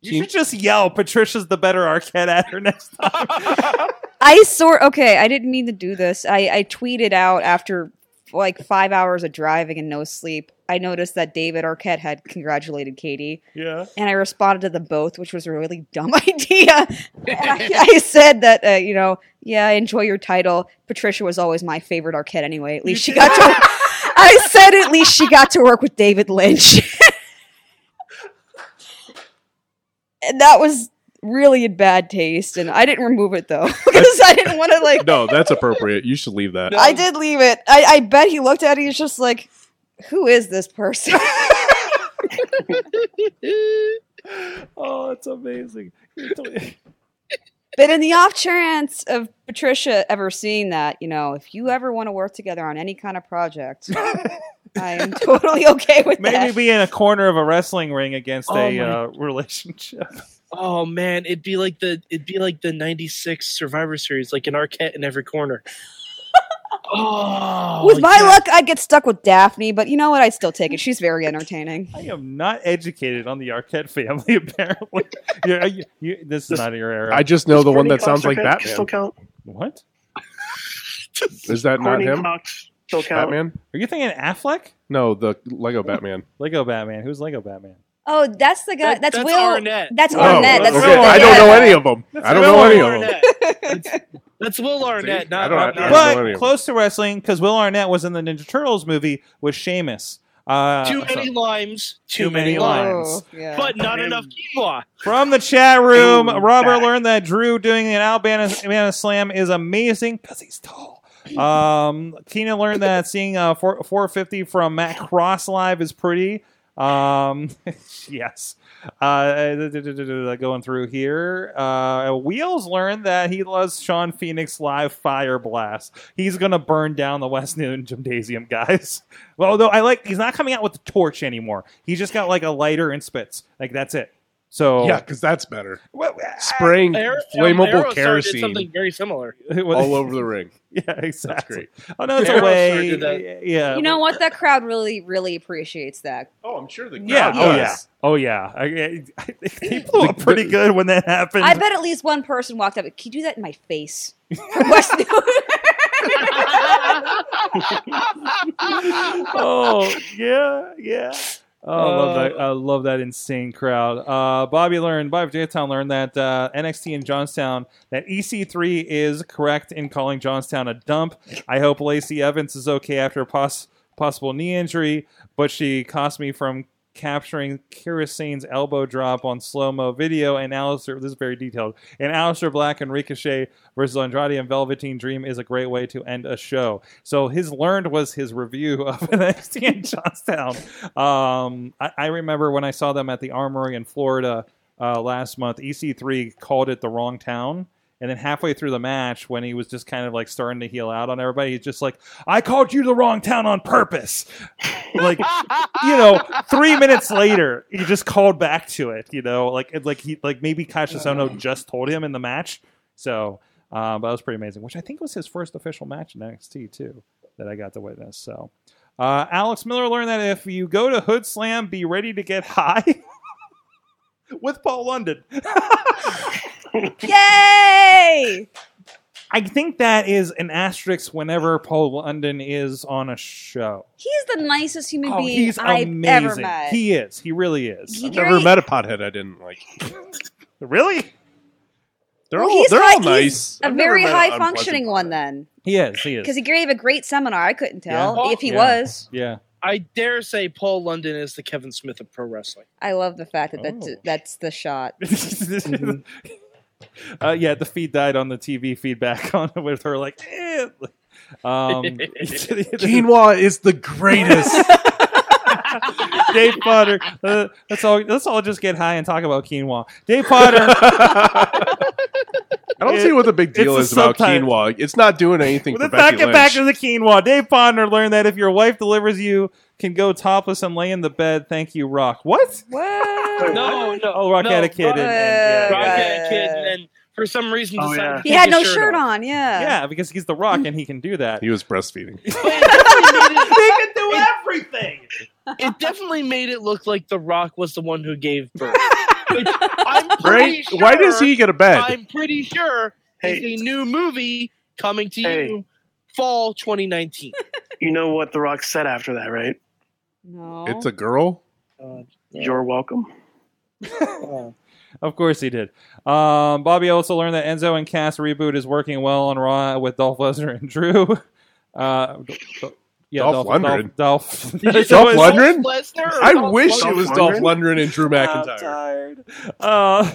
Speaker 2: you should just yell, "Patricia's the better Arquette" at her next time.
Speaker 3: [LAUGHS]
Speaker 6: I sort okay. I didn't mean to do this. I I tweeted out after like five hours of driving and no sleep. I noticed that David Arquette had congratulated Katie,
Speaker 2: Yeah.
Speaker 6: and I responded to them both, which was a really dumb [LAUGHS] idea. And I, I said that uh, you know, yeah, I enjoy your title. Patricia was always my favorite Arquette anyway. At least she got to. I said at least she got to work with David Lynch, [LAUGHS] and that was really in bad taste. And I didn't remove it though [LAUGHS] because I didn't want to like.
Speaker 5: No, that's appropriate. You should leave that.
Speaker 6: I did leave it. I, I bet he looked at it. He's just like, who is this person? [LAUGHS]
Speaker 2: Oh, it's amazing.
Speaker 6: But in the off chance of Patricia ever seeing that, you know, if you ever want to work together on any kind of
Speaker 5: [LAUGHS]
Speaker 6: project, I am totally okay with
Speaker 2: Maybe
Speaker 6: that.
Speaker 2: be in a corner of a wrestling ring against
Speaker 3: Oh
Speaker 2: a
Speaker 3: my-
Speaker 2: uh, relationship.
Speaker 3: Oh man, it'd be like the it'd be like the '96 Survivor Series, like an Arquette in every
Speaker 6: [LAUGHS]
Speaker 3: corner. oh,
Speaker 6: with my
Speaker 3: yeah.
Speaker 6: luck, I'd get stuck with Daphne, but you know what? I'd still take it. She's very entertaining.
Speaker 2: I am not educated on the Arquette family. [LAUGHS] Apparently, You're- you- you- this is
Speaker 4: This-
Speaker 2: not your era.
Speaker 5: I just know the one
Speaker 4: Courtney
Speaker 5: that sounds
Speaker 4: Cox
Speaker 5: like
Speaker 4: still count- Still
Speaker 5: Batman.
Speaker 4: count.
Speaker 2: what?
Speaker 5: Is that not
Speaker 4: Courtney
Speaker 5: him?
Speaker 4: Cox still count.
Speaker 5: Batman?
Speaker 2: Are you thinking Affleck?
Speaker 5: No, the Lego Batman.
Speaker 2: Lego Batman. Who's Lego Batman?
Speaker 6: Oh, that's the guy.
Speaker 3: That-
Speaker 6: that's,
Speaker 3: that's
Speaker 6: Will.
Speaker 3: Arnett.
Speaker 6: That's
Speaker 5: Oh,
Speaker 6: Arnett.
Speaker 2: that's
Speaker 6: That's
Speaker 2: Will
Speaker 5: okay.
Speaker 6: the
Speaker 5: I don't
Speaker 6: dad.
Speaker 5: know any of them. I don't
Speaker 2: Will
Speaker 5: know any of them.
Speaker 3: Arnett. That's- That's Will Arnett. Not
Speaker 5: I don't- I
Speaker 3: Rob
Speaker 5: don't- know any of
Speaker 2: But
Speaker 5: them.
Speaker 2: close to wrestling because Will Arnett was in the Ninja Turtles movie with Seamus. Uh,
Speaker 3: Too
Speaker 2: so-
Speaker 3: many limes. Too,
Speaker 2: Too
Speaker 3: many,
Speaker 2: many
Speaker 3: limes.
Speaker 2: lines.
Speaker 6: [LAUGHS] Oh, yeah.
Speaker 3: But not enough quinoa.
Speaker 2: From the chat room,
Speaker 4: Ooh,
Speaker 2: Robert
Speaker 4: back.
Speaker 2: learned that Drew doing an Alabama Alabama slam is amazing because he's tall. Um, Keenan learned that seeing uh, 4, 450 from Matt Cross live is pretty. Um, [LAUGHS] yes. Uh, going through here, uh, Wheels learned that he loves Sean Phoenix live fire blast. He's gonna burn down the West Noon Gymnasium, guys. [LAUGHS] Well, though I like he's not coming out with the torch anymore. He just got like a lighter and spits. Like that's it. So
Speaker 5: Oh. Yeah, because that's better.
Speaker 2: well,
Speaker 5: Spraying
Speaker 3: Aero- Aerostar
Speaker 5: flammable
Speaker 3: did Something
Speaker 5: kerosene
Speaker 3: very similar.
Speaker 2: [LAUGHS]
Speaker 5: all over the ring.
Speaker 2: Yeah, exactly.
Speaker 5: great.
Speaker 2: Oh no, it's
Speaker 3: Aerostar
Speaker 2: a way.
Speaker 3: did that.
Speaker 2: Yeah.
Speaker 6: You know what? That crowd really, really appreciates that.
Speaker 5: Oh, I'm sure the
Speaker 2: Yeah. Oh yeah. Oh yeah. I, [LAUGHS] I, I, they blew up pretty good when that happened.
Speaker 6: I bet at least one person walked up. Can you do that in my face? [LAUGHS] From West
Speaker 2: [LAUGHS] oh yeah, yeah. Oh, I love that. I love that insane crowd. Uh, Bobby learned, Bobby J Town learned that uh, NXT in Johnstown that EC3 is correct in calling Johnstown a dump. I hope Lacey Evans is okay after a pos- possible knee injury, but she cost me from capturing Kerosene's elbow drop on slow mo video. And Alistair, this is very detailed. And Alistair Black and Ricochet versus Andrade and Velveteen Dream is a great way to end a show. So his learned was his review of [LAUGHS] NXT in Johnstown. Um, I, I remember when I saw them at the Armory in Florida uh, last month, EC3 called it the wrong town. And then halfway through the match, when he was just kind of like starting to heal out on everybody, he's just like, "I called you the wrong town on purpose." like, [LAUGHS] you know, three minutes later, he just called back to it. You know, like it- like he like maybe Cashisono just told him in the match. So, uh, but that was pretty amazing. Which I think was his first official match in NXT too that I got to witness. So, uh, Alex Miller learned that if you go to Hood Slam, be ready to get high [LAUGHS] with Paul London.
Speaker 6: [LAUGHS] Yay!
Speaker 2: I think that is an asterisk whenever Paul London is on a show.
Speaker 6: He's the nicest human
Speaker 2: Oh,
Speaker 6: being
Speaker 2: he's
Speaker 6: I've
Speaker 2: amazing.
Speaker 6: ever met.
Speaker 2: He is. He really is.
Speaker 6: He-
Speaker 5: I've never
Speaker 6: Gary-
Speaker 5: met a pothead I didn't like. [LAUGHS]
Speaker 2: really?
Speaker 5: They're
Speaker 6: Well,
Speaker 5: all
Speaker 6: he's
Speaker 5: they're
Speaker 6: like-
Speaker 5: all nice.
Speaker 6: he's a
Speaker 5: I've never
Speaker 6: very
Speaker 5: met an
Speaker 6: high
Speaker 5: unpleasant
Speaker 6: functioning one then,
Speaker 2: He is. He
Speaker 6: because
Speaker 2: is.
Speaker 6: he gave a great seminar. I couldn't tell
Speaker 2: Yeah.
Speaker 6: if he
Speaker 2: Yeah.
Speaker 6: was.
Speaker 2: Yeah. [LAUGHS]
Speaker 3: I dare say Paul London is the Kevin Smith of pro wrestling.
Speaker 6: I love the fact that that's,
Speaker 2: Oh.
Speaker 6: that's the [LAUGHS] shot.
Speaker 2: uh, yeah, the feed died on the TV feedback [LAUGHS] on with her like, eh. um, [LAUGHS]
Speaker 5: Quinoa is the [LAUGHS] greatest.
Speaker 2: Dave Potter. Uh,
Speaker 5: [LAUGHS]
Speaker 2: let's all let's all just get high and talk about quinoa. Dave Potter
Speaker 5: I don't
Speaker 2: It-
Speaker 5: see what the big deal
Speaker 2: it's
Speaker 5: is
Speaker 2: the
Speaker 5: about
Speaker 2: subtitle.
Speaker 5: quinoa. It's not doing anything for
Speaker 2: Let's
Speaker 5: Becky
Speaker 2: not get back
Speaker 5: Lynch.
Speaker 2: to the quinoa. Dave Ponder learned that if your wife delivers you, can go topless and lay in the bed. Thank you, Rock. What?
Speaker 6: What?
Speaker 3: No, no.
Speaker 2: Oh, Rock
Speaker 3: no,
Speaker 2: had a kid. and- and- yeah,
Speaker 6: Rock
Speaker 3: Rob
Speaker 2: Oh, yeah,
Speaker 6: had-
Speaker 3: had a kid, and then for some reason
Speaker 4: Oh,
Speaker 3: decided
Speaker 4: yeah.
Speaker 3: to
Speaker 6: He
Speaker 3: take
Speaker 6: had
Speaker 3: his
Speaker 6: no shirt on. Yeah.
Speaker 2: Yeah, because he's the Rock and he can do
Speaker 5: [LAUGHS]
Speaker 2: that.
Speaker 5: He was breastfeeding.
Speaker 2: can do everything.
Speaker 3: It definitely made it look like The Rock was the one who gave birth. Which I'm pretty
Speaker 5: Right?
Speaker 3: sure.
Speaker 5: Why does he get a bed?
Speaker 3: I'm pretty sure is
Speaker 4: Hey,
Speaker 3: a new movie coming to
Speaker 4: Hey.
Speaker 3: you fall 2019.
Speaker 4: you know what The Rock said after that, right?
Speaker 6: No.
Speaker 5: It's a girl.
Speaker 3: Uh, [LAUGHS]
Speaker 4: You're welcome.
Speaker 2: Of course he did. Um, Bobby also learned that Enzo and Cass reboot is working well on Raw with Dolph Lesnar and Drew. Uh, d- d- yeah,
Speaker 5: Dolph
Speaker 2: Dolph. [LAUGHS]
Speaker 5: Lundgren.
Speaker 2: Dolph,
Speaker 5: you say Dolph Lundgren?
Speaker 3: Lesnar or
Speaker 5: I
Speaker 3: Dolph
Speaker 5: wish
Speaker 3: Lundgren?
Speaker 5: it was
Speaker 4: Lundgren?
Speaker 5: Dolph Lundgren and Drew
Speaker 2: I'm
Speaker 5: McIntyre.
Speaker 2: tired. [LAUGHS] Uh,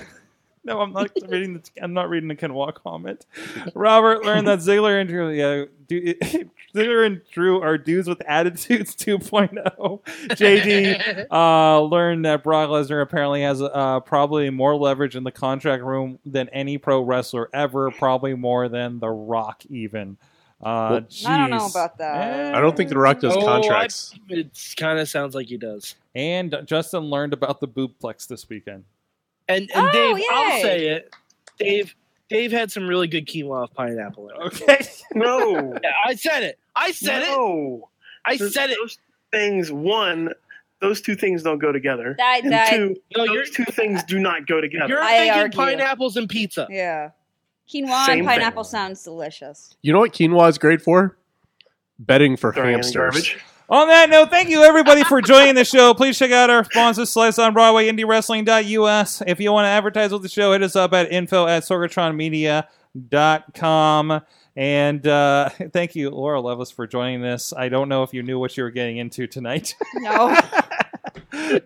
Speaker 2: no, I'm
Speaker 5: [LAUGHS]
Speaker 2: not reading. The, I'm not reading the Ken Walk comment. Robert learned that Ziggler and Drew, yeah, do, [LAUGHS] Ziggler and Drew are dudes with attitudes [LAUGHS] 2.0.
Speaker 5: [LAUGHS]
Speaker 2: JD
Speaker 3: [LAUGHS]
Speaker 2: uh, learned that Brock Lesnar apparently has uh, probably more leverage in the contract room than any pro wrestler ever. Probably more than The Rock, even. Uh,
Speaker 6: I don't know
Speaker 2: jeez.
Speaker 6: about that.
Speaker 5: I don't think The Rock does
Speaker 3: Oh, I-
Speaker 5: contracts.
Speaker 3: It kind of sounds like he does.
Speaker 2: And Justin learned about the boobplex this weekend.
Speaker 3: And and
Speaker 6: Oh,
Speaker 3: Dave,
Speaker 6: yay.
Speaker 3: I'll say it. Dave, Dave had some really good quinoa with pineapple. In it.
Speaker 2: Okay.
Speaker 4: No. [LAUGHS]
Speaker 3: Yeah, I said it. I said it.
Speaker 4: no.
Speaker 3: I
Speaker 4: Those-
Speaker 3: said it.
Speaker 4: Those things, one, those two things don't go together.
Speaker 6: That,
Speaker 4: and
Speaker 6: that,
Speaker 4: two,
Speaker 3: No, you're
Speaker 4: those two things do not go together.
Speaker 3: you're
Speaker 6: I
Speaker 3: thinking
Speaker 6: argue.
Speaker 3: pineapples and pizza.
Speaker 6: yeah. Quinoa
Speaker 4: Same
Speaker 6: and
Speaker 4: thing.
Speaker 6: pineapple sounds delicious.
Speaker 5: You know what quinoa is great for? Betting for
Speaker 4: Throwing in
Speaker 5: hamsters.
Speaker 4: garbage.
Speaker 2: On that note, thank you everybody for joining the show. Please check out our sponsors, Slice on Broadway, IndieWrestling.us. If you want to advertise with the show, hit us up at info at sorgatronmedia.com. And uh, [LAUGHS] thank you, Laura Lovelace, for joining this. I don't know if you knew what you were getting into tonight,
Speaker 6: [LAUGHS] No.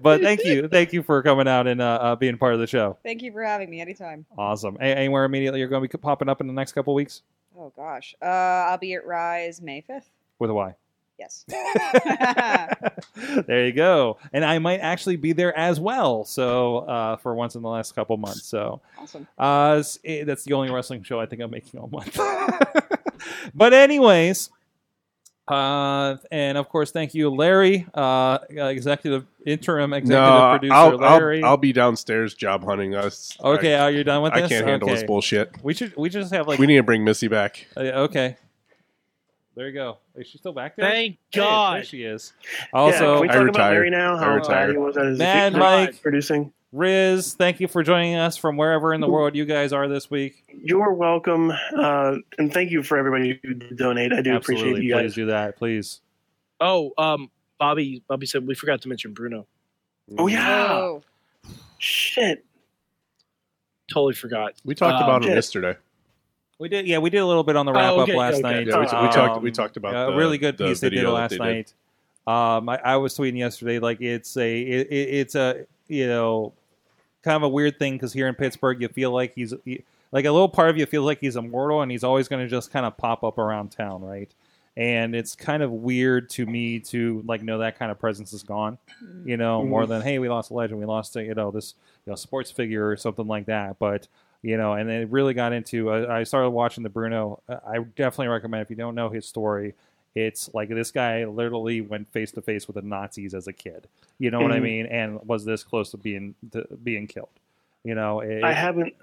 Speaker 2: but thank you. Thank you for coming out and uh, uh, being part of the show.
Speaker 6: Thank you for having me anytime.
Speaker 2: Awesome. A- anywhere immediately you're going to be popping up in the next couple weeks?
Speaker 6: Oh, gosh. Uh, I'll be at Rise May 5th.
Speaker 2: With a Y.
Speaker 6: Yes.
Speaker 2: [LAUGHS] there you go. And I might actually be there as well. So uh, for once in the last couple months. So
Speaker 6: Awesome.
Speaker 2: uh, s- eh, that's the only wrestling show I think I'm making all month. [LAUGHS] but anyways, uh, and of course, thank you, Larry, uh, executive interim
Speaker 5: No,
Speaker 2: executive producer
Speaker 5: I'll,
Speaker 2: Larry.
Speaker 5: I'll, I'll be downstairs job hunting us.
Speaker 2: okay,
Speaker 5: I,
Speaker 2: are you done with
Speaker 5: I
Speaker 2: this?
Speaker 5: can't handle
Speaker 2: okay.
Speaker 5: this bullshit.
Speaker 2: We should we just have like
Speaker 5: We need to bring Missy back.
Speaker 2: uh, okay. There you go. Is she still back there?
Speaker 3: Thank
Speaker 2: Hey, there
Speaker 3: God.
Speaker 2: she is.
Speaker 4: Yeah,
Speaker 2: Also,
Speaker 4: can we
Speaker 5: I
Speaker 4: talk about
Speaker 5: retired.
Speaker 4: Larry now?
Speaker 5: I
Speaker 4: How bad
Speaker 5: retired.
Speaker 4: he was at his
Speaker 2: Mad
Speaker 4: executive
Speaker 2: Mike.
Speaker 4: producing.
Speaker 2: Riz, thank you for joining us from wherever in the world you guys are this week.
Speaker 4: You're welcome, uh, and thank you for everybody who did donate. I do
Speaker 2: Absolutely,
Speaker 4: appreciate you
Speaker 2: please
Speaker 4: guys.
Speaker 2: do that, please.
Speaker 3: Oh, um, Bobby, Bobby said we forgot to mention Bruno.
Speaker 4: Oh yeah,
Speaker 6: Oh.
Speaker 4: shit.
Speaker 3: Totally forgot.
Speaker 5: We talked
Speaker 3: Um,
Speaker 5: about him
Speaker 4: yeah.
Speaker 5: yesterday.
Speaker 2: We did, yeah, we did a little bit on the wrap
Speaker 3: Oh, okay,
Speaker 2: up last
Speaker 3: okay.
Speaker 2: night. Um,
Speaker 5: Yeah, we, we talked. We talked about
Speaker 2: a
Speaker 5: the-
Speaker 2: really good
Speaker 5: the
Speaker 2: piece they did
Speaker 5: video that
Speaker 2: last
Speaker 5: they did.
Speaker 2: night. Um, I, I was tweeting yesterday, like it's a, it, it- it's a, you know, kind of a weird thing because here in Pittsburgh, you feel like he's he- like a little part of you feels like he's immortal and he's always going to just kind of pop up around town, right? And it's kind of weird to me to like know that kind of presence is gone, you
Speaker 4: Mm-hmm.
Speaker 2: know, more than hey, we lost a legend, we lost a, you know this you know sports figure or something like that, but you know, and it really got into. uh, I, I started watching the Bruno. Uh, I definitely recommend if you don't know his story, it's like this guy literally went face to face with the Nazis as a kid. You know what I
Speaker 4: Mhm.
Speaker 2: mean? And was this close to being to being killed? You know, it,
Speaker 4: I haven't,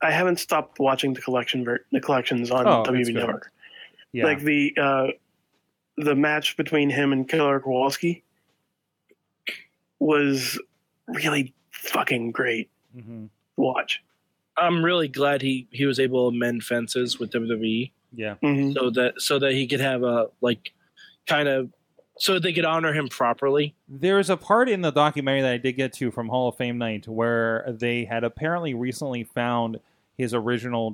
Speaker 4: I haven't stopped watching the collection ver- the collections on
Speaker 2: Oh, that's
Speaker 4: WB
Speaker 2: good.
Speaker 4: Network.
Speaker 2: yeah.
Speaker 4: Like the uh, the match between him and Killer Kowalski was really fucking great
Speaker 2: Mhm.
Speaker 4: to watch.
Speaker 3: I'm really glad he he was able to mend fences with WWE
Speaker 2: yeah,
Speaker 4: Mhm.
Speaker 3: so that so that he could have a like kind of so they could honor him properly.
Speaker 2: there's a part in the documentary that I did get to from Hall of Fame night where they had apparently recently found his original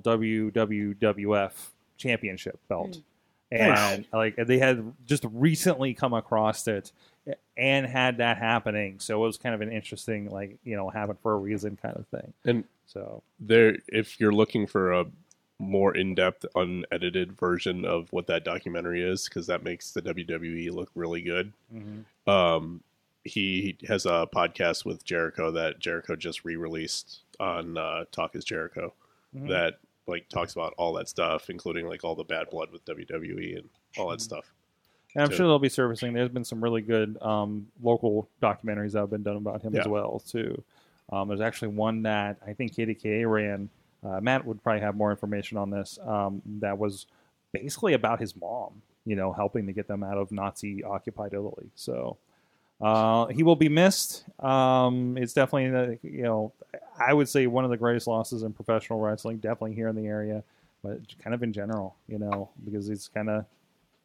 Speaker 2: WWWF championship belt. and like they had just recently come across it and had that happening so it was kind of an interesting like you know happened for a reason kind of thing
Speaker 5: And
Speaker 2: so
Speaker 5: there, if you're looking for a more in-depth, unedited version of what that documentary is, because that makes the WWE look really good.
Speaker 2: mm-hmm.
Speaker 5: Um, he has a podcast with Jericho that Jericho just re-released on uh, Talk Is Jericho
Speaker 2: Mhm.
Speaker 5: that like talks about all that stuff, including like all the bad blood with WWE and all
Speaker 2: Mm-hmm.
Speaker 5: that stuff.
Speaker 2: And I'm
Speaker 5: So-
Speaker 2: sure they'll be servicing. There's been some really good um, local documentaries that have been done about him as
Speaker 5: Yeah.
Speaker 2: well too. Um, there's actually one that I think KDKA ran. Uh, Matt would probably have more information on this. Um, that was basically about his mom, you know, helping to get them out of Nazi occupied Italy. So uh, he will be missed. Um, it's definitely, uh, you know, I would say one of the greatest losses in professional wrestling, definitely here in the area, but kind of in general, you know, because he's kind of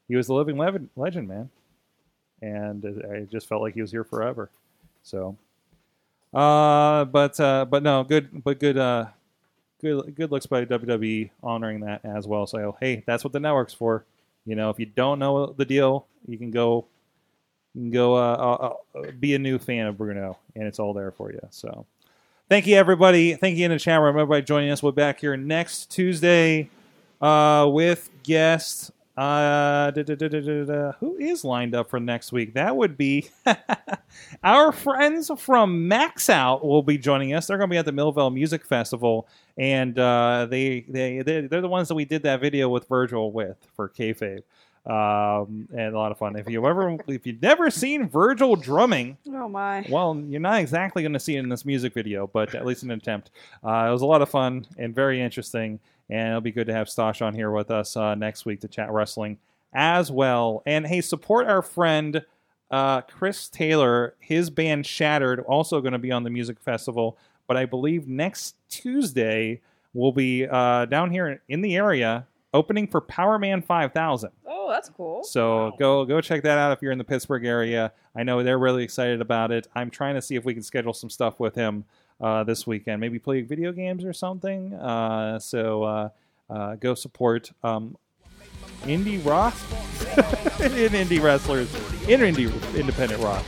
Speaker 2: he was the living le- legend, man, and I just felt like he was here forever. So, uh, but uh, but no, good, but good, uh, good, good looks by WWE honoring that as well. So hey, that's what the network's for. You know, if you don't know the deal, you can go, you can go uh, uh, uh, be a new fan of Bruno, and it's all there for you. So. Thank you, everybody. Thank you in the chat room. Everybody joining us. We'll be back here next Tuesday uh, with guests. Uh, da, da, da, da, da, da. Who is lined up for next week? That would be [LAUGHS] our friends from Max Out will be joining us. They're going to be at the Millville Music Festival, and uh, they they they- they're the ones that we did that video with Virgil with for kayfabe. Um, and a lot of fun. If you ever if you've never seen Virgil drumming,
Speaker 6: Oh my.
Speaker 2: well, you're not exactly going to see it in this music video, but at least an attempt. Uh, it was a lot of fun and very interesting, and it'll be good to have Stosh on here with us uh, next week to chat wrestling as well. And hey, support our friend uh, Chris Taylor. His band Shattered also going to be on the music festival, but I believe next Tuesday we'll be uh, down here in the area opening for Power Man 5000.
Speaker 8: Oh, that's cool.
Speaker 2: So go go check that out if you're in the Pittsburgh area. I know they're really excited about it. I'm trying to see if we can schedule some stuff with him uh, this weekend. Maybe play video games or something. Uh, so uh, uh, go support um, indie rock [LAUGHS] in indie wrestlers in indie independent rock.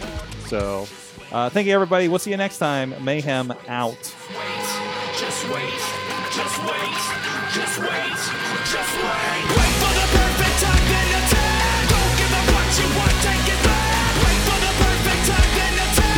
Speaker 2: So uh, thank you everybody. We'll see you next time. Mayhem out.
Speaker 1: Just wait, just wait, just wait, just wait. Wait for the perfect time, then attack. Don't give up what you want, take it back. Wait for the perfect time, then attack.